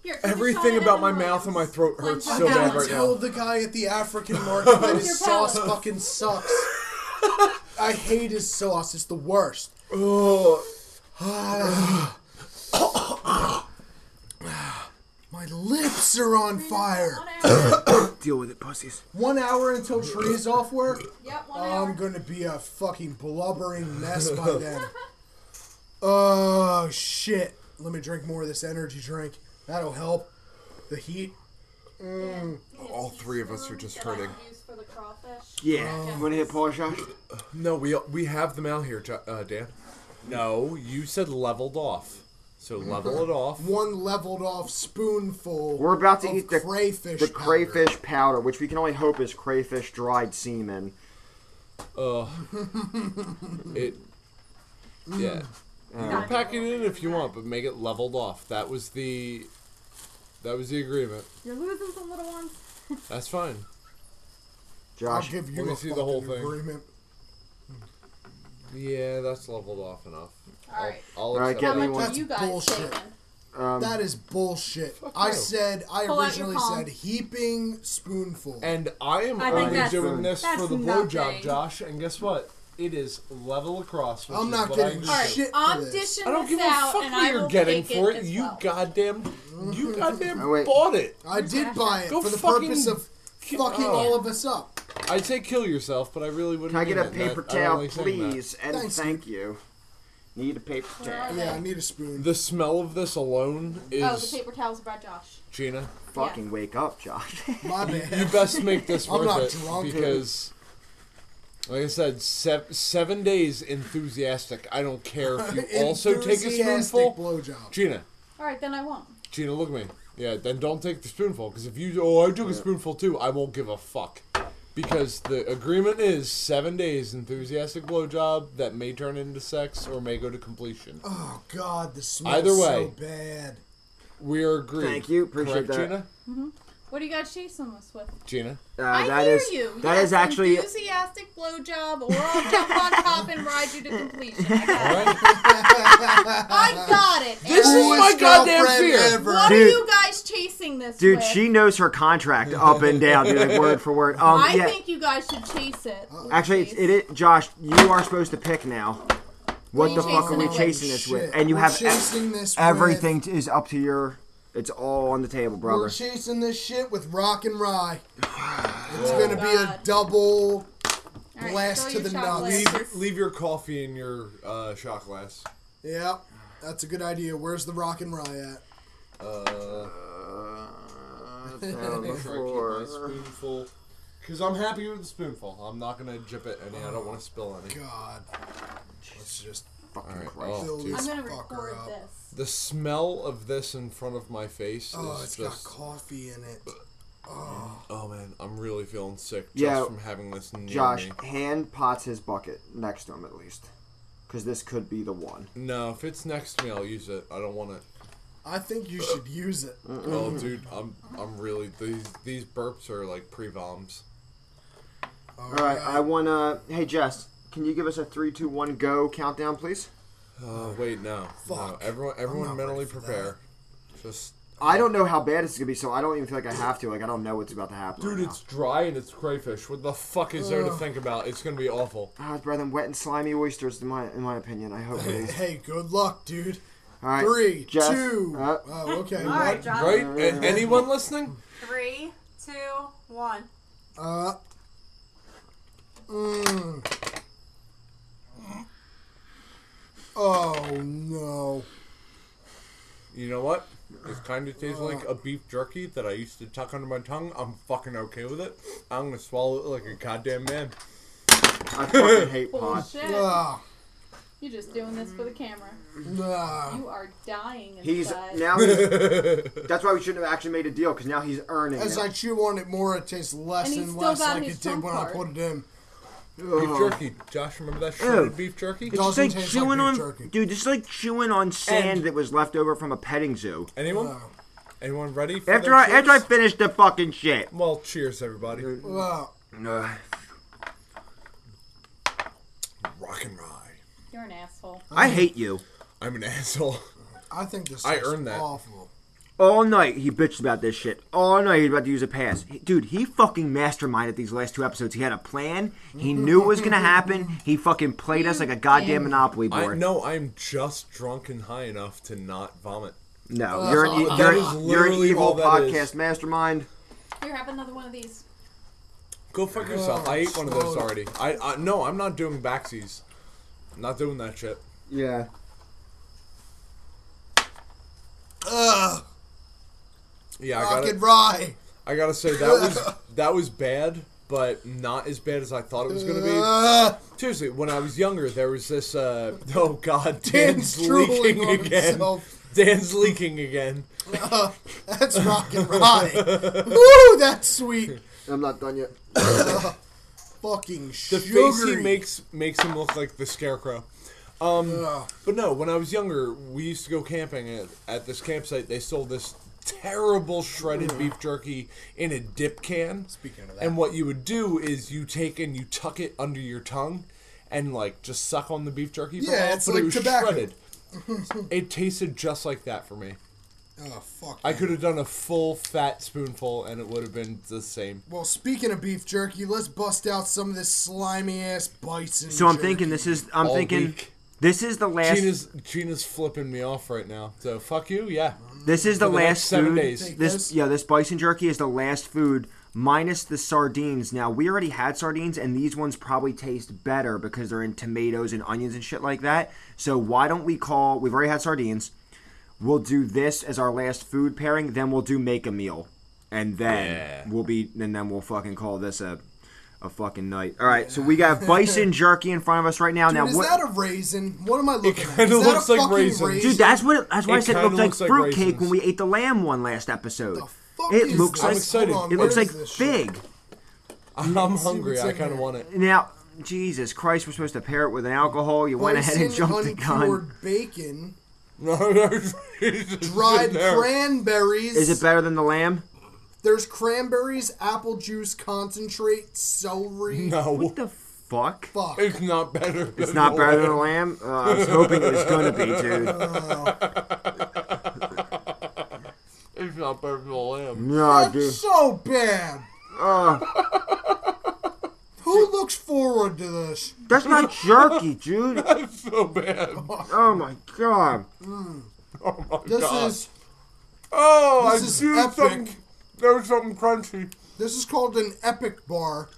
Here, take a shot Everything of it about and my then mouth and my let's- throat hurts let's- so I bad gotta right tell now. the guy at the African market that his Your sauce palate. fucking sucks. I hate his sauce. It's the worst. Oh, My lips are on fire. One hour. Deal with it, pussies. One hour until tree is off work. Yep, one hour. I'm gonna be a fucking blubbering mess by then. Oh shit! Let me drink more of this energy drink. That'll help. The heat. all three of us are just hurting. Yeah. Oh. Want to hit Paul Josh? No, we we have them out here, Jo- uh, Dan. No, you said leveled off. So level it off. One leveled off spoonful. We're about to of eat the crayfish. The powder. crayfish powder, which we can only hope is crayfish dried semen. Uh, it. Yeah. You can pack it in if you want, but make it leveled off. That was the. That was the agreement. You're losing some little ones. That's fine. I'll Josh, give you Let me the, see the whole fucking thing. agreement. Yeah, that's leveled off enough. All right. I'll All right, accept get it. me What one. are you That's guys bullshit. taking? Um, That is bullshit. I no. said I Pull out your originally palm. said heaping spoonful. And I am I think only that's- doing this that's for the nothing. blowjob, Josh. And guess what? It is level across. Which I'm is not what getting I, All do. right. shit for I'm this. dishing I don't this give a fuck out, what and I will you're getting take for it. it. as You well. goddamn, you goddamn Oh, Mm-hmm. wait. bought it. I did buy it Go for the fucking- purpose of fucking Oh. all of us up. I'd say kill yourself, but I really wouldn't. Can I get mean a it. I- paper I don't towel, like saying that. please? And Thanks, thank you. Need a paper towel. Yeah, I need a spoon. The smell of this alone is Oh, the paper towels about Josh. Gina. Fucking wake up, Josh. My You bad. best make this I'm worth not it drunk. because, like I said, sev- seven days enthusiastic. I don't care if you also take a Enthusiastic spoonful. blowjob. Gina, All right, then I won't. Gina, look at me. Yeah, then don't take the spoonful because if you oh I took a spoonful too, I won't give a fuck. Because the agreement is seven days enthusiastic blowjob that may turn into sex or may go to completion. Oh God, the smell. Either is way. so bad. We are agreed. Thank you, appreciate Correct, that. Gina. What do you guys chasing us with? Gina. Uh, I that hear is- you. that yes, is actually enthusiastic blowjob, or I'll jump on top and ride you to completion. I got All it. right. I got it. This is Aaron. my goddamn girlfriend fear. ever. What are Dude. you guys chasing this Dude, with? she knows her contract up and down, dude, like word for word. Um, I yeah, think you guys should chase it. actually, it's, it is. Josh, you are supposed to pick now. What What the are you fuck are we chasing it with? chasing this Shit. with? And you We're have e- chasing this with- everything is up to your. It's all on the table, We're brother. chasing this shit with rock and rye. It's Oh. gonna be a God. double. All right, blast throw to your the chocolate. nuts. leave, leave your coffee in your uh, shot glass. Yep, that's a good idea. Where's the rock and rye at? Uh, Down the make sure I floor. keep my spoonful. Because I'm happy with the spoonful. I'm not going to jip it any. I don't want to spill any. God, let's just Fucking Alright, Christ. oh, fill dude. this I'm gonna fucker record up. this. The smell of this in front of my face Oh, is it's just. got coffee in it. oh, man. I'm really feeling sick just Yeah, from having this near Josh, me. hand pots his bucket next to him at least, because this could be the one. No, if it's next to me, I'll use it. I don't want it. I think you should use it. Oh, dude, I'm I'm really these these burps are like pre voms. All right, I wanna. Hey, Jess, can you give us a three, two, one, go countdown, please? Oh wait, no, no. Fuck. Everyone, everyone, not mentally ready for prepare. Just I don't know how bad it's gonna be, so I don't even feel like I have to. Like I don't know what's about to happen. Dude, right it's dry and it's crayfish. What the fuck is there to Ugh. think about? It's gonna be awful. now. Ah, it's better than wet and slimy oysters, in my in my opinion. I hope it Hey, is. hey, good luck, dude. All right, Three, Jess, two. uh, oh, okay. All right, Josh. Right? A- anyone listening? Three, two, one. Uh. Mm. Oh no. You know what? It kind of tastes like a beef jerky that I used to tuck under my tongue. I'm fucking okay with it. I'm gonna swallow it like a goddamn man. I fucking hate pot. Bullshit. Ah, You're just doing this for the camera. Uh-huh. nah. You are dying inside. He's now. He's, that's why we shouldn't have actually made a deal, because now he's earning. As it. I chew on it more, it tastes less And he's and still less got like his it did trump when I card. put it in. Beef Oh. jerky. Josh, remember that shredded beef jerky? It's just Doesn't like taste like chewing beef on- jerky. dude. Just like chewing on sand And- that was left over from a petting zoo. Anyone? No. Anyone ready? For After their I after I cheers? finish the fucking shit. well, cheers, everybody. Ah, Ugh. Rock and ride. You're an asshole. I hate you. I'm an asshole. I think this. I tastes earned that. Awful. All night he bitched about this shit. All night he's about to use a pass. He- Dude, he fucking masterminded these last two episodes. He had a plan. He knew what was gonna happen. He fucking played us like a goddamn Monopoly I board. no, I'm just drunk and high enough to not vomit. No, you're an, e- Uh, That you're, an- is you're an literally all evil that is. podcast mastermind. Here, have another one of these. Go fuck yourself. I ate one of those already. I, I no, I'm not doing backsies. I'm not doing that shit. Yeah. Ugh. Yeah, I Rock and gotta, rye. I gotta say that was that was bad, but not as bad as I thought it was gonna be. Ugh. Seriously, when I was younger, there was this. Uh, oh God, Dan's Dan's drooling leaking on again. himself. Dan's leaking again. uh, That's rock and rye. Woo, that's sweet. I'm not done yet. Fucking The sugary. face he makes makes him look like the scarecrow. Um, Ugh. But no, when I was younger, we used to go camping at, at this campsite. They sold this terrible shredded beef jerky in a dip can. Speaking of that. And what you would do is you take and you tuck it under your tongue and like just suck on the beef jerky for a Yeah, while, it's but like it was tobacco. shredded. it tasted just like that for me. Oh fuck. I man. could have done a full fat spoonful and it would have been the same. Well, speaking of beef jerky, let's bust out some of this slimy ass bison. So I'm jerky. thinking this is I'm All thinking week. this is the last Gina's Gina's flipping me off right now. So fuck you, yeah. This is the the next last seven food. days. Take This this. yeah, this bison jerky is the last food minus the sardines. Now, we already had sardines, and these ones probably taste better because they're in tomatoes and onions and shit like that. So, why don't we call, we've already had sardines. We'll do this as our last food pairing, then we'll do make a meal. And then Yeah. we'll be, and then we'll fucking call this a. A fucking night. All right, so we got bison jerky in front of us right now. now, Dude, is what, that a raisin? What am I looking at? kinda Is that looks a like fucking raisins. raisin? Dude, that's what. That's why It I said it kinda looked like looks like fruitcake when raisins. we ate the lamb one last episode. fuck It is looks this? like I'm excited. Hold on, it where looks is like this shit? fig. I'm hungry. what's I in kind of there. want it. Now, Jesus Christ, we're supposed to pair it with an alcohol. You went ahead and Bison, jumped the gun. uncured bacon, No, no, it's just dried in there. cranberries. Is it better than the lamb? There's cranberries, apple juice concentrate, celery. No, What the fuck? Fuck. it's not better. It's not better than the lamb. Uh, I was hoping it was gonna be, dude. It's not better than the lamb. No, dude. Uh, That's so bad. Who looks forward to this? That's not jerky, dude. It's so bad. Oh my god. Oh my This god. is oh, this I is do epic. something. There was something crunchy. this is called an epic bar.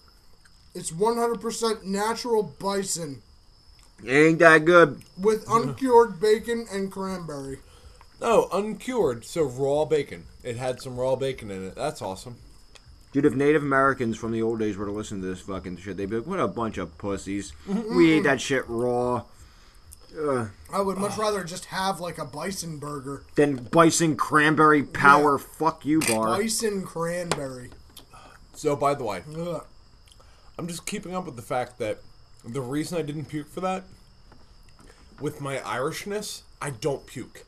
It's 100% natural bison It ain't that good. with uncured bacon and cranberry. No, Oh, uncured. So raw bacon. It had some raw bacon in it. That's awesome. Dude, if Native Americans from the old days were to listen to this fucking shit, they'd be like, "What a bunch of pussies. We ate that shit raw." I would Ah. much rather just have like a bison burger. Then bison cranberry power fuck you Ah. bar. Bison cranberry. So by the way, Ugh. I'm just keeping up with the fact that the reason I didn't puke for that, with my Irishness, I don't puke.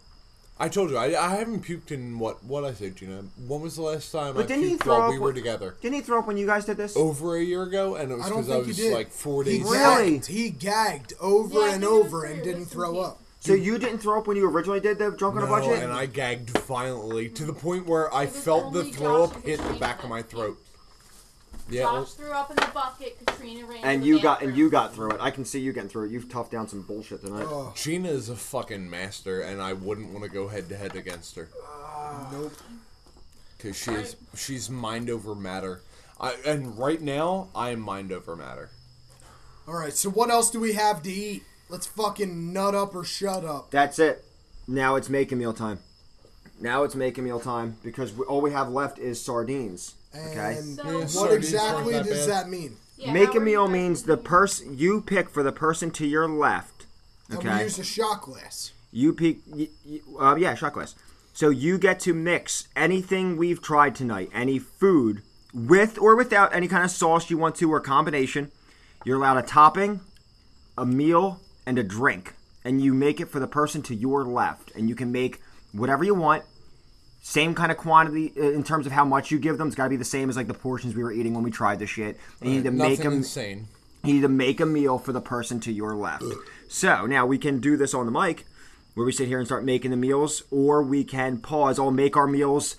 I told you I, I haven't puked in what what I say, Gina. When was the last time But I didn't he puked throw while up we were when- together? Didn't he throw up when you guys did Oh, this? Over a year ago, and it was I don't because I, think he was did. like four he days. Really? Gagged. He gagged over Yeah, I and think it was over for and your didn't lips throw and up. so you didn't throw up when you originally did the drunk on a No, budget? and I gagged violently to the point where I It was felt the only throw Josh's up hit the dream back of that my he- throat. Yeah, Josh well, threw up in the bucket. Katrina ran. to And the you got and bathroom. you got through it. I can see you getting through it. You've toughed down some bullshit tonight. Gina is a fucking master, and I wouldn't want to go head to head against her. Ah. Nope. Because she is she's mind over matter. I, and right now I am mind over matter. All right, so what else do we have to eat? Let's fucking nut up or shut up. That's it. Now it's making meal time. Now it's making meal time because we, all we have left is sardines. Okay. And So, Yeah, what sorry. Sardines exactly aren't that does bad. that mean? yeah, Make how a are you meal guys means the gonna- person you pick for the person to your left. I'm Okay. gonna use a shot glass. You pick. You, you, uh, yeah, shot glass. So you get to mix anything we've tried tonight, any food, with or without any kind of sauce you want to or combination. You're allowed a topping, a meal, and a drink, and you make it for the person to your left, and you can make whatever you want. Same kind of quantity uh, in terms of how much you give them. It's got to be the same as like the portions we were eating when we tried the shit. And you need to Nothing make them insane. you need to make a meal for the person to your left. So now we can do this on the mic, where we sit here and start making the meals, or we can pause. I'll make our meals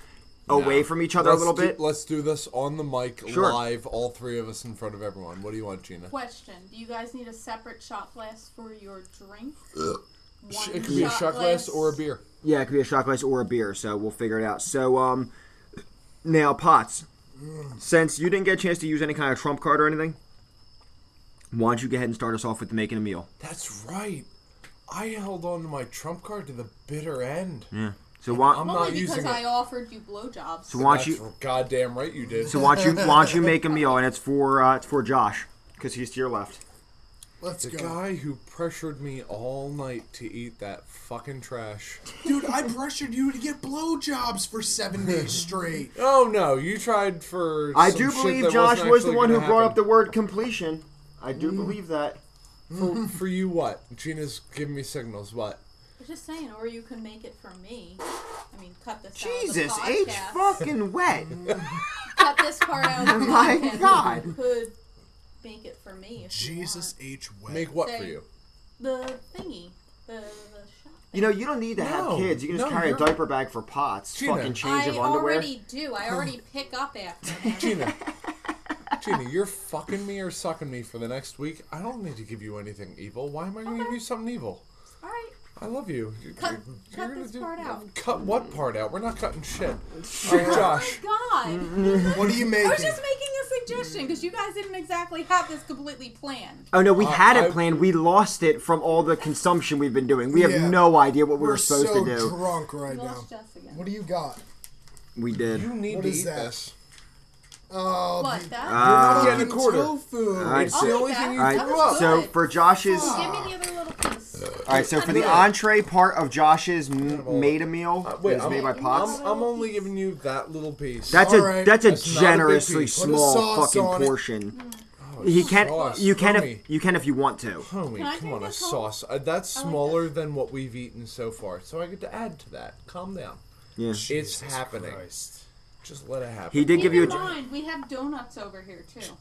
away Nah. from each other Let's a little do- bit. Let's do this on the mic, Sure. live, all three of us in front of everyone. What do you want, Gina? Question: Do you guys need a separate shot glass for your drink? Sh- One It could be a shot glass or a beer. yeah, it could be a shot glass or a beer, so we'll figure it out. So um, now pots. Since you didn't get a chance to use any kind of trump card or anything, why don't you go ahead and start us off with making a meal? That's right. I held on to my trump card to the bitter end. Hmm. So why, I'm Only not because using I it. offered you blowjobs. so why don't That's you goddamn right you did. so why don't you why don't you make a meal and it's for uh, it's for Josh because he's to your left. Let's the go. guy who pressured me all night to eat that fucking trash. Dude, I pressured you to get blowjobs for seven days straight. Oh no, you tried for. I some do shit believe that Josh wasn't was the actually one who gonna brought happen. Mm. up the word completion. I do believe that. For, for you, what? Gina's giving me signals. What? I'm just saying, or you can make it for me. I mean, cut this Jesus, out of the H podcast. fucking wet. Cut this part out of the My podcast. God. You could make it for me if you Jesus H. Wet. Make what for Say- you? want. The thingy. The, the shot. You know, you don't need to No, have kids. You can just no, carry you're- a diaper bag for pots, Gina. fucking change I of underwear. already do. I already pick up after him. Gina. Gina, you're fucking me or sucking me for the next week. I don't need to give you anything evil. Why am I going to give you something evil? All right. I love you. You're- Cut- you're- you're cut gonna this part out. Cut what part out? We're not cutting shit. All right, Josh. God. Mm-hmm. What do you make? I was just making a suggestion because you guys didn't exactly have this completely planned. Oh no, we had it Uh, I- planned. We lost it from all the consumption we've been doing. We have Yeah. no idea what we We're were supposed so to do. drunk right now. Lost Jess again. What do you got? we did. You need What to is eat that? this. Oh, What? That? Uh, fucking and a quarter. tofu. right, I'll so- eat the only that. thing you all right, That was so good. for Josh's, all Give me the other little piece. right, so for the Yeah. entree part of Josh's m- made a meal Uh, it was made by Pops. I'm, I'm only giving you that little piece. That's a All right. that's a That's not a big generously piece. Put a small sauce on fucking it. portion. He can Oh, sauce, you can if, yummy. you can if you want to. Homie, Can I come drink on, a this whole- sauce. Uh, that's smaller than what we've eaten so far, so I get to add to that. Calm down. Yeah. it's happening. Just let it happen. He did Keep give you a. in mind, we have donuts over here too.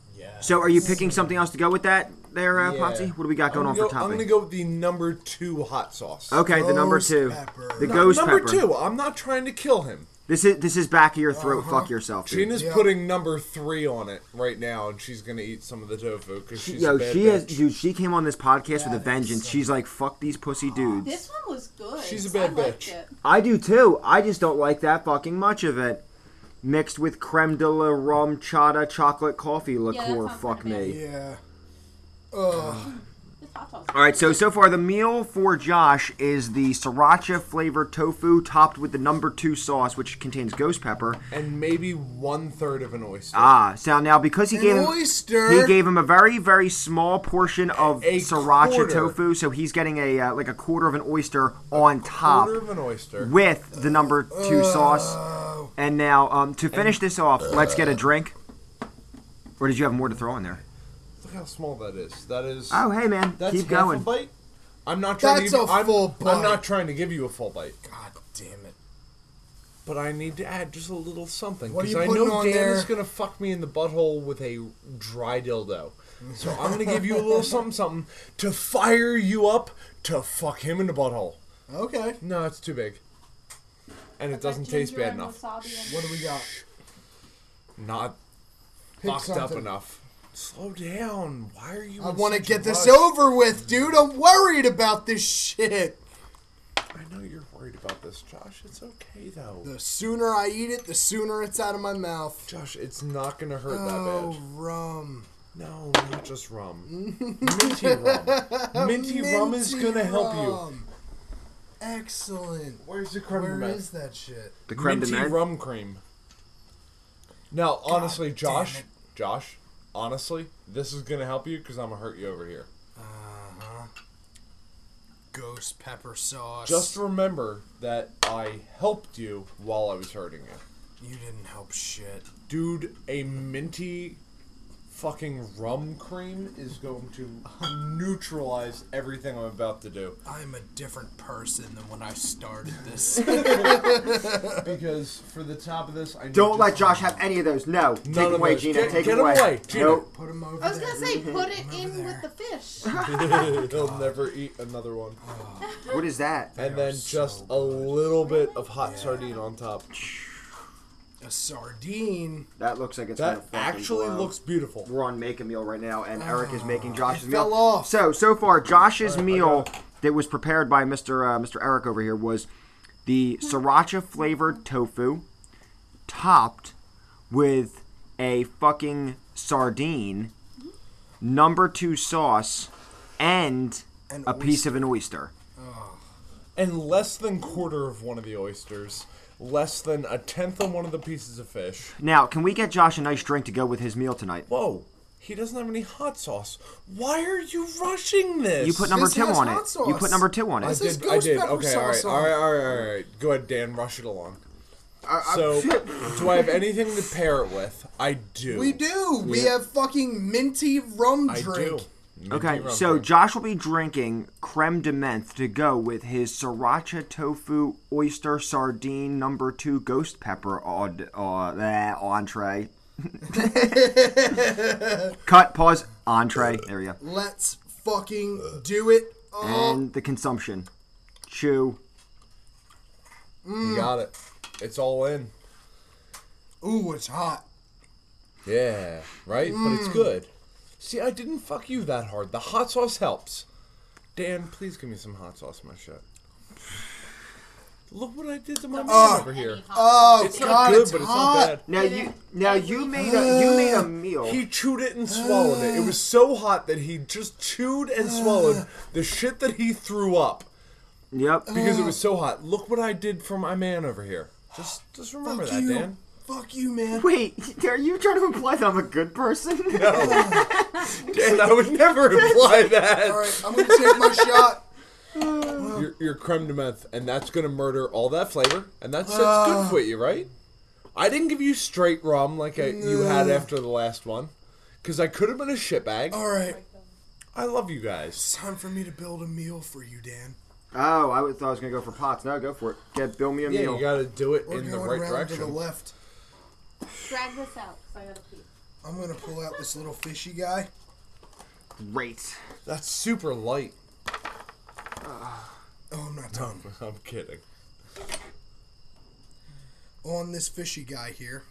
So are you picking something else to go with that there, uh, Yeah. Popsy? What do we got going I'm on gonna for go- I'm gonna topping? go with the number two hot sauce. Okay, the number Ghost two, pepper. the No, ghost number pepper. two. I'm not trying to kill him. This is this is back of your throat. Fuck yourself, dude. Uh-huh. Gina's putting number three on it right now, and she's gonna eat some of the tofu because she's Yo, a bad she bitch. has, dude. She came on this podcast with a vengeance. She's like, "Fuck these pussy dudes." This one was good. She's a bad I liked bitch. It. I do too. I just don't like that fucking much of it. Mixed with creme de la rum chata chocolate coffee that liqueur. sounds Fuck kinda me. Yeah. Ugh. This hot sauce. All right, so so far the meal for Josh is the sriracha flavored tofu topped with the number two sauce, which contains ghost pepper. and maybe one third of an oyster. Ah, so now because he An gave him, oyster. he gave him a very very small portion of A sriracha quarter. tofu, so he's getting a uh, like a quarter of an oyster on top. quarter of an oyster. Oh. with the number two sauce. And now, um, to finish this off, let's get a drink. Or did you have more to throw in there? Look how small that is. That is. Oh, hey man, that's keep half going. A bite. I'm not trying That's to give a you, I'm- full bite. I'm not trying to give you a full bite, God damn it. but I need to add just a little something What are because you I putting know on Dan there? is gonna fuck me in the butthole with a dry dildo. So I'm gonna give you a little something something to fire you up to fuck him in the butthole. Okay. No, it's too big, and it That doesn't taste ginger bad and enough. wasabi and- What do we got? Not Pick fucked up something. enough. Slow down. Why are you? I in want to such a get this rush? over with, dude. I'm worried about this shit. I know you're worried about this, Josh. It's okay though. The sooner I eat it, the sooner it's out of my mouth. Josh, it's not gonna hurt Oh, that bad. rum. No, not just rum. Minty rum. Minty rum is Minty gonna help you. rum. Excellent. Where's the creme Where de menthe? is that shit? The creme de Minty menthe. rum cream. Now, honestly, Josh, Josh, honestly, this is gonna help you because I'm gonna hurt you over here. Uh-huh. Ghost pepper sauce. Just remember that I helped you while I was hurting you, you didn't help shit. dude. A minty fucking rum cream is going to neutralize everything I'm about to do. I'm a different person than when I started this. Because for the top of this, I need Don't just- let Josh have any of those. No, take None them of away, those. Gina. Get- take get them away. away, Gina. Nope. Put him over I was there. gonna say, Mm-hmm. put it in with the fish. Uh-huh. He'll never eat another one. What is that? And then just a little bit of hot sardine on top. A sardine. That looks like it's That gonna fucking actually blow. looks Ah, beautiful. We're on make a meal right now, and Eric is making Josh's fell meal. off. So so far, Josh's I meal got that was prepared by Mister uh, Mister Eric over here was the sriracha flavored tofu, topped with a fucking sardine, number two sauce, and An a piece of an oyster. And less than quarter of one of the oysters. Less than a tenth of one of the pieces of fish. Now, can we get Josh a nice drink to go with his meal tonight? Whoa, he doesn't have any hot sauce. Why are you rushing this? You put number This two has on hot it. You put sauce. number two on I it. This is did. I ghost did. pepper Okay. All right. sauce All on right. it. All right. All right. Go ahead, Dan. Rush it along. so, do I have anything to pair it with? I do. We do. We have fucking minty rum I drink. do. Minty Okay, rum so drink. Josh will be drinking creme de menthe to go with his sriracha tofu oyster sardine number two ghost pepper odd uh, eh, entree. Cut. Pause. Entree. There you go. Let's fucking do it. Oh, And the consumption. Chew. You got it. It's all in. ooh, it's hot. Yeah, right? But Mm. it's good. See, I didn't fuck you that hard. The hot sauce helps. Dan, please give me some hot sauce in my shit. Look what I did to my man over here. Oh Ah. It's not God, good, it's but it's hot. not bad. Now you now you made a you made a meal. He chewed it and swallowed it. It was so hot that he just chewed and swallowed the shit that he threw up Yep. because it was so hot. Look what I did for my man over here. Just just remember Fuck that, you. Dan. Fuck you, man. Wait, are you trying to imply that I'm a good person? Dan, I would never imply that. All right, I'm gonna take my shot. Your, your creme de menthe, and that's gonna murder all that flavor, and that's, that's Ah. good for you, right? I didn't give you straight rum like I, you had after the last one, because I could have been a shitbag. All right, I love you guys. it's time for me to build a meal for you, Dan. oh, I thought I was gonna go for pots. No, go for it. Get bill me a Yeah, meal. you gotta do it We're in the going right round to the direction. left. Drag this out, so I gotta pee. I'm gonna pull out this little fishy guy. Great. That's super light. Oh, I'm not done. I'm kidding. On this fishy guy here,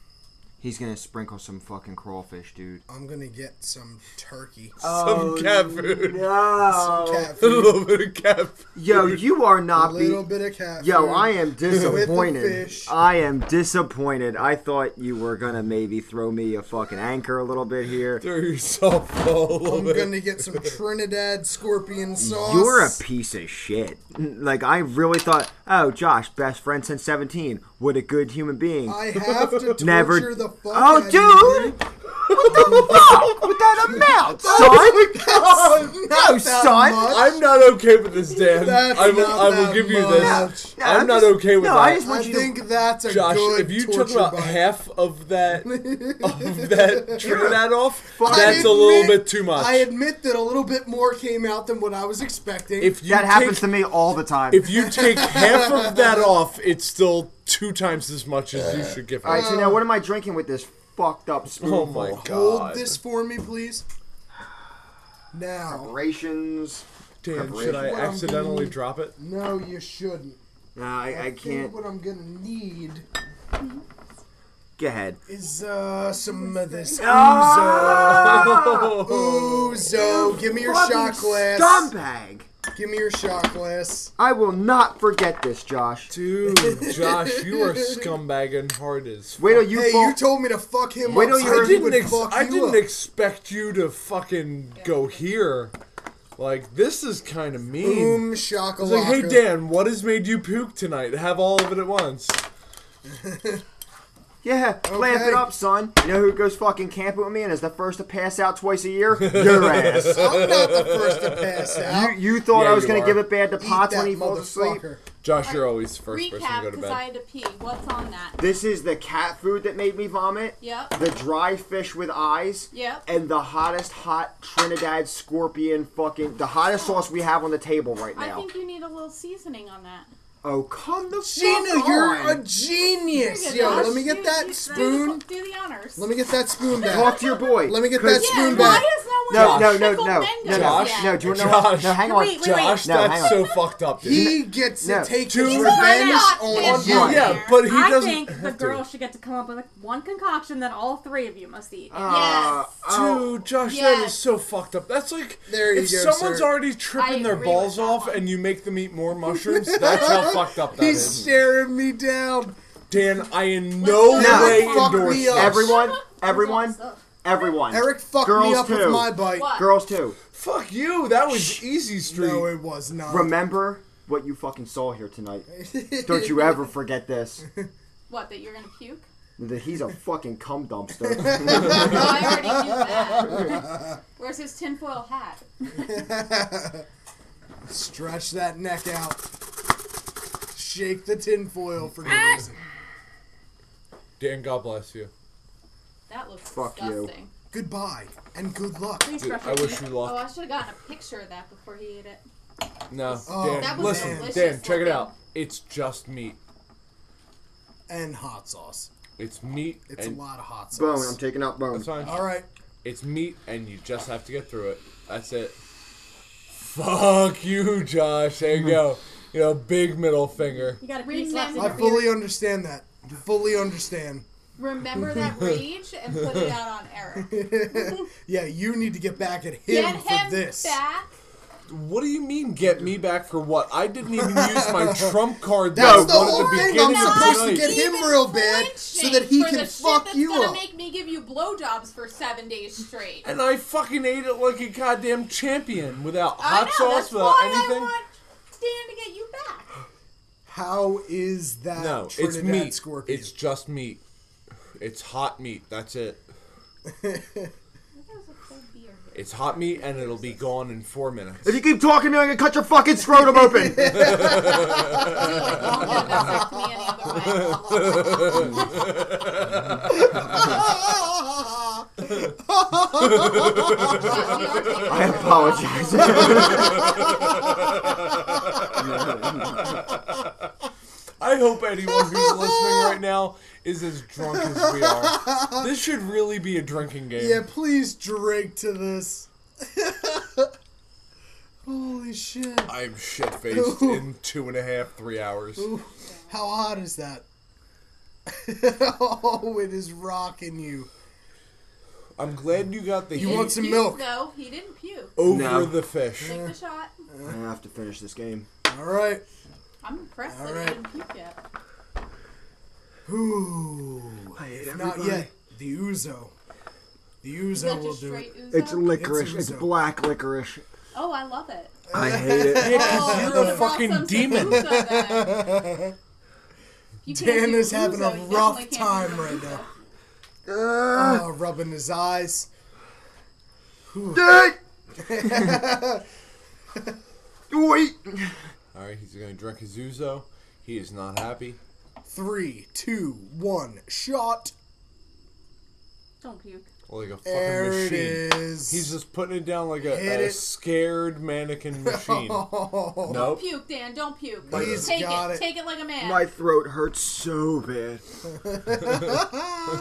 He's gonna sprinkle some fucking crawfish, dude. I'm gonna get some turkey. Some cat food. Some No. cat A food. little bit of cat food. Yo, you are A not little be. bit of cat Yo, food. I am disappointed. fish. I am disappointed. I thought you were gonna maybe throw me a fucking anchor a little bit here. Throw yourself a little I'm bit. gonna get some Trinidad scorpion sauce. You're a piece of shit. Like I really thought. Oh, Josh, best friend since seventeen. What a good human being. I have to torture Never. the fuck oh, out of you. dude. What the fuck with that amount, son? Not No, that son. much. I'm not okay with this, Dan. That's I will, not I will that give you much. this. No, I'm, I'm not just- okay with no, that. I just I want you to- think that's a Josh, good if you torture took about bite. half of that of that Trinidad off, fucking- that's a I little admit- bit too much. I admit that a little bit more came out than what I was expecting. if you that take, happens to me all the time. if you take half of that off, it's still two times as much as you should give her. all right, so now what am I drinking with this fucked up spoonful? oh my god! Hold this for me, please. Now, Preparations. Dan, should I What I'm accidentally doing- drop it? no, you shouldn't. No, I, I Think can't. what I'm gonna need Go ahead. is uh some of this Ah! ouzo. Give me your Fucking shot glass. Scumbag. Give me your shot glass. I will not forget this, Josh. Dude, Josh, you are scumbagging hard as. F- Wait till you hey, fall. you told me to fuck him Wait up. till so you're- he I didn't. would Ex- fuck I you didn't up. expect you to fucking go here. Like this is kind of mean. Boom, It's like, shakalaka. hey Dan, what has made you puke tonight? Have all of it at once. yeah, laugh it Okay. up, son. You know who goes fucking camping with me and is the first to pass out twice a year? Your ass. I'm not the first to pass out. You, you thought Yeah, I was you gonna are. give it bad to Eat Potts that when he falls asleep. motherfucker. Josh, you're always the first person to Recap go to because bed. I had to pee. What's on that? This is the cat food that made me vomit. Yep. The dry fish with eyes. Yep. And the hottest hot Trinidad scorpion fucking the hottest sauce we have on the table right I now. think you need a little seasoning on that. Oh come the Gina, fuck on. you're a genius. Here you Yo, go, let me Josh. get Do- do- that spoon. Do the, do the honors. Let me get that spoon Talk back. to your boy. Let me get 'Cause- that spoon yeah, back. why is no No, one no, eating no, no, pickled no, no, mangoes no, yet? no. Do you know? Josh. No, hang on. Wait, wait, wait. Josh, No, hang that's on. so fucked up, dude. He gets to No. take Dude, his he's revenge not on finished. you. Yeah, but he I doesn't think the have to. girl should get to come up with like, one concoction that all three of you must eat. Uh, Yes. oh, Dude, Josh, that is Yes. so fucked up. That's like There you if go, someone's sir. already I tripping their agree with balls that off one. and you make them eat more mushrooms, that's how fucked up that He's is. staring me down. Dan, I in no Let's go. way No, fuck me endorse up. that. everyone, What's everyone, up? everyone. Eric fucked Girls me up too. with my bite. What? Girls too. Fuck you. That was easy street. No, it was not. Remember what you fucking saw here tonight. Don't you ever forget this. What, that you're going to puke? That he's a fucking cum dumpster. No, I already knew that. Where's his tinfoil hat? Stretch that neck out. Shake the tinfoil for no reason. Dan, God bless you. That looks Fuck you. disgusting. Goodbye and good luck. Please Dude, brush I your wish teeth. you Oh, I luck. should have gotten a picture of that before he ate it. No, Oh, Dan, That was listen, delicious Dan, check it looking. out. It's just meat. And hot sauce. It's meat. It's and a lot of hot bone. sauce. I'm taking out bone. That's fine. All right. It's meat, and you just have to get through it. That's it. Fuck you, Josh. There you go. You know, big middle finger. You got a Read piece left. them. I fully understand that. Fully understand. Remember that rage and put it out on Eric. Yeah, you need to get back at him Get for him this. back What do you mean, get me back for what? I didn't even use my trump card that That's I the won whole at the thing. I'm beginning of the supposed to night. get him Even real bad point so that he for can the fuck shit you that's up. gonna make me give you blowjobs for seven days straight. And I fucking ate it like a goddamn champion without I hot know, sauce, that's without why I anything. want Dan to get you back. How is that No, it's Trinidad meat. scorpion? It's just meat. It's hot meat. That's it. That was a cold beer. It's hot meat, and it'll be gone in four minutes. If you keep talking to me, I'm gonna cut your fucking scrotum open. I apologize. I hope anyone who's listening right now is as drunk as we are. This should really be a drinking game. yeah, please drink to this. Holy shit! I'm shit faced in two and a half, three hours. How hot is that? oh, it is rocking you. I'm glad you got the You heat want some milk? No, he didn't puke. over No. the fish. Take the shot. I have to finish this game. All right. I'm impressed that Alright. he didn't puke yet. Ooh, I hate not yet. The Uzo. The Is that Uzo will just do straight it. ouzo? It's licorice. It's It's, ouzo. black licorice. Oh, I love it. I hate it. Oh, you're I'm the gonna rock fucking some demon. Sakusa then. You can't Dan do is having ouzo, a you rough definitely can't time do right ouzo. now. Uh, Oh, rubbing his eyes. dick! Wait. All right, he's gonna drink his uzo. He is not happy. Three, two, one, shot. Don't puke. Like a fucking There it machine. is. He's just putting it down like a, Hit a it. scared mannequin machine. Oh, nope. Puke, Dan. Don't puke. He's Take got it. it. Take it like a man. My throat hurts so bad.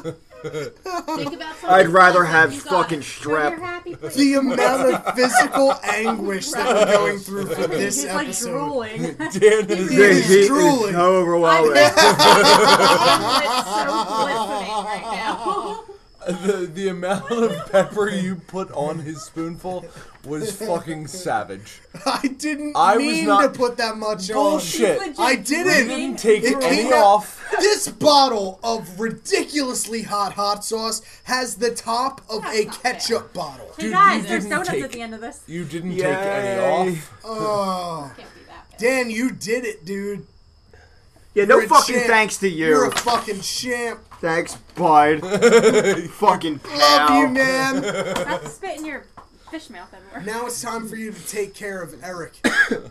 Think about something I'd rather pleasant. have You got fucking it. You're strep. happy. please. the amount of physical anguish that we're going through for this He's like episode. drooling. Dan is It is The heat is drooling. so overwhelming. It's so glistening right now. the, the amount of pepper you put on his spoonful was fucking savage. I didn't I was mean not- to put that much Bullshit. Legit I We didn't. didn't take It any came out- off. on. This bottle of ridiculously hot hot sauce has the top of That's a not fair. ketchup bottle. Hey you guys, there's didn't donuts take- at the end of this. You didn't Yay. take any off. Oh, Can't be that bad. Dan, you did it, dude. Yeah, no You're a fucking champ. thanks to You're you. a fucking champ. Thanks, bud. fucking Love pal. you, man. Stop spitting your fish mouth everywhere. now it's time for you to take care of Eric. Can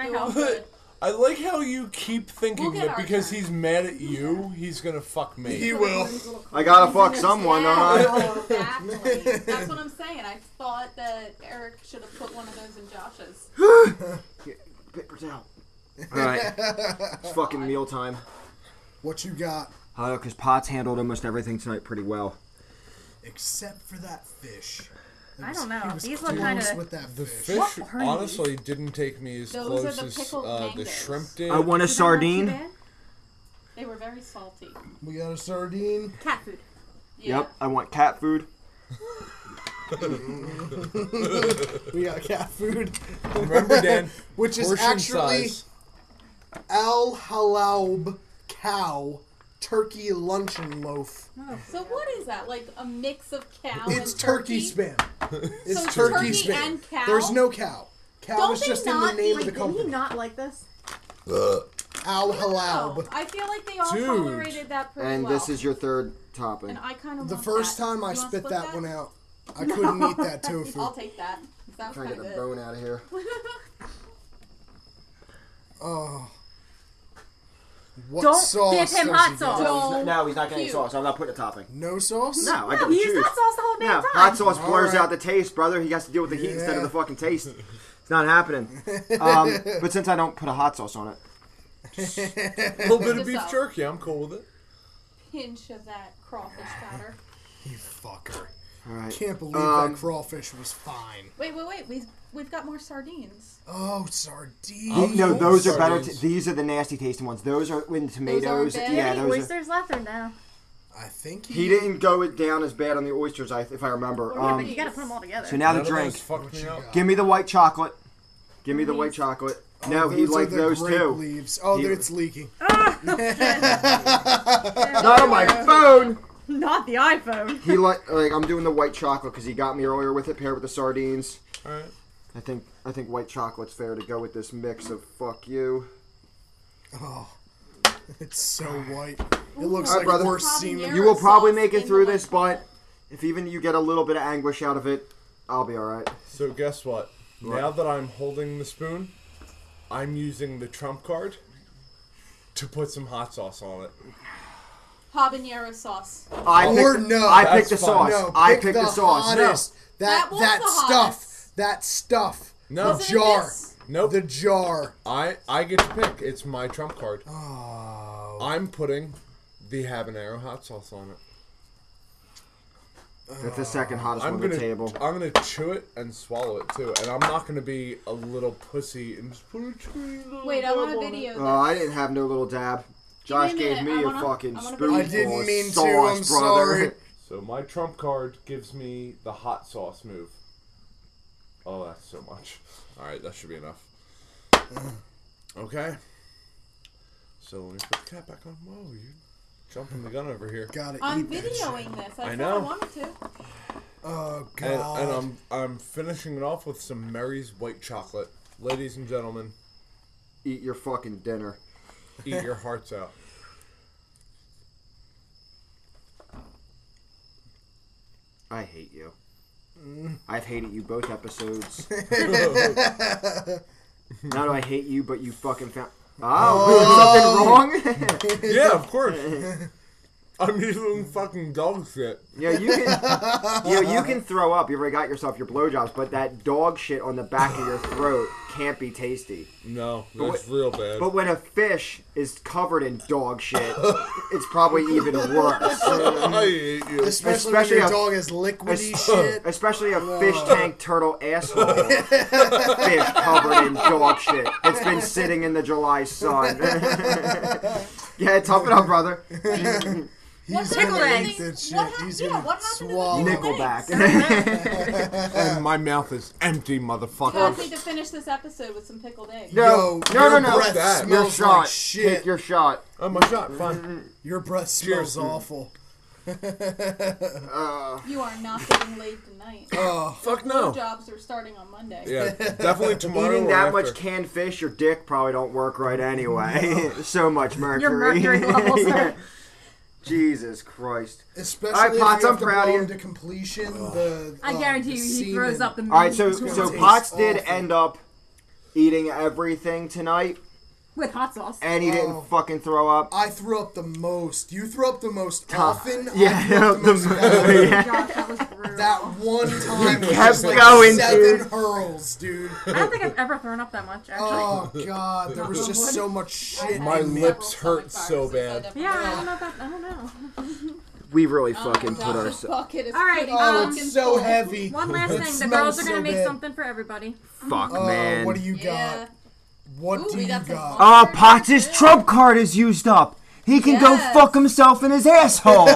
I You're all help? good. I like how you keep thinking We'll get that our because turn. he's mad at you, he's gonna fuck me. He will. I gotta fuck someone, Yeah, huh? exactly. That's what I'm saying. I thought that Eric should have put one of those in Josh's. Paper towel. Alright. It's fucking mealtime. What you got? Because Potts handled almost everything tonight pretty well. Except for that fish. I don't know. He was These look close kind of. with that The fish. fish What are you? honestly didn't take me as Those close are the as pickled uh, the mangoes. shrimp did. I want a sardine. They were very salty. We got a sardine. Cat food. Yeah. Yep, I want cat food. We got cat food, Remember, Dan, which is portion actually size. Al Halal cow turkey luncheon loaf. So what is that? Like a mix of cow It's and turkey spam. It's So it's turkey, turkey spam. and cow? There's no cow. Cow Don't is they just in the not name of Wait, the did he company. not like this? Al No, Halal. Oh, I feel like they all Dude. tolerated that pretty And well. this is your third topping. And I kind of The first time I spit that, one out, I couldn't eat that tofu. I'll take that. That was Trying to kind get of a good. bone out of here. Oh. What Don't sauce give him does hot he get? sauce. Don't No, he's not getting puke. sauce. I'm not putting a topping. No sauce? No, I No, can he used choose. hot sauce the whole No, damn hot time. sauce blurs Alright. out the taste, brother. He has to deal with the heat instead of Yeah. the fucking taste. It's not happening. Um, but since I don't put a hot sauce on it, a little bit of Just beef out. jerky. I'm cool with it. Pinch of that crawfish powder. You fucker. all right. Can't believe Um, that crawfish was fine. Wait, wait, wait. We've we've got more sardines. Oh, sardine. Oh, no, Ooh, those are better. sardines. T- these are the nasty tasting ones. Those are in aren't tomatoes. bad? Do you yeah, have any those. Are, oysters left or no? I think he didn't go it down as bad on the oysters, I, if I remember. Yeah, but Um, you gotta put them all together. so now the None of those drink. fucked me up. Give me the white chocolate. Give me the white chocolate. No, he Oh, Those are liked the those grape too. Leaves. Oh, He- there it's leaking. Not on my phone. Not the iPhone. He like like I'm doing the white chocolate because he got me earlier with it paired with the sardines. All right. I think I think white chocolate's fair to go with this mix of fuck you. Oh, it's so white. It looks All right, like brother. worse semen. Habanero You will probably sauce make in it the through white this, but if even you get a little bit of anguish out of it, I'll be all right. So guess what? Now that I'm holding the spoon, I'm using the trump card to put some hot sauce on it. habanero sauce. I picked, Or Oh, no. I picked the That's sauce. fine. No, I pick picked the, the, sauce. Hottest. That That was that the stuff. hottest. That stuff. No. The Wasn't it jar. this? Nope. The jar. I I get to pick. It's my trump card. Oh, I'm putting the habanero hot sauce on it. No, that's the second hottest I'm one on gonna the table. I'm gonna chew it and swallow it too, and I'm not gonna be a little pussy and just put a teeny little Wait, I want dab a on video. Uh, I didn't have no little dab. Josh a gave minute, me I a wanna- fucking I wanna spoonful I didn't of mean to, sauce, I'm brother. sorry. it. So my trump card gives me the hot sauce move. Oh, that's so much. All right, that should be enough. Okay. So let me put the cap back on. Whoa, you're jumping the gun over here. Gotta I'm eat that shit. videoing this. That's I what know. I wanted to. Oh god. And, and um, I'm I'm finishing it off with some Mary's white chocolate, ladies and gentlemen. Eat your fucking dinner. Eat your hearts out. I hate you. Mm. I've hated you both episodes. Not only I hate you, but you fucking found. Oh, we did something wrong? Yeah, of course. I'm using fucking dog shit. yeah, you can. You, know, you can throw up. You already got yourself your blowjobs, but that dog shit on the back of your throat can't be tasty. No, But that's wh- real bad. But when a fish is covered in dog shit, it's probably even worse. I hate you. especially, especially uh, when your a- dog is liquidy shit. Especially a fish tank turtle asshole fish covered in dog shit that's been sitting in the July sun. yeah, tough it up, brother. What's Pickle happening- eggs. That shit. What hap- He's yeah, gonna what happened to the swallow. pickle Nickelback. and my mouth is empty, You guys motherfucker. need to finish this episode with some pickled eggs. No, Yo, no, no, your no. breath that. Your smells shot. like shit. Take your shot. Oh my god, fine. Your breath Cheers. smells awful. You are not getting laid tonight. Oh, Fuck no. Jobs are starting on Monday. Yeah, definitely tomorrow. Eating or that after. much canned fish, your dick probably don't work right anyway. so much mercury. Your mercury levels are- Jesus Christ. Especially All right, if Potts, you I'm have to proud of blow you. him to completion. The I uh, guarantee the you, he semen. throws up the. All right, so meat between so his Potts did awful. end up eating everything tonight, teeth with hot sauce. and he Oh. didn't fucking throw up. I threw up the most. You threw up the most often. I Yeah, threw up the most. often. Oh my gosh, that was brutal. That one time was kept just like going, seven dude. hurls, dude. I don't think I've ever thrown up that much actually. Oh god, there was just so much shit. My in me. lips hurt so bad. yeah, I don't know about I don't know. We really fucking Oh, put ourselves. Bucket is All right, pretty Oh, Um, fucking it's so full. heavy. One last It thing, the girls smells are gonna so make bad. something for everybody. Fuck, Oh, man. what do you got? Yeah. What Ooh, do we you got some got? fun- Ah, Potts' trump card is used up. He can Yes. go fuck himself in his asshole.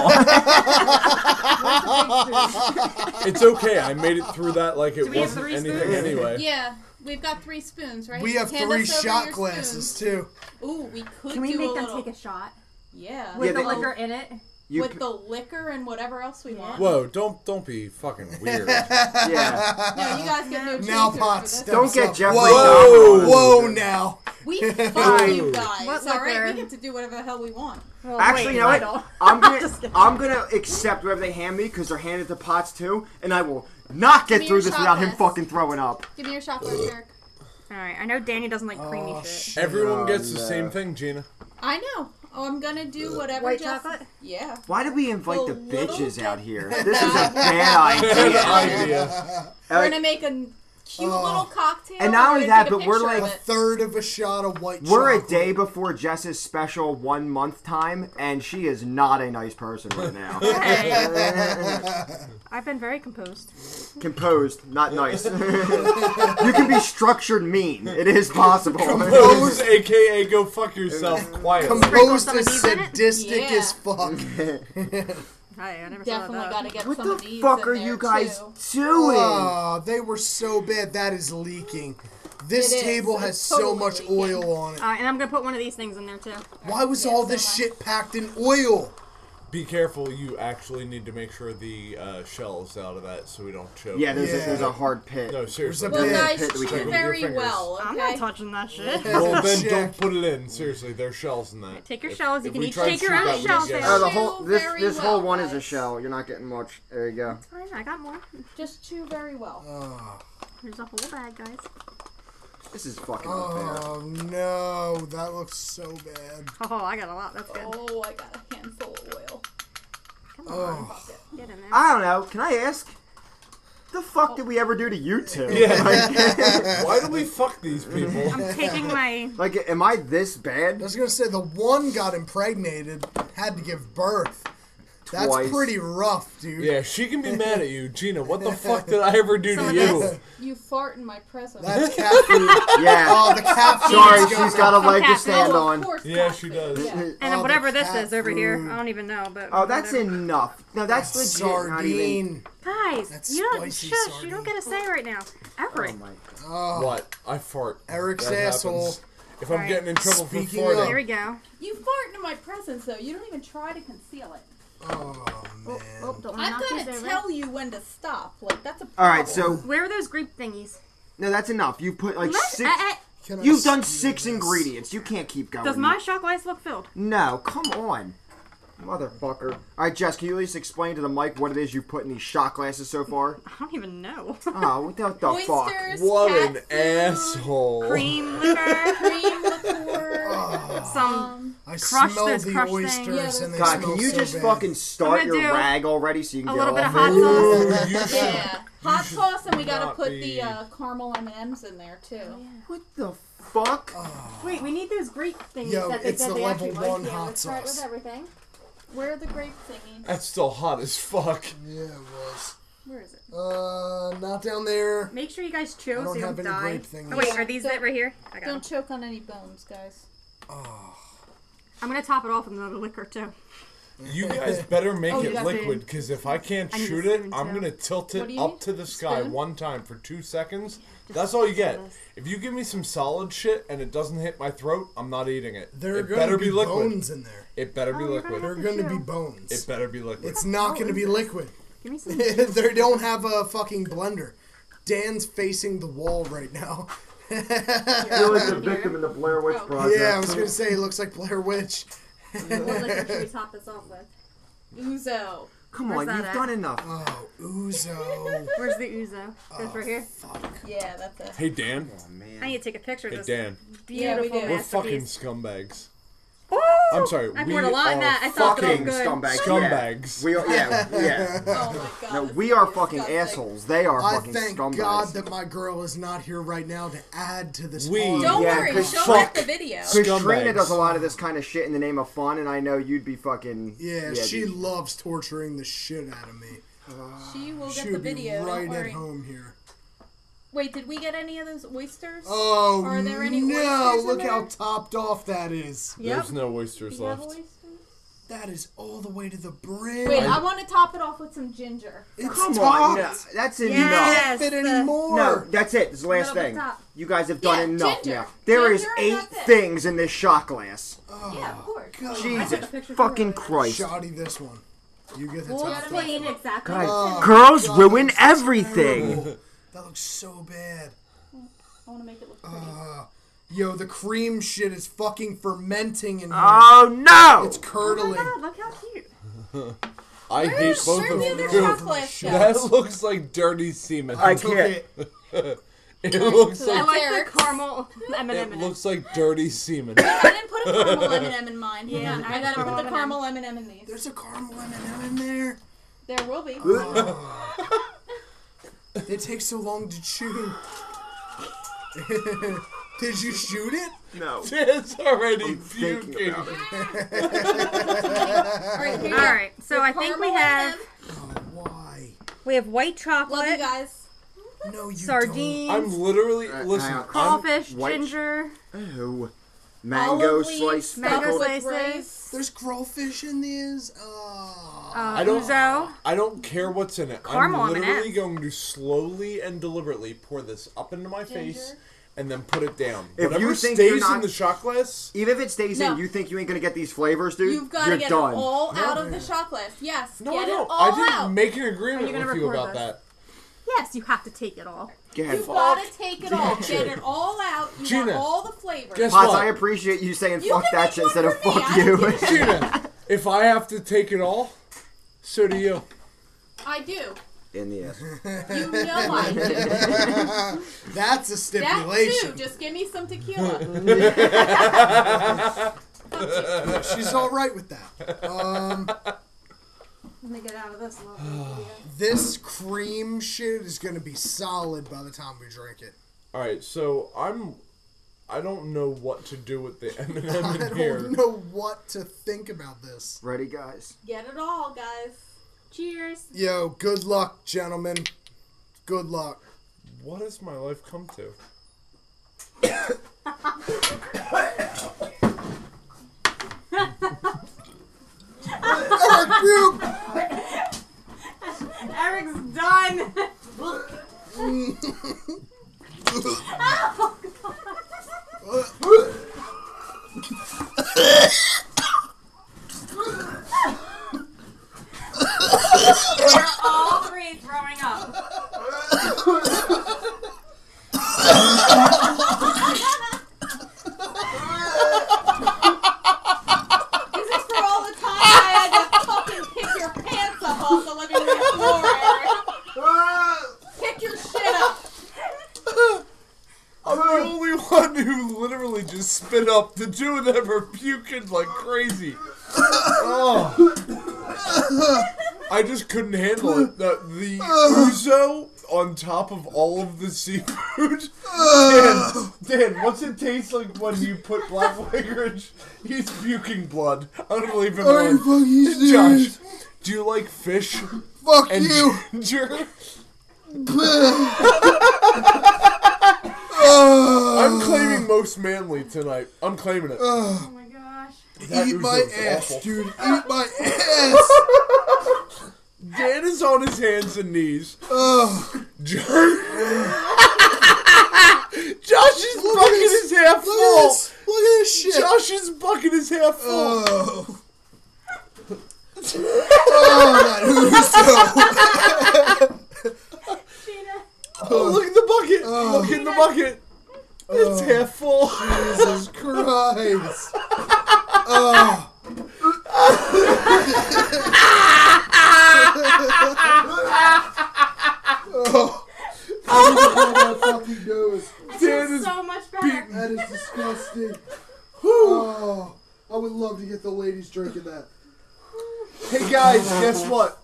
It's okay. I made it through that like it we have wasn't three anything spoons? anyway. Yeah, we've got three spoons, right? We have Hand three us over shot your glasses spoons. too. Ooh, we could Can we do make a them little. take a shot yeah, with Yeah, the they- liquor in it? you, with the liquor and whatever else we want. Whoa, don't don't be fucking weird. yeah. No, you guys get no chances Now for Potts this. steps Don't get up. Jeffrey Whoa, Dahmer. whoa, now. We fuck you Ooh. guys. What all right, liquor? we get to do whatever the hell we want. Well, Actually, wait, you know I don't. what? I'm gonna just kidding. I'm gonna accept whatever they hand me because they're handed to Potts too, and I will not get me through your this shot without him glass. fucking throwing up. Give me your shot glass, Eric. All right, I know Danny doesn't like creamy Oh, shit. shit. Everyone gets the no. same thing, Gina. I know. Oh, I'm gonna do whatever. White Jess- chocolate? Yeah. Why did we invite the The little bitches bit- out here? This is a bad idea. idea. We're gonna make a cute little cocktail. And not only we're that, gonna take a but we're picture of like- A third of a shot of white. We're a chocolate. day before Jess's special one month time, and she is not a nice person right now. Hey. I've been very composed. Composed, not nice. you can be structured mean. It is possible. Pose, aka go fuck yourself. Quiet. Composed some of is these in it? sadistic Yeah. as fuck. Hey, I never Definitely saw that. gotta get What some of the these fuck in are there, you guys too. doing? Aw, they were so bad. That is leaking. This It is. table It's has so totally much leaking. oil on it. All right, Uh, and I'm gonna put one of these things in there too. Why was all this shit packed in oil? Be careful. You actually need to make sure the uh, shell's out of that so we don't choke. Yeah, there's, A, Yeah. there's a hard pit. no, seriously. There's a Well, Yeah, guys, pit that we chew can't eat. very Your fingers. well, okay? I'm not touching that shit. Well, then Check. don't put it in. Seriously, there's shells in that. Take your If- shells. You if can we each try to take shoot your own that, we shells get- Oh, out. the whole Chew this very this well, whole one is a guys. shell. You're not getting much. There you go. Fine, I got more. Just chew very well. There's a whole bag, guys. This is fucking unfair. Oh no, that looks so bad. Oh, I got a lot. That's good. Oh, I got a handful of oil. Come on, get in there. I don't know. Can I ask? The fuck did we ever do to you two? Yeah. Why do we fuck these people? I'm taking my. Like, like, am I this bad? I was gonna say the one got impregnated, had to give birth. That's Twice. pretty rough, dude. Yeah, she can be mad at you, Gina. What the fuck did I ever do to Someone you? else. You fart in my presence. That's cat food. Yeah. oh, the cat food. Sorry, is she's going- got a leg to Cat food. stand Oh, of on. course Yeah, not. she does. Yeah. And Oh, whatever the this cat is over here, I don't even know. But Oh, that's whatever. enough. No, that's legit. Not Sardine. even. Guys, That's you don't spicy shush. You sardine. don't get a say right now. Everett, Oh my God. What? I fart. Eric's happens. asshole. If I'm Right. getting in trouble for Speaking farting, there we go. You fart in my presence, though. You don't even try to conceal it. Oh Oh, man. oh, don't wanna I've knock got these to over. tell you when to stop. Like that's a All problem. right, so Where are those grape thingies? no, that's enough. You put like Let- six. eh, eh, Can I You've done skew six this? ingredients. You can't keep going. does my shot glass look filled? No, come on. Motherfucker. All right, Jess, can you at least explain to the mic what it is you put in these shot glasses so far? I don't even know. Oh, what the, the fuck? Oysters, what cat an food, asshole. Cream Cream liquor, Oh, liqueur. some. um, I Crush smell those the crushed oysters things. and they God, smell can you so just bad. fucking start I'm your gonna do rag already so you can A get little bit of off hot it? sauce. Ooh, you should- yeah, hot sauce, and we gotta not put be- the uh, caramel M and M's in there too. What the fuck? Oh. Wait, we need those grape thingies Yo, that they it's said the they level actually one like. hot Try it with sauce. everything. Where are the grape thingies? That's still hot as fuck. Yeah, it was. Where is it? Uh, not down there. Make sure you guys chew don't so you have don't any die. grape thingies. Oh, wait, Yeah. are these it right here? I got Don't 'em. choke on any bones, guys. I'm gonna top it off with another liquor too. You guys better make Oh, you it got liquid, food. because if I can't I need a shoot it, spoon, I'm too. gonna tilt What do it you up need? to the sky Spoon? one time for two seconds. That's all you get. If you give me some solid shit and it doesn't hit my throat, I'm not eating it. There are it going better to be, liquid. bones in there. It better be Oh, you're gonna There are liquid. have going to Sure. be bones. It better be liquid. it's not going to be liquid. Give me some. they don't have a fucking blender. Dan's facing the wall right now. You're like the victim in the Blair Oh. Witch Project. Yeah, I was going to say, it looks like Blair Witch. what liquor should we top this off with? Uzo. Come Where's on, that you've at? done enough. Oh, Uzo. Where's the ouzo? Goes right here. Yeah, that's it. Hey Dan. Oh, I need to take a picicture of Hey this Dan. beautiful Yeah, we do. We're fucking masterpiece. scumbags. Woo! I'm sorry. I we poured Oh, a lot in are that. I thought it all Fucking good. scumbags. Scumbags. Yeah. We are, yeah, yeah. Oh my god. No, that's we are disgusting. fucking assholes. They are I fucking thank scumbags. God that my girl is not here right now to add to this. We- party. Don't Yeah, worry, cause show fuck. us the video. Because Trina Scumbags. does a lot of this kind of shit in the name of fun, and I know you'd be fucking. Yeah, she dude. loves torturing the shit out of me. She will She get the would be video. right don't worry. at home here. Wait, did we get any of those oysters? Oh, Are there any no! oysters in Look how there? topped off that is. Yep. There's no oysters Do you have left. oysters? That is all the way to the brim. Wait, I want to top it off with some ginger. it's Come on, topped. no, that's enough. Yes. uh, Fit the- anymore. No, that's it. It's the last Little bit thing. top. You guys have done Yeah, enough ginger. now. There is Ginger, eight that's it. Oh, things in this shot glass. Oh, yeah, of course. Jesus picture fucking for Christ. Shoddy this one. You get the We'll top. gotta explain exactly. Guys, Oh, girls God, ruin that's everything. terrible. That looks so bad. I want to make it Uh, look pretty. Yo, the cream shit is fucking fermenting in here. Oh no! it's curdling. Oh, look how cute. I hate both Where of them. did the too. shot glass go? That looks like dirty semen. I Took can't. it. it looks I like like Eric's. the caramel M&M. it in it. looks like dirty semen. I didn't put a caramel M&M in mine. Hang Yeah, on, I I gotta put put the M&M. caramel M&M in these. There's a caramel M&M in there. There will be. They take so long to chew. Did you shoot it? No. it's already thinking puking. about All right, here you All go. right, so I think we Caramel have M&M. Oh, Why? we have white Love you chocolate, guys. No, you I'm sardines, literally Uh, listen. hang on. I'm, crawfish, white- ginger, Ew. Mango Olive leaves, slice mango mango pickle. with slices, don't. There's crawfish in these. Oh. uh, I don't- ouzo. I don't care what's in it. Caramel I'm M&Ms. literally going to slowly and deliberately pour this up into my face and then put it down. If Whatever you think you're stays in not- the shot glass, Even if it stays No. in, you think you ain't gonna get these flavors, dude? You've got You're to get done. it all out of the shot glass. Yes, no, get I don't. it all I didn't out. make an agreement Are you gonna with you record about this? that. Yes, you have to take it all. Go ahead. You've got to take it all. Get it all out. You Gina, want all the flavors. guess Pots, what? I appreciate you saying You "fuck can that make shit" one instead of for me. "fuck I don't you." give a shit. Gina, if I have to take it all, so do you. I do. in the ass. You know I do. That's a That stipulation. too. Just give me some tequila. She's all right with that. Um, Let me get out of this little this cream shit is gonna be solid by the time we drink it. All right, so I'm. I don't know what to do with the M and I M in don't here. know what to think about this. Ready, guys? Get it all, guys. Cheers. Yo, good luck, gentlemen. Good luck. What has my life come to? Eric, you- Eric's done. Oh, We're all three throwing up. This is for all the time I had to fucking pick your pants up off the living room floor, Eric. Pick your shit up. I'm the only one who literally just spit up. The two of them are puking like crazy. Oh. I just couldn't handle it. The, the ouzo on top of all of the seafood. Dan, Dan, what's it taste like when you put black licorice? He's puking blood. I don't leave him Are you alone. fucking serious? Josh, do you like fish Fuck and you. ginger? Ugh. I'm claiming most manly tonight. I'm claiming it. Oh my gosh. That Eat my ouzo's ass, awful. dude. Eat my ass. Dan is on his hands and knees. Ugh. Josh, Josh's Look at bucket this. is Look at half full. this. Look at this shit. Josh's bucket is half full. Oh. oh, that ouzo. Sheena. oh, look at the bucket. Oh. Look at the bucket. It's half full. Jesus Christ. Oh. oh. I don't know how that fucking goes. I Dan feel is so much better. That is disgusting. Oh, I would love to get the ladies drinking that. Hey guys, guess what?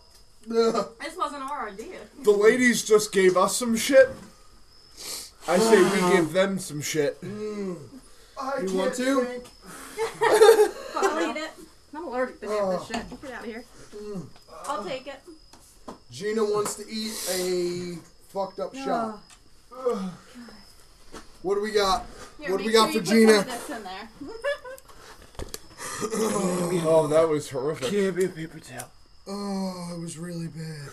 Ugh. This wasn't our idea. The ladies just gave us some shit. I say we give them some shit. I you want to? I'll eat it. I'm allergic to half this shit. Get out of here. I'll take it. Gina wants to eat a fucked up shot. Ugh. What do we got? Here, What do make we got sure for you put Gina? some of this in there. Oh, that was horrific. Give me a paper towel. Oh, it was really bad.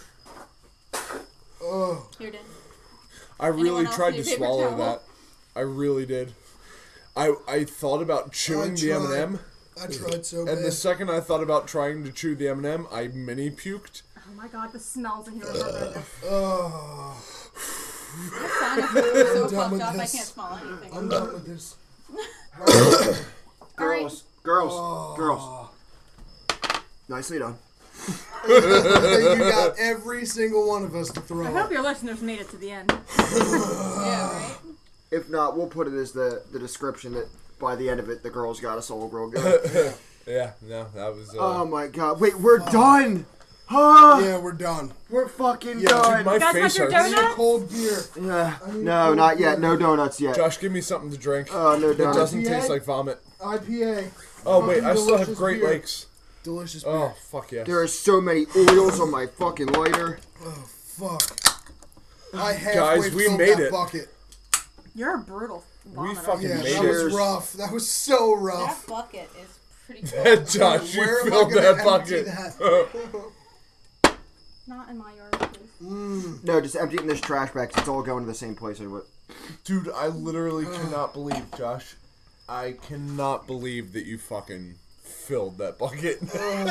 Oh, Here, Dan. I really Anyone else tried need to a paper swallow towel? that. I really did. I I thought about chewing the M tried. and M. I tried so bad. And the second I thought about trying to chew the M&M, I mini puked. Oh my god, the smells in here are horrendous. oh, Sign up. so done fucked with up. I can't this. smell anything. I'm done with this. Girls, girls, girls. Nicely done. you got every single one of us to throw. I up. hope your listeners made it to the end. yeah, right. If not, we'll put it as the the description that by the end of it, the girls got us all real good. Yeah, no, that was. Uh, Um, oh my god! Wait, we're done. Huh? Yeah, we're done. We're fucking Yeah. done. my guys face want your hurts. donut? Need a cold beer. Yeah. no, not yet. No donuts yet. Josh, give me something to drink. uh, Oh, no it donuts. doesn't Yeah. taste like vomit. IPA. Oh wait, I Fucking still have delicious Great beer. Lakes. Delicious beer. Oh fuck yes. There are so many oils on my fucking lighter. Oh, Fuck. I halfway Guys, we filled made that it. Bucket. You're a brutal we vomiter. fucking Oh, Yeah, that made was Cheers. rough. That was so That rough. bucket is pretty good. it. Josh, you Where am I filled gonna that empty bucket. that? Not in my yard, please. No, just empty it in this trash bag. 'cause It's all going to the same place. Anyway. Dude, I literally cannot believe, Josh. I cannot believe that you fucking filled that bucket. Hey,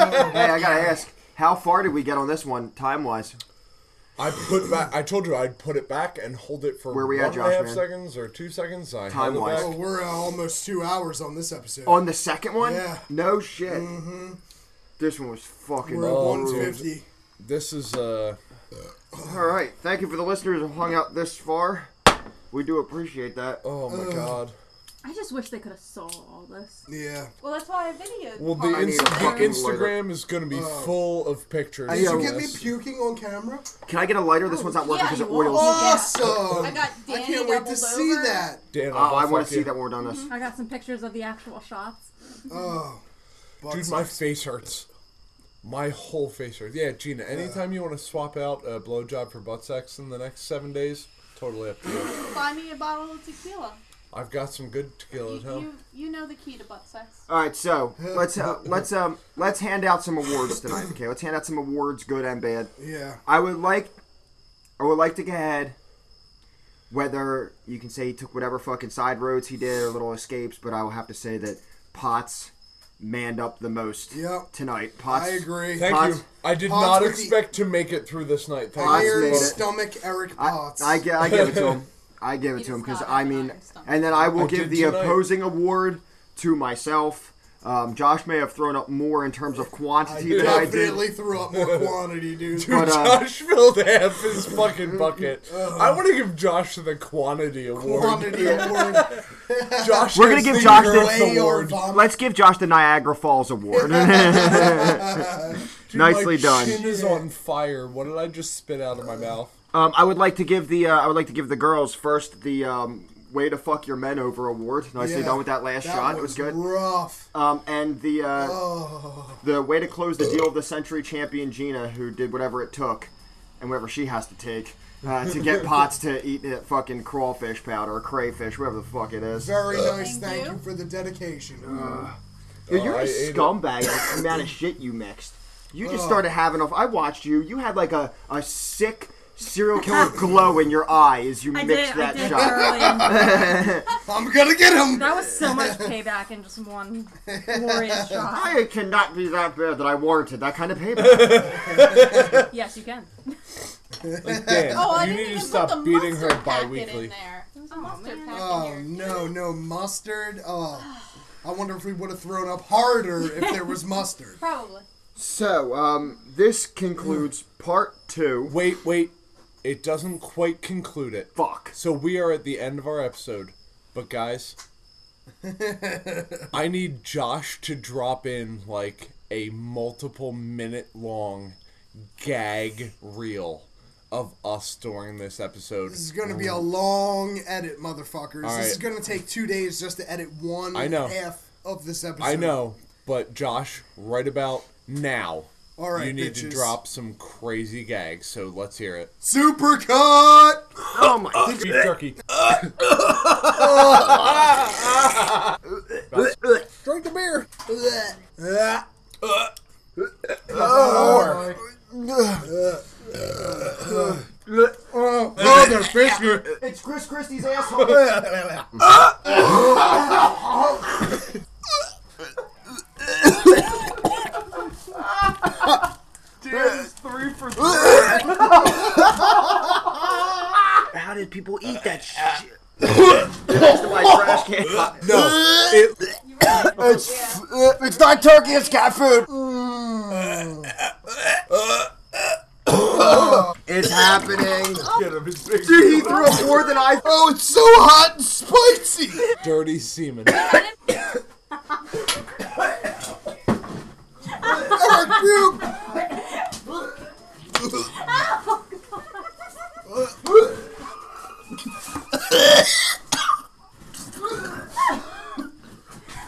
I gotta ask, how far did we get on this one, time wise? I put back. I told you I'd put it back and hold it for Where we one at, and a Josh, half man? seconds or two seconds. I held it Time-wise. Oh, back. we're uh, almost two hours on this Oh, episode. On the second one? Yeah. No shit. Mm-hmm. This one was fucking. we're at brutal. 150. This is uh. All right. Thank you for the listeners who hung out this far. We do appreciate that. Oh my god. I just wish they could have saw all this. Yeah. Well, that's why I videoed. Well, the, part. I need ins- a the fucking Instagram is gonna be full of pictures. Did of you get me this. puking on camera? Can I get a lighter? This one's not working Yeah, because you it are. oils. Yeah. Awesome. I got Danny can't wait to doubled see over. that. Dan, Oh, I want I'll fuck to see you. that when we're done Mm-hmm. this. I got some pictures of the actual shots. Oh. Dude, my face hurts. My whole face hurts. Yeah, Gina. Anytime you want to swap out a blowjob for butt sex in the next seven days, totally up to you. Buy me a bottle of tequila. I've got some good tequila You, at home. you, you know the key to butt sex. All right, so let's uh, let's um let's hand out some awards tonight. Okay, let's hand out some awards, good and bad. Yeah. I would like, I would like to go ahead. Whether you can say he took whatever fucking side roads he did or little escapes, but I will have to say that Potts manned up the most Yep. tonight. Potts, I agree. Thank Pots- you. I did Pots not with the- expect to make it through this night. Thank Pots you. Iron made it. stomach Eric I, Potts. I, gi- I give it to him. I give it He to him just because got I it mean, on his stomach. and then I will I give did the tonight. opposing award to myself. Um, Josh may have thrown up more in terms of quantity than I did. Definitely threw up more quantity, dude. Dude, But, uh, Josh filled half his fucking bucket. I want to give Josh the quantity award. Quantity award. Josh We're gonna has give the Josh Earth Way or award. vomit. Let's give Josh the Niagara Falls award. Dude, Nicely my done. Chin is on fire. What did I just spit out of my mouth? um, I would like to give the uh, I would like to give the girls first the um, way to fuck your men over award. Nicely Yeah. done with that last That shot. It was good. Rough. Oh. Um, and the uh, the way to close the deal of the century champion Gina, who did whatever it took, and whatever she has to take uh, to get Potts to eat that fucking crawfish powder or crayfish, whatever the fuck it is. Very nice. Thank Thank you. you for the dedication. Uh, Dude, you're I a ate it. scumbag. with The amount of shit you mixed. You just started having off. I watched you. You had like a, a sick serial killer glow in your eye as you I did. mixed it. I that did shot. thoroughly. I'm gonna get him. that was so much payback in just one glorious shot. I cannot be that bad that I warranted that kind of payback. Yes, you can. Like, Dan, Oh, I you didn't need even to put stop the beating her mustard packet bi-weekly. In there. There's a mustard packet Oh here. no, no mustard. Oh, I wonder if we would have thrown up harder if there was mustard. Probably. so, um, this concludes part two. Wait, wait. It doesn't quite conclude it. Fuck. So we are at the end of our episode, but guys, I need Josh to drop in like a multiple minute long gag reel of us during this episode. This is gonna be a long edit, motherfuckers. All This is right. gonna take two days just to edit one I know. half of this episode. I know, but Josh, right about now, All right, you need to bitches. drop some crazy gags. So let's hear it. Supercut. Oh my. Beef jerky. uh, Drink the beer. Blech. Ah. Oh, motherfucker. It's Chris Christie's asshole. How did people eat that shit? Next to my trash can. No, it, It's not turkey, it's cat food. Mm. it's happening. get him. It's big. Dude, he threw up more than I. Oh, it's so hot and spicy. dirty semen. Eric puked.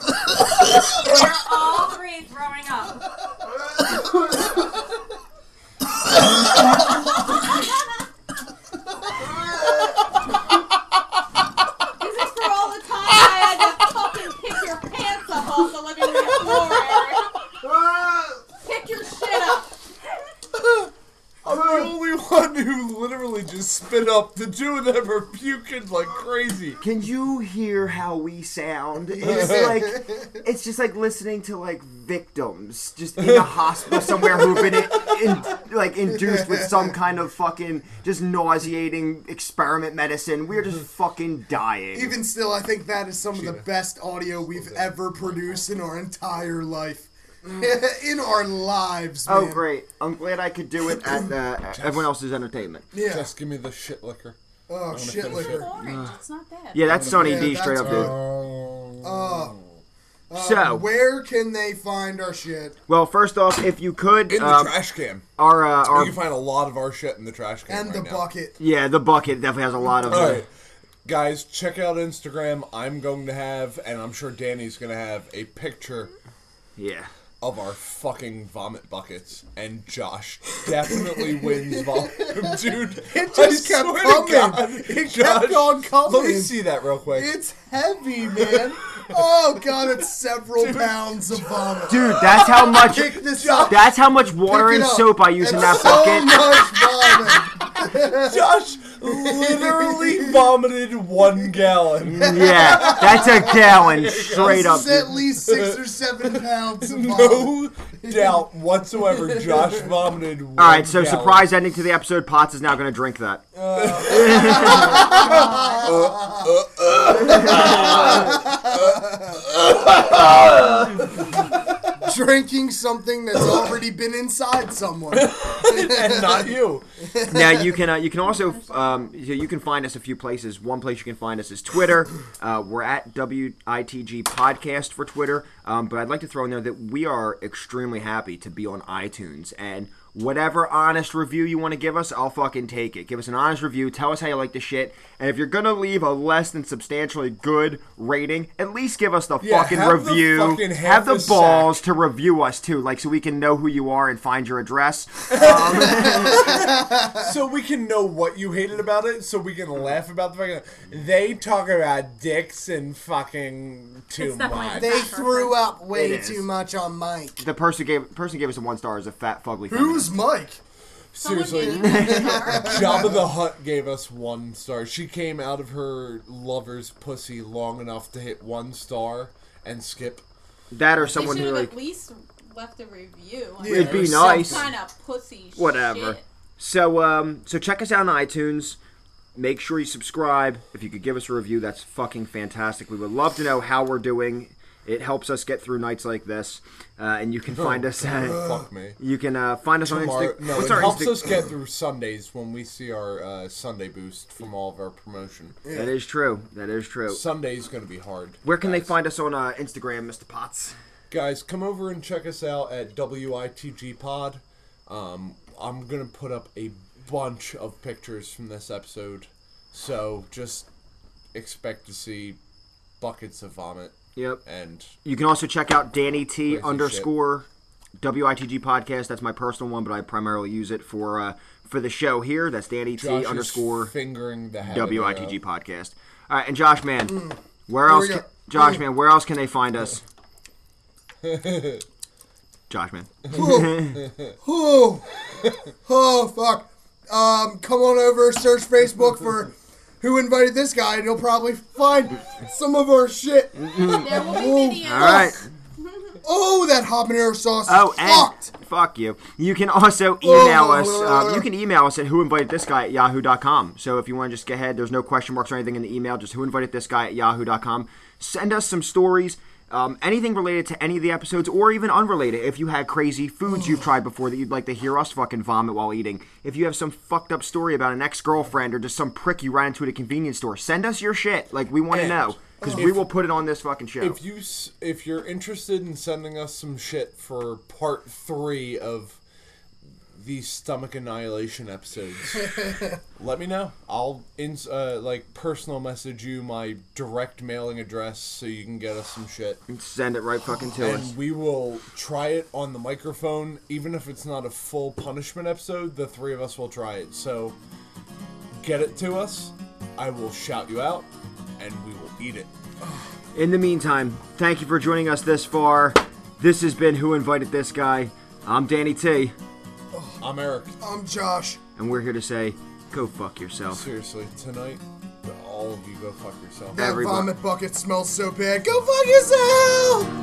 We're all three throwing up. Is this for all the time I had to fucking pick your pants up off the living room floor, Eric? Pick your shit up. I'm the only one who literally just spit it up. The two of them are puking like crazy. Can you hear how we sound? It's like it's just like listening to like victims just in a hospital somewhere who've been in, in, like induced with some kind of fucking just nauseating experiment medicine. We're just fucking dying. Even still, I think that is some of the best audio we've ever produced in our entire life. in our lives, Mm. oh man. great! I'm glad I could do it at uh, everyone else's entertainment. Yeah. Just give me the shit liquor. oh, shit finish liquor. Orange, it's not bad. Yeah, that's Sonny Yeah, D straight that's up, dude. Uh, so, where can they find our shit? well, first off, if you could, In the um, trash can. our uh, our You can find a lot of our shit in the trash can. And right the now. bucket. yeah, the bucket definitely has a lot of. uh, All right. Guys, check out Instagram. I'm going to have, and I'm sure Danny's going to have, a picture Yeah. of our fucking vomit buckets. And Josh definitely wins vomit. Dude, it just kept coming. It kept on coming. Let me see that real quick. It's heavy, man. oh god, it's several pounds of vomit. Dude, that's how much. Pick this up. That's how much water Pick it and up. soap I use in that It's bucket. So much vomit. Josh literally vomited one gallon. Yeah, that's a gallon straight up. This is dude. at least six or seven pounds of vomit. No doubt whatsoever, Josh vomited one All right, so gallon. surprise ending to the episode. Potts is now going to drink that. Drinking something that's already been inside someone. And not you. now you can uh, you can also um, you you can find us a few places. One place you can find us is Twitter. Uh, we're at WITG Podcast for Twitter. Um, but I'd like to throw in there that we are extremely happy to be on iTunes and. Whatever honest review you want to give us, I'll fucking take it. Give us an honest review. Tell us how you like the shit. And if you're gonna leave a less than substantially good rating, at least give us the Yeah, fucking have the review. fucking have half the a sack. balls to review us too, like so we can know who you are and find your address. Um, So we can know what you hated about it, so we can laugh about the fact that they talk about dicks and fucking too It's definitely much. They threw up way It is. too much on Mike. The person gave person gave us a one star as a fat fugly. Who's feminist. Mike? Seriously, Jabba the Hutt gave us one star. She came out of her lover's pussy long enough to hit one star and skip. that or They someone should who have like at least left a review. on it'd be There's nice. Kind of pussy. Whatever. Shit. So um so check us out on iTunes. Make sure you subscribe. If you could give us a review, that's fucking fantastic. We would love to know how we're doing. It helps us get through nights like this. Uh, and you can find us. Uh, Fuck me. you can uh, find us on Oh, Tomorrow, Instagram. no, it What's our helps Insta- us get through Sundays when we see our uh, Sunday boost from all of our promotion. That is true. That is true. Sunday's gonna be hard. Where can they guys. find us on uh, Instagram, Mr. Potts? guys come over and check us out at witg pod um, i'm gonna put up a bunch of pictures from this episode so just expect to see buckets of vomit Yep. and You can also check out Danny T Crazy underscore WITG podcast. That's my personal one, but I primarily use it for uh, for the show here. That's Danny Josh T is uh, underscore fingering the habanero. WITG podcast. All right, and Josh man, Mm. where else? we Can, go. Josh man, where else can they find us? Josh man, Ooh. oh fuck. Um, come on over, search Facebook for who invited this guy, and you'll probably find some of our shit. There will Whoa. be videos. all right. Oh, that habanero sauce Oh, is fucked. and fuck you. You can also email us. Um, you can email us at who invited this guy at yahoo.com. So if you want to just get ahead, there's no question marks or anything in the email. Just who invited this guy at yahoo.com. Send us some stories. Um, anything related to any of the episodes or even unrelated. If you had crazy foods you've tried before that you'd like to hear us fucking vomit while eating. If you have some fucked up story about an ex girlfriend or just some prick you ran into at a convenience store, send us your shit. Like, we want to And know. Because we will put it on this fucking show. if you s- if you're interested in sending us some shit for part three of the stomach annihilation episodes let me know i'll in uh, like personal message you my direct mailing address so you can get us some shit send it right fucking to us. and we will try it on the microphone even if it's not a full punishment episode the three of us will try it so get it to us i will shout you out and we will eat it In the meantime, thank you for joining us this far. This has been Who Invited This Guy. I'm Danny T, i'm eric I'm Josh. and we're here to say, Go fuck yourself. Seriously, tonight, all of you go fuck yourself. That Everyone- vomit bucket smells so bad. Go fuck yourself!